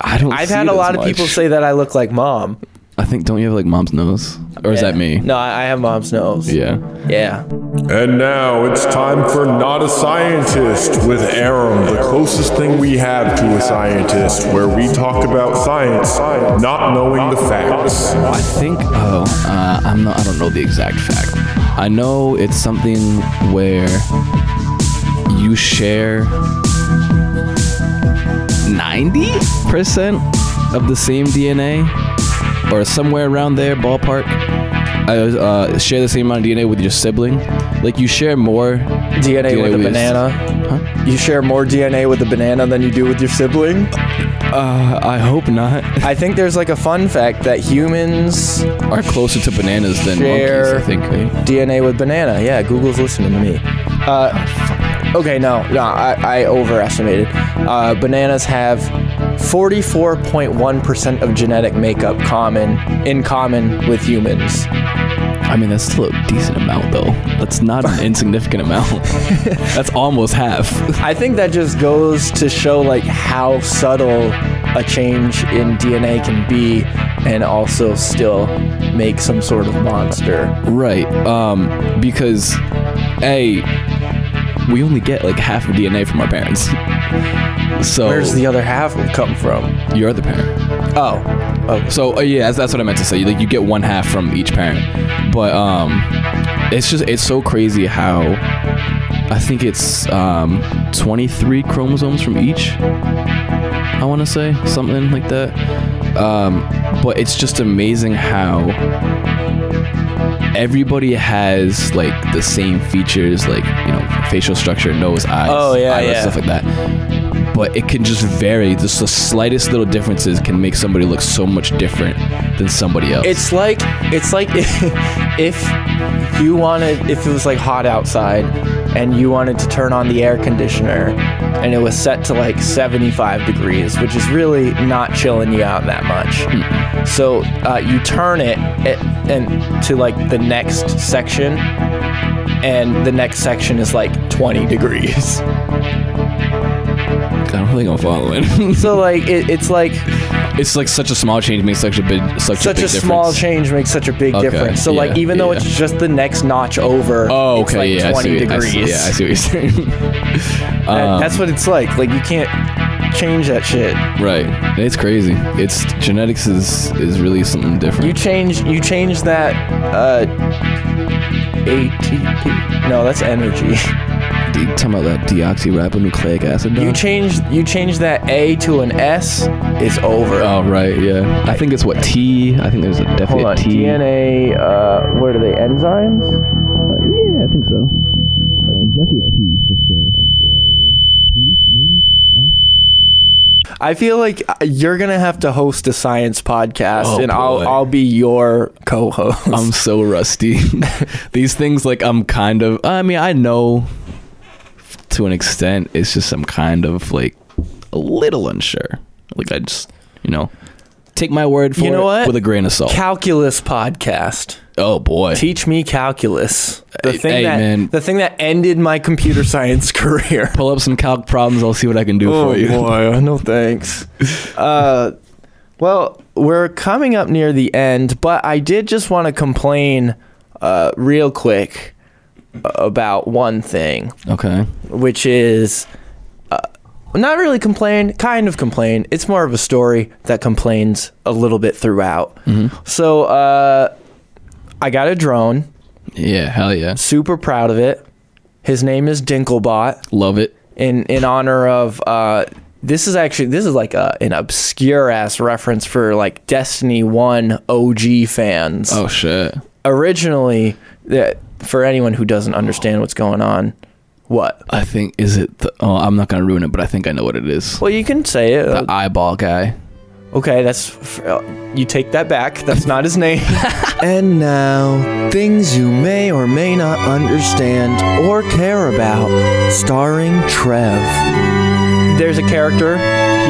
I don't. I've see had it a as lot of people much. say that I look like mom. I think don't you have like mom's nose, or is that me? No, I I have mom's nose. Yeah. Yeah. And now it's time for Not a Scientist with Aram, the closest thing we have to a scientist, where we talk about science, not knowing the facts. I think. Oh, uh, I'm not. I don't know the exact fact. I know it's something where you share ninety percent of the same DNA, or somewhere around there, ballpark. I uh, share the same amount of DNA with your sibling. Like you share more DNA, with a your- banana. You share more DNA with a banana than you do with your sibling? Uh, I hope not. I think there's like a fun fact that humans Are closer to bananas than monkeys. share I think. right? DNA with banana. Yeah, Google's listening to me. Uh, okay, no, no, I, I overestimated. Uh, bananas have 44.1% of genetic makeup common in common with humans. I mean, that's still a decent amount, though. That's not an insignificant amount. That's almost half. I think that just goes to show like how subtle a change in DNA can be and also still make some sort of monster. Right. Um, because, A, we only get like half of DNA from our parents. So, Where's the other half come from? your other parent? Oh. Oh. So, uh, yeah, that's, that's what I meant to say. Like, you get one half from each parent. But, um, it's just, it's so crazy how I think it's, um, 23 chromosomes from each. I want to say something like that. Um, but it's just amazing how everybody has like the same features, like you know, facial structure, nose, eyes, Oh, yeah, eyelids, yeah. stuff like that. But it can just vary. Just the slightest little differences can make somebody look so much different than somebody else. It's like it's like if you wanted if it was like hot outside and you wanted to turn on the air conditioner and it was set to like 75 degrees, which is really not chilling you out that much. So uh, you turn it at, and to like the next section, and the next section is like 20 degrees. I don't think I'm following. so like it, it's like it's like such a small change makes such a big such, such a, a, big small difference. change makes such a big Okay, difference. So like yeah, even though it's just the next notch over, Oh, it's okay, like yeah, I see, twenty what- I degrees. see- yeah, I see what you're saying. Um, That- that's what it's like. Like you can't change that shit. Right, And it's crazy. It's genetics is is really something different. You change you change that uh ATP. No, that's energy. You talking about that deoxyribonucleic acid? You dog? change you change that A to an S, it's over. Oh right, yeah. I think it's what T. I think there's a definite Hold on. T. DNA uh what are they? Enzymes? Uh, yeah, I think so. Definitely a T for sure. I feel like uh, you're gonna have to host a science podcast, Oh, and I'll boy. I'll be your co-host. I'm so rusty. These things, like, I'm kind of. I mean, I know to an extent. It's just I'm kind of like a little unsure. Like, I just, you know, take my word for You know it what? with a grain of salt. Calculus podcast. Oh boy, teach me calculus. The Hey- thing hey, that man. the thing that ended my computer science career. Pull up some calc problems. I'll see what I can do oh for you. boy, no thanks. Uh, well, we're coming up near the end, but I did just want to complain uh, real quick uh, about one thing. Okay. Which is uh, not really complain, kind of complain. It's more of a story that complains a little bit throughout. Mm-hmm. So uh, I got a drone. Yeah, hell yeah. Super proud of it. His name is Dinklebot. Love it. In in honor of uh this is actually this is like a, an obscure ass reference for like Destiny 1 OG fans. Oh shit. Originally that for anyone who doesn't understand what's going on. What? I think is it. The, oh, I'm not gonna ruin it, but I think I know what it is. Well, you can say it. The eyeball guy. Okay, that's you take that back. That's not his name. and now, things you may or may not understand or care about, starring Trev. There's a character.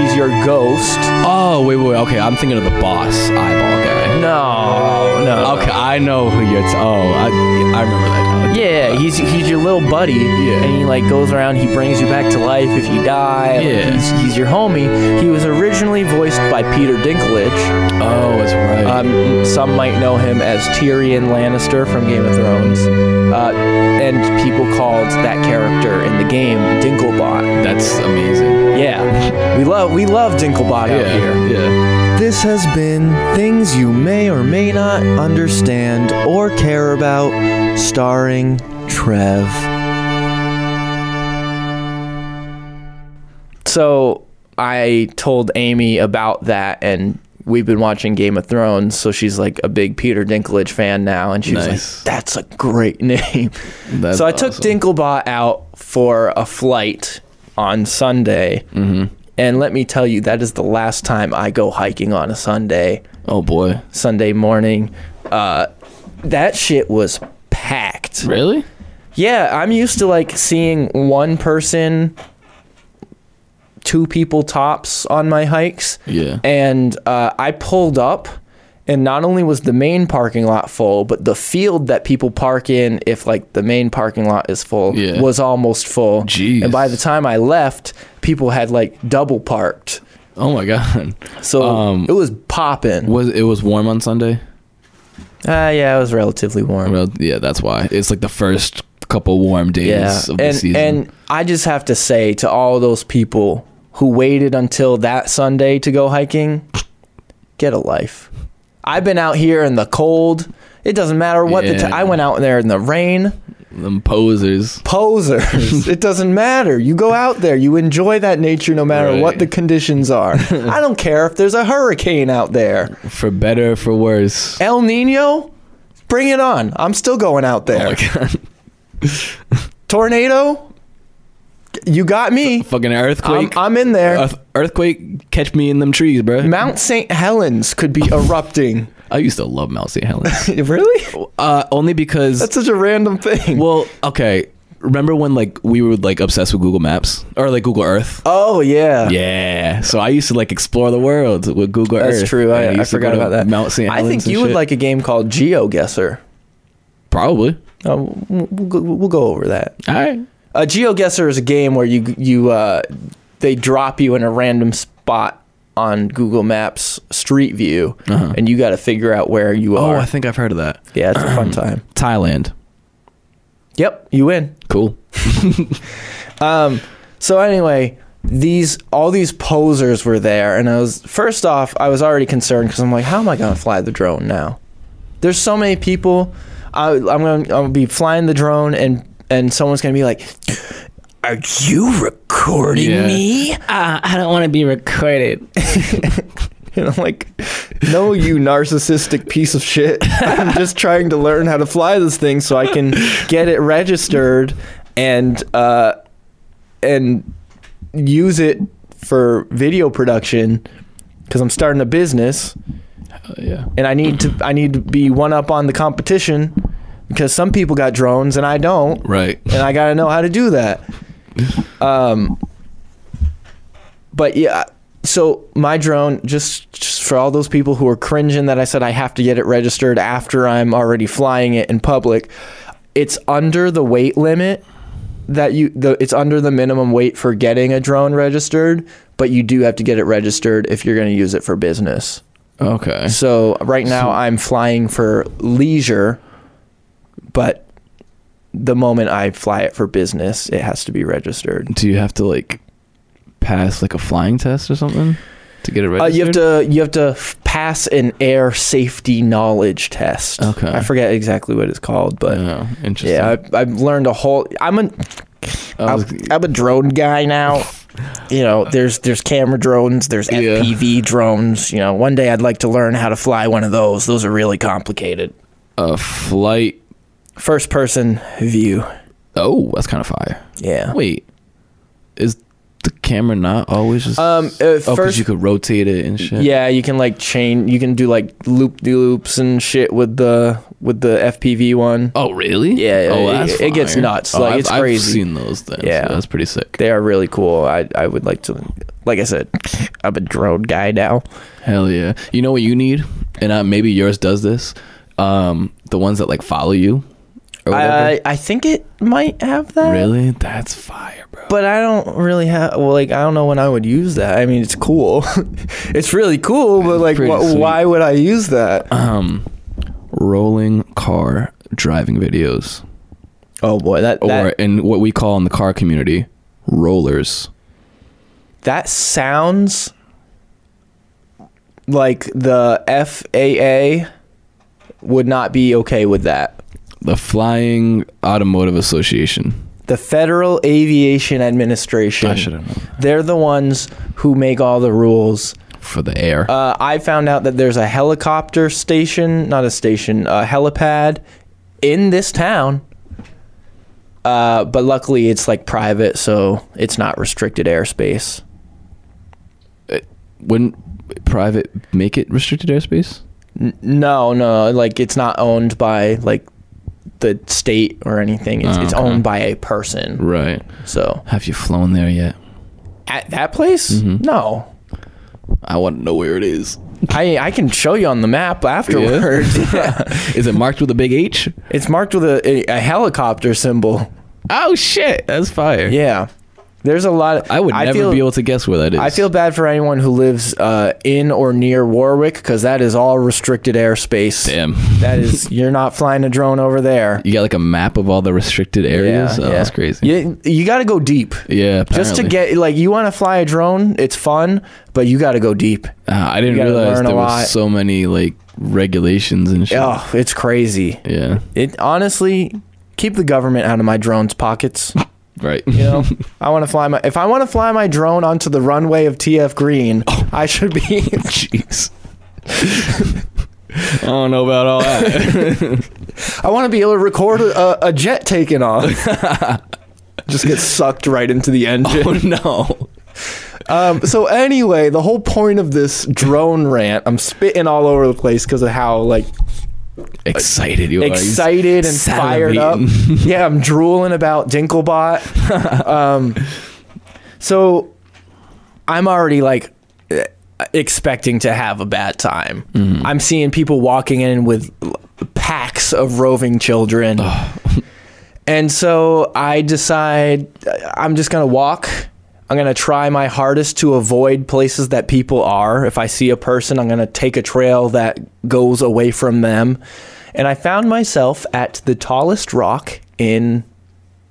He's your ghost. Oh wait, wait, wait. Okay, I'm thinking of the boss eyeball guy. No, no. Okay, I know who you're. T- oh, I, I remember that. guy. Yeah, he's he's your little buddy, and he like goes around. He brings you back to life if you die. Like, Yeah. he's, he's your homie. He was originally voiced by Peter Dinklage. Oh, that's right. Um, some might know him as Tyrion Lannister from Game of Thrones, uh, and people called that character in the game Dinklebot. That's amazing. Yeah, we love we love Dinklebot out Yeah, here. yeah. This has been Things You May or May Not Understand or Care About, starring Trev. So I told Amy about that, and we've been watching Game of Thrones, so she's like a big Peter Dinklage fan now, and she's Nice. like, that's a great name. That's so I took Dinklebot out for a flight on Sunday. Mm-hmm. And let me tell you, that is the last time I go hiking on a Sunday. Oh boy. Sunday morning. Uh, that shit was packed. Really? Yeah, I'm used to like seeing one person, two people tops on my hikes. Yeah. And uh, I pulled up, and not only was the main parking lot full, but the field that people park in, if like the main parking lot is full, Yeah. was almost full. And by the time I left, people had like double parked. Oh my god. So it was popping. Um, Was it was warm on Sunday? Uh, yeah, it was relatively warm. Well, yeah, that's why. It's like the first couple warm days of and, the season. And I just have to say to all those people who waited until that Sunday to go hiking, get a life. I've been out here in the cold. It doesn't matter what the Yeah. t- I went out there in the rain. Them posers. Posers. it doesn't matter. You go out there, you enjoy that nature no matter what the conditions are. I don't care if there's a hurricane out there. for better, or for worse. El Nino, bring it on. I'm still going Oh out there. Tornado, you got me. Fucking earthquake. I'm, I'm in there. Earth- earthquake, catch me in them trees, bro. Mount St. Helens could be erupting. I used to love Mount St. Helens. really? Uh, only because That's such a random thing. Well, okay. Remember when like we were like obsessed with Google Maps or like Google Earth? Oh yeah. Yeah. So I used to like explore the world with Google Earth. That's true. I, And I used to go forgot to about that. Mount St. I Helens think and you would shit. like a game called GeoGuessr. probably. Oh, we'll, we'll go over that. All right. Uh, GeoGuessr is a game where you you uh, they drop you in a random spot on Google Maps Street View, and you got to figure out where you Uh-huh. Oh, are. I think I've heard of that. Yeah, it's a fun time. Thailand. Yep, you win. Cool. um, so anyway, these all these posers were there, and I was first off, I was already concerned because I'm like, how am I gonna fly the drone now? There's so many people. I, I'm gonna I'm gonna be flying the drone, and and someone's gonna be like, "Are you recording me?" Uh, I don't want to be recorded. And I'm like, no, you narcissistic piece of shit. I'm just trying to learn how to fly this thing so I can get it registered and uh, and use it for video production because I'm starting a business. Oh, yeah. And I need to I need to be one up on the competition because some people got drones and I don't. Right. And I got to know how to do that. Um, but yeah, so my drone, just, just for all those people who are cringing that I said I have to get it registered after I'm already flying it in public, it's under the weight limit that you the it's under the minimum weight for getting a drone registered, but you do have to get it registered if you're going to use it for business. Okay. So right now I'm flying for leisure, but the moment I fly it for business, it has to be registered. Do you have to like pass like a flying test or something to get it Uh, registered? you have to you have to f- pass an air safety knowledge test. Okay. Oh, I forget exactly what it's called, but interesting. Yeah, I, I've learned a whole. I'm a I'm, I'm a drone guy now. You know, there's there's camera drones, there's FPV drones. You know, one day I'd like to learn how to fly one of those. Those are really complicated. A flight, first person view. Oh, that's kind of fire. Yeah. Wait, is the camera not always just Um, uh, oh, 'cause first- you could rotate it and shit. Yeah, you can like chain. You can do like loop de loops and shit with the with the FPV one. Oh really? Yeah. Oh, it- that's it, gets fire. nuts. Oh, like I've- it's I've crazy. seen those things. Yeah, that's pretty sick. They are really cool. I I would like to. Like I said, I'm a drone guy now. Hell yeah! You know what you need, and uh, maybe yours does this. Um, the ones that like follow you. Or whatever. I I think it might have that. Really? That's fire, bro. But I don't really have. Well, like I don't know when I would use that. I mean, it's cool. it's really cool, but like, pretty wh- sweet. why would I use that? um, rolling car driving videos. Oh boy, that or that- in what we call in the car community, rollers. That sounds like the FAA would not be okay with that. The Flying Automotive Association. The Federal Aviation Administration. I should've They're the ones who make all the rules for the air. Uh, I found out that there's a helicopter station, not a station, a helipad in this town. Uh, but luckily, it's like private, so it's not restricted airspace. Uh, Wouldn't private make it restricted airspace? N- no, no, like it's not owned by like the state or anything. It's, Oh, it's okay. owned by a person. Right. So have you flown there yet? Mm-hmm. At that place? No. I want to know where it is. I I can show you on the map afterward. Is it marked with a big H? It's marked with a, a, a helicopter symbol. Oh shit, that's fire. Yeah. There's a lot of I would never feel- be able to guess where that is. I feel bad for anyone who lives uh, in or near Warwick because that is all restricted airspace. Damn. That is, you're not flying a drone over there. you got like a map of all the restricted areas. oh, That's crazy. You, you got to go deep. Yeah, Just to apparently. get, like, you want to fly a drone, it's fun, but you got to go deep. Ah, I didn't you gotta realize learn a there lot. was so many like regulations and shit. Oh, it's crazy. Yeah. It honestly, keep the government out of my drone's pockets. Right. You know, I want to fly my if I want to fly my drone onto the runway of TF Green, I should be. Oh. Jeez. I don't know about all that. I want to be able to record a, a jet taking off. Just get sucked right into the engine. Oh no. Um, so anyway, the whole point of this drone rant, I'm spitting all over the place because of how like Excited you are. He's excited and fired up. yeah, I'm drooling about Dinklebot. um, so I'm already like eh, expecting to have a bad time. Mm. I'm seeing people walking in with l- packs of roving children. and so I decide uh, I'm just going to walk. I'm going to try my hardest to avoid places that people are. If I see a person, I'm going to take a trail that goes away from them. And I found myself at the tallest rock in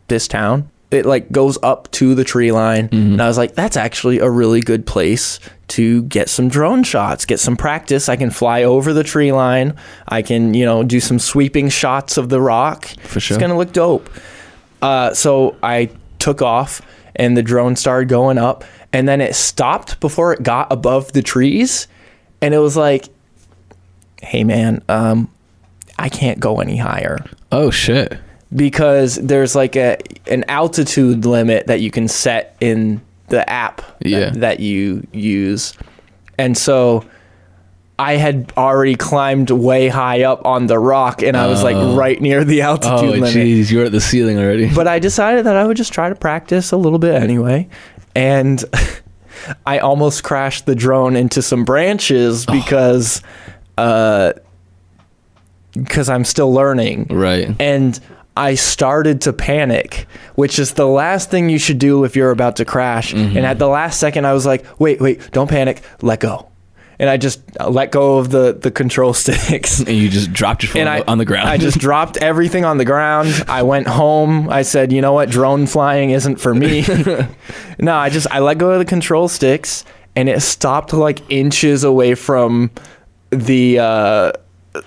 this town. It like goes up to the tree line. And I was like, that's actually a really good place to get some drone shots, get some practice. I can fly over the tree line. I can, you know, do some sweeping shots of the rock. For sure. It's going to look dope. Uh, so I took off and the drone started going up and then it stopped before it got above the trees. And it was like, hey man, um, I can't go any higher. Oh shit. Because there's like a an altitude limit that you can set in the app that- that, you use. And so I had already climbed way high up on the rock and I was Oh. like right near the altitude Oh limit. jeez, you're at the ceiling already. But I decided that I would just try to practice a little bit anyway. And I almost crashed the drone into some branches because uh because I'm still learning. Right. And I started to panic, which is the last thing you should do if you're about to crash. Mm-hmm. And at the last second I was like, "Wait, wait, don't panic. Let go." And I just uh, let go of the the control sticks. And you just dropped your phone on the- on the ground. I just dropped everything on the ground. I went home. I said, you know what? Drone flying isn't for me. no, I just, I let go of the control sticks and it stopped like inches away from the, uh,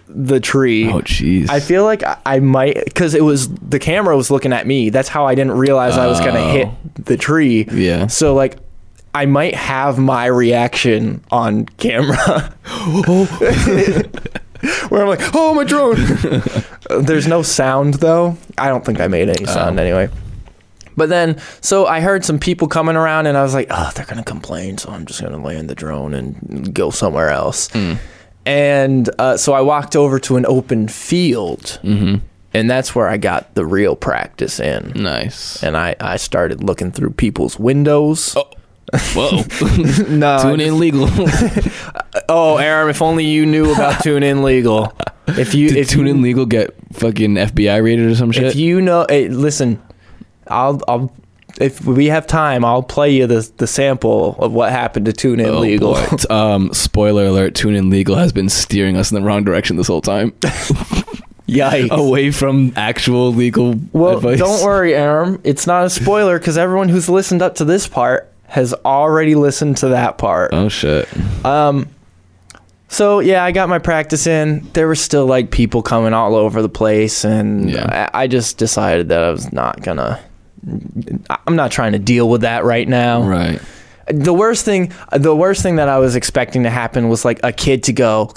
the tree. Oh, jeez. I feel like I- I might, because it was, the camera was looking at me. That's how I didn't realize I was going to Oh. hit the tree. Yeah. So, like, I might have my reaction on camera. where I'm like, oh, my drone. Uh, There's no sound though. I don't think I made any Oh. sound anyway. But then, so I heard some people coming around, and I was like, oh, they're gonna complain, so I'm just gonna land the drone and go somewhere else. Hmm. And uh, so I walked over to an open field. Mm-hmm. And that's where I got the real practice in. Nice. And I, I started looking through people's windows. Oh. Whoa. no. Tune in legal. oh, Aaron, if only you knew about tune in legal. If you Did if Tune you- In Legal get fucking FBI rated or some shit? If you know, hey, listen, I'll, I'll, if we have time, I'll play you the the sample of what happened to Tune In Oh, Legal. boy. um, spoiler alert: Tune In Legal has been steering us in the wrong direction this whole time. Yikes! Away from actual legal Well, advice. don't worry, Aram. It's not a spoiler because everyone who's listened up to this part has already listened to that part. Oh shit! Um, so yeah, I got my practice in. There were still like people coming all over the place, and I, I just decided that I was not gonna. I'm not trying to deal with that right now. Right. The worst thing, the worst thing that I was expecting to happen was like a kid to go,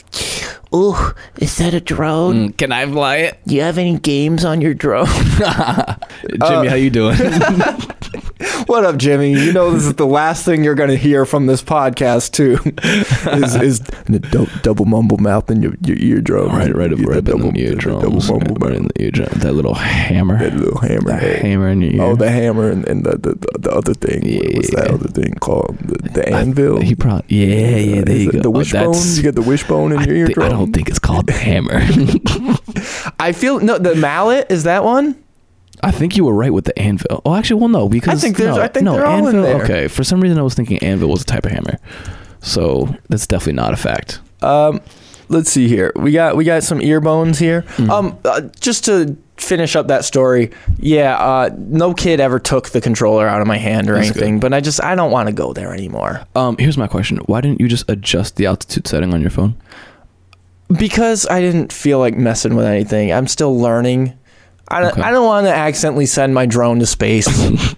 "Ooh, is that a drone? Mm, Can I fly it? Do you have any games on your drone?" Jimmy, how you doing? What up, Jimmy? You know this is the last thing you're going to hear from this podcast too. is is the dou- double mumble mouth in your your eardrum? Right, right, right up in the eardrums. Right up in the eardrum. That little hammer. That little hammer. That hammer in your ear. Oh, the hammer and, and the, the the- the other thing. What was that other thing called? The, the anvil. He probably. Yeah, yeah. There Is you it go. The Oh, wishbone. that's- you get the wishbone in I your thi- eardrum. I don't think it's called the hammer. I feel no. The mallet is that one. I think you were right with the anvil. Oh, actually, well, no, because think there's- no, I think no, they're all in anvil. there. Okay, for some reason I was thinking anvil was a type of hammer, so that's definitely not a fact. Um, let's see here. We got we got some ear bones here. Mm-hmm. Um, uh, just to finish up that story, yeah. Uh, no kid ever took the controller out of my hand or That's anything, but I just I don't want to go there anymore Um, here's my question: Why didn't you just adjust the altitude setting on your phone? because I didn't feel like messing with anything. I'm still learning. I don't, I don't want to accidentally send my drone to space.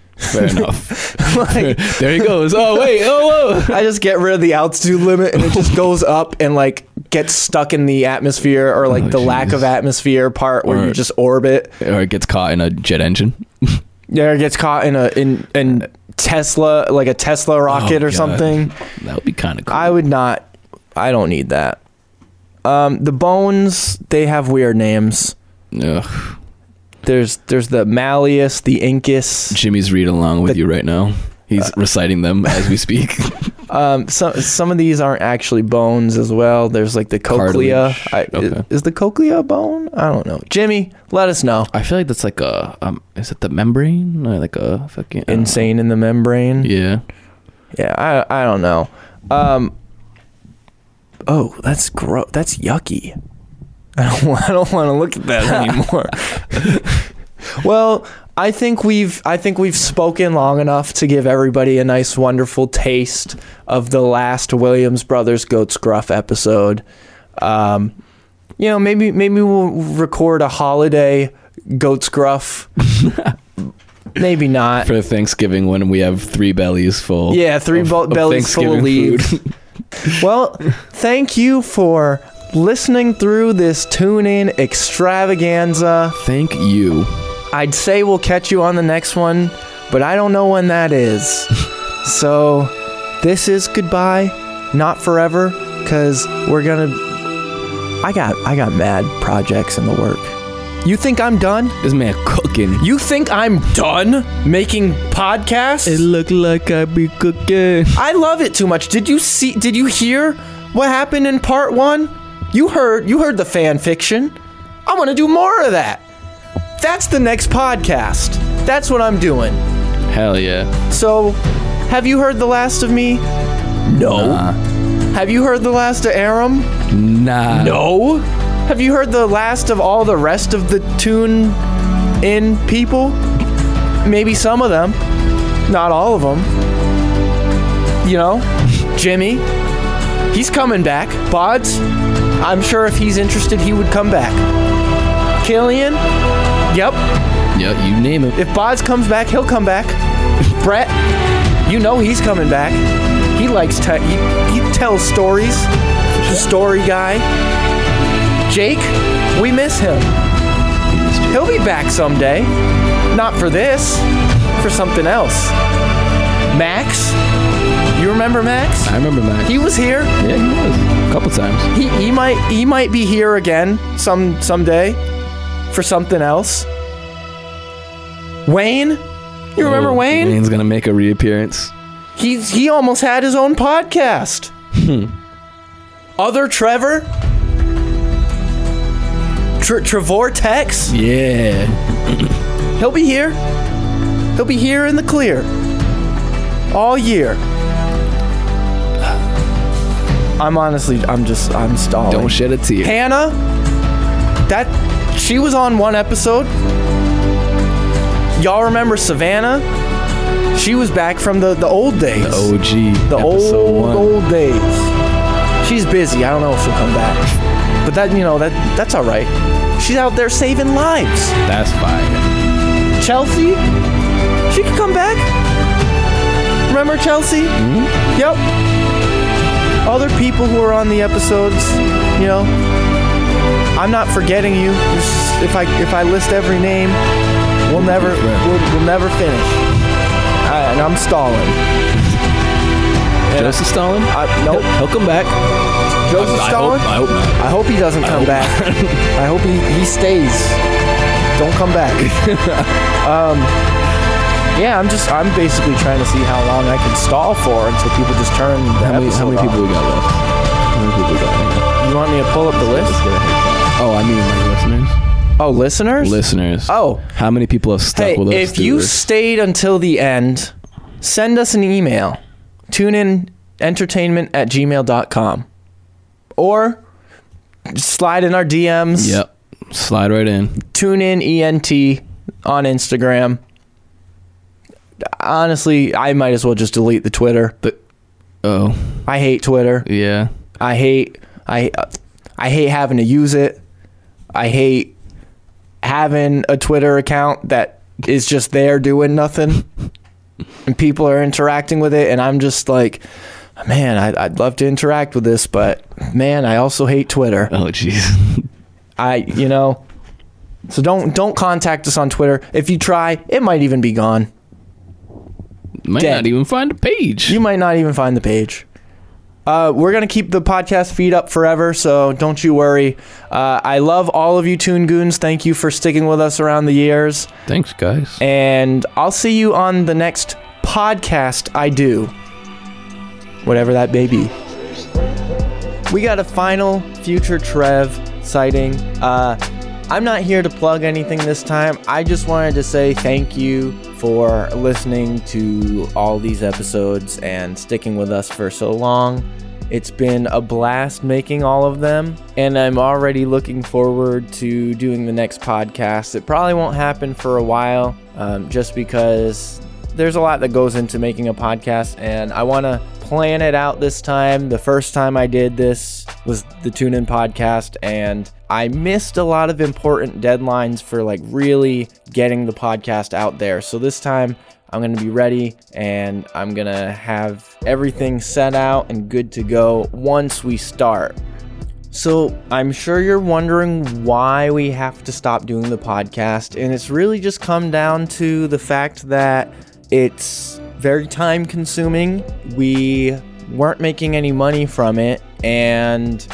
Fair enough. like, there he goes. Oh wait. Oh whoa. I just get rid of the altitude limit and it just goes up and like gets stuck in the atmosphere or like the lack of atmosphere part where you Oh, Or- just orbit. Or it gets caught in a jet engine. Yeah, it gets caught in a in in Tesla like a Tesla rocket Oh, or God. something. That would be kind of cool. I would not. I don't need that. Um, the bones they have weird names. Ugh. There's there's the Malleus, the Incus. Uh, Jimmy's read along with you right now. He's reciting them as we speak. Um, some some of these aren't actually bones as well. There's like the cochlea. I, is, is the cochlea a bone? I don't know. Jimmy, let us know. I feel like that's like a um, is it the membrane or like a fucking insane in the membrane? Yeah, yeah. I I don't know. Um. Oh, that's gross. That's yucky. I don't wa- I don't want to look at that anymore. well, I think we've I think we've spoken long enough to give everybody a nice wonderful taste of the last Williams Brothers Goat's Gruff episode. Um, you know, maybe maybe we'll record a holiday Goat's Gruff. maybe not. for Thanksgiving when we have three bellies full. Yeah, three of- bo- of bellies full of Thanksgiving leaves. food. well, thank you for listening through this tune in extravaganza. Thank you. I'd say we'll catch you on the next one, but I don't know when that is. so, this is goodbye, not forever, because we're gonna. I got I got mad projects in the work. You think I'm done? This man cooking. You think I'm done making podcasts? It look like I be cooking. I love it too much. Did you see did you hear what happened in part 1? You heard you heard the fan fiction. I want to do more of that. That's the next podcast. That's what I'm doing. Hell yeah. So, have you heard the last of me? No. Have you heard the last of Aram? Nah. No. Uh, Have you heard the last of all the rest of the tune in people? Maybe some of them, not all of them. You know, Jimmy, he's coming back. Bods, I'm sure if he's interested, he would come back. Killian, yep. Yeah, you name it. If Bods comes back, he'll come back. Brett, you know he's coming back. He likes te- he, he tells stories. He's a story guy. Jake, we miss him. He'll be back someday. Not for this, for something else. Max, you remember Max? I remember Max. He was here. Yeah, he was a couple times. He, he might he might be here again some someday for something else. Wayne, you remember Oh, Wayne? Wayne's gonna make a reappearance. He's he almost had his own podcast. Hmm. Other Trevor, Tr- Trevor Tex, Yeah. he'll be here. He'll be here in the clear all year. I'm honestly, I'm just, I'm stalling. Don't shed a tear. Hannah, that she was on one episode. Y'all remember Savannah? She was back from the the old days. The OG. The old old days. She's busy. I don't know if she'll come back. But that you know that that's all right. She's out there saving lives. That's fine. Chelsea, she could come back. Remember Chelsea? Yep. Other people who are on the episodes, you know, I'm not forgetting you. It's- If I if I list every name, we'll never we'll, we'll never finish. I, and I'm stalling. Joseph Stalin? I, nope. He'll come back. Joseph I- I Stalin? hope- I hope not. I hope he doesn't come back. I hope he, he stays. Don't come back. um, yeah, I'm just I'm basically trying to see how long I can stall for until people just turn. The How many, how many people we got left? How many people we got? You want me to pull up the list? Oh, I mean like listeners. Oh, listeners. Listeners. Oh. How many people have stuck Hey, with us? if through you this? stayed until the end, send us an email. Tune in entertainment at gmail.com. Or slide in our DMs. Yep. Slide right in. Tune in ENT E on Instagram. Honestly, I might as well just delete the Twitter. oh. I hate Twitter. Yeah. I hate I I hate having to use it. I hate having a Twitter account that is just there doing nothing, and people are interacting with it, and I'm just like, man, I, I'd love to interact with this, but man, I also hate Twitter. Oh, jeez. I you know, so don't don't contact us on Twitter. If you try, it might even be gone. Might Dead. not even find a page. You might not even find the page. Uh, we're gonna keep the podcast feed up forever, so don't you worry. Uh, I love all of you Toon Goons. Thank you for sticking with us around the years, Thanks, guys. and I'll see you on the next podcast. podcast I do, whatever that may be. We got a final future Trev sighting. Uh, I'm not here to plug anything this time. I just wanted to say thank you for listening to all these episodes and sticking with us for so long. It's been a blast making all of them, and I'm already looking forward to doing the next podcast. It probably won't happen for a while um, just because there's a lot that goes into making a podcast, and I want to plan it out this time. The first time I did this was the Tune In podcast, and I missed a lot of important deadlines for like really getting the podcast out there. So this time I'm going to be ready and I'm going to have everything set out and good to go once we start. So, I'm sure you're wondering why we have to stop doing the podcast, and it's really just come down to the fact that it's very time consuming. We weren't making any money from it, and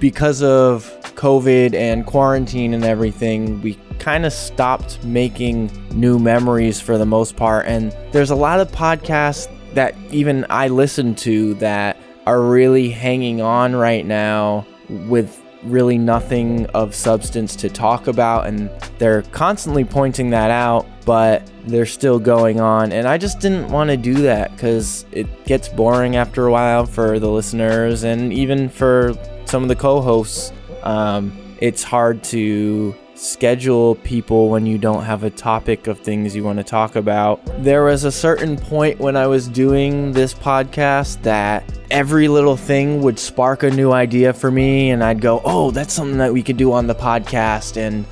because of COVID and quarantine and everything, we kind of stopped making new memories for the most part. And there's a lot of podcasts that even I listen to that are really hanging on right now with really nothing of substance to talk about and they're constantly pointing that out but they're still going on and i just didn't want to do that because it gets boring after a while for the listeners and even for some of the co-hosts um, it's hard to schedule people when you don't have a topic of things you want to talk about. There was a certain point when I was doing this podcast that every little thing would spark a new idea for me, and I'd go, Oh, that's something that we could do on the podcast, and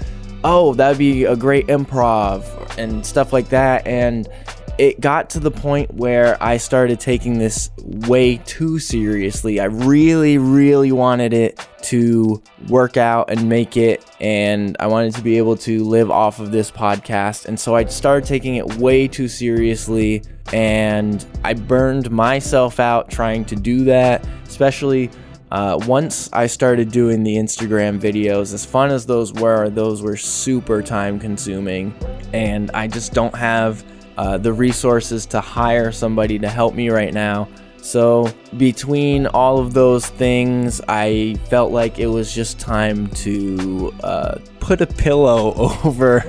oh, that'd be a great improv, and stuff like that. And it got to the point where I started taking this way too seriously. I really, really wanted it to work out and make it, and I wanted to be able to live off of this podcast. And so I started taking it way too seriously, and I burned myself out trying to do that, especially. Uh, once I started doing the Instagram videos, as fun as those were, those were super time consuming. And I just don't have uh, the resources to hire somebody to help me right now. So, between all of those things, I felt like it was just time to uh, put a pillow over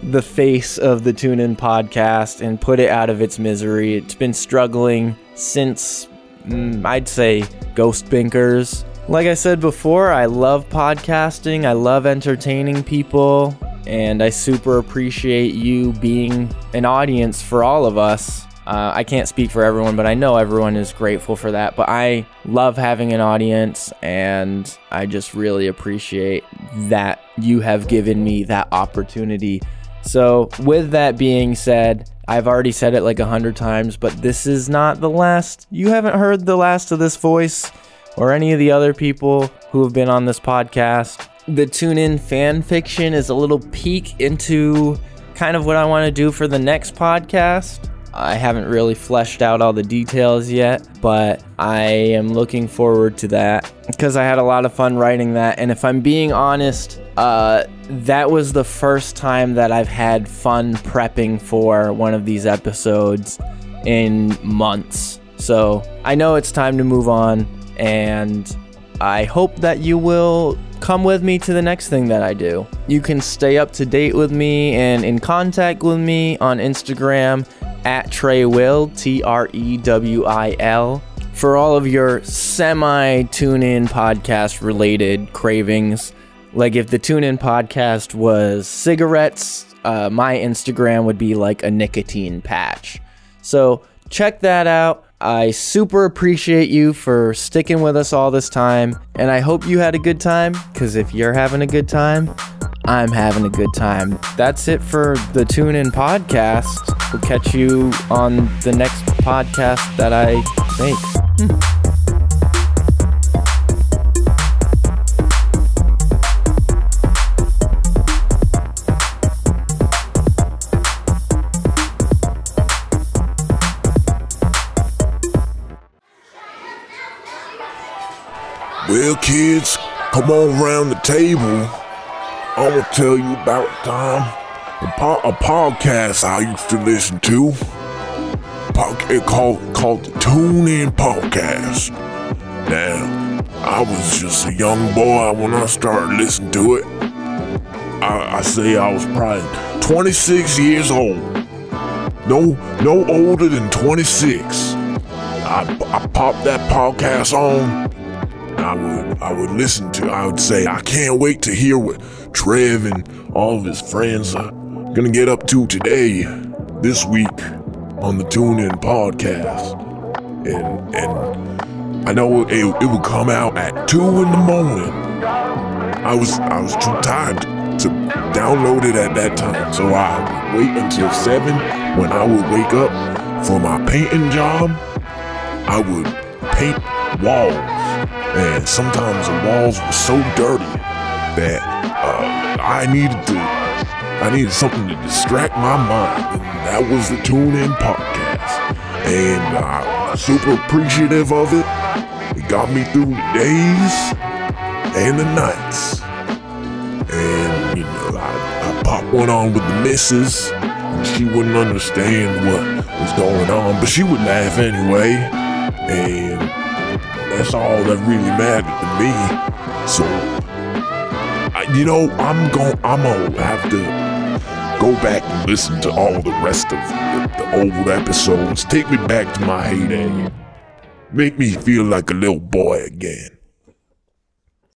the face of the TuneIn podcast and put it out of its misery. It's been struggling since, mm, I'd say, Ghost Binkers. Like I said before, I love podcasting, I love entertaining people and I super appreciate you being an audience for all of us. Uh, I can't speak for everyone, but I know everyone is grateful for that. But I love having an audience, and I just really appreciate that you have given me that opportunity. So, with that being said, I've already said it like a hundred times, but this is not the last. You haven't heard the last of this voice or any of the other people who have been on this podcast the tune in fan fiction is a little peek into kind of what I want to do for the next podcast. I haven't really fleshed out all the details yet, but I am looking forward to that because I had a lot of fun writing that. And if I'm being honest, uh, that was the first time that I've had fun prepping for one of these episodes in months. So I know it's time to move on, and I hope that you will come with me to the next thing that I do. You can stay up to date with me and in contact with me on Instagram at Trey Will, T R E W I L, for all of your semi tune in podcast related cravings. Like if the tune in podcast was cigarettes, uh, my Instagram would be like a nicotine patch. So check that out. I super appreciate you for sticking with us all this time, and I hope you had a good time because if you're having a good time, I'm having a good time. That's it for the Tune In podcast. We'll catch you on the next podcast that I make. Well, kids, come on round the table. I'm gonna tell you about a time a, po- a podcast I used to listen to. podcast called called the Tune In Podcast. Now, I was just a young boy when I started listening to it. I, I say I was probably 26 years old. No, no older than 26. I, I popped that podcast on. and I would I would listen to. I would say I can't wait to hear what Trev and all of his friends are gonna get up to today, this week, on the Tune In podcast. And and I know it, it would come out at two in the morning. I was I was too tired to download it at that time, so I would wait until seven when I would wake up for my painting job. I would paint walls, and sometimes the walls were so dirty that uh, I needed to I needed something to distract my mind, and that was the Tune In podcast. And I'm super appreciative of it. It got me through the days and the nights. And you know, I, I popped one on with the missus, and she wouldn't understand what was going on, but she would laugh anyway. And that's all that really mattered to me. So, I, you know, I'm going I'm gonna have to go back and listen to all the rest of the, the old episodes. Take me back to my heyday. Make me feel like a little boy again.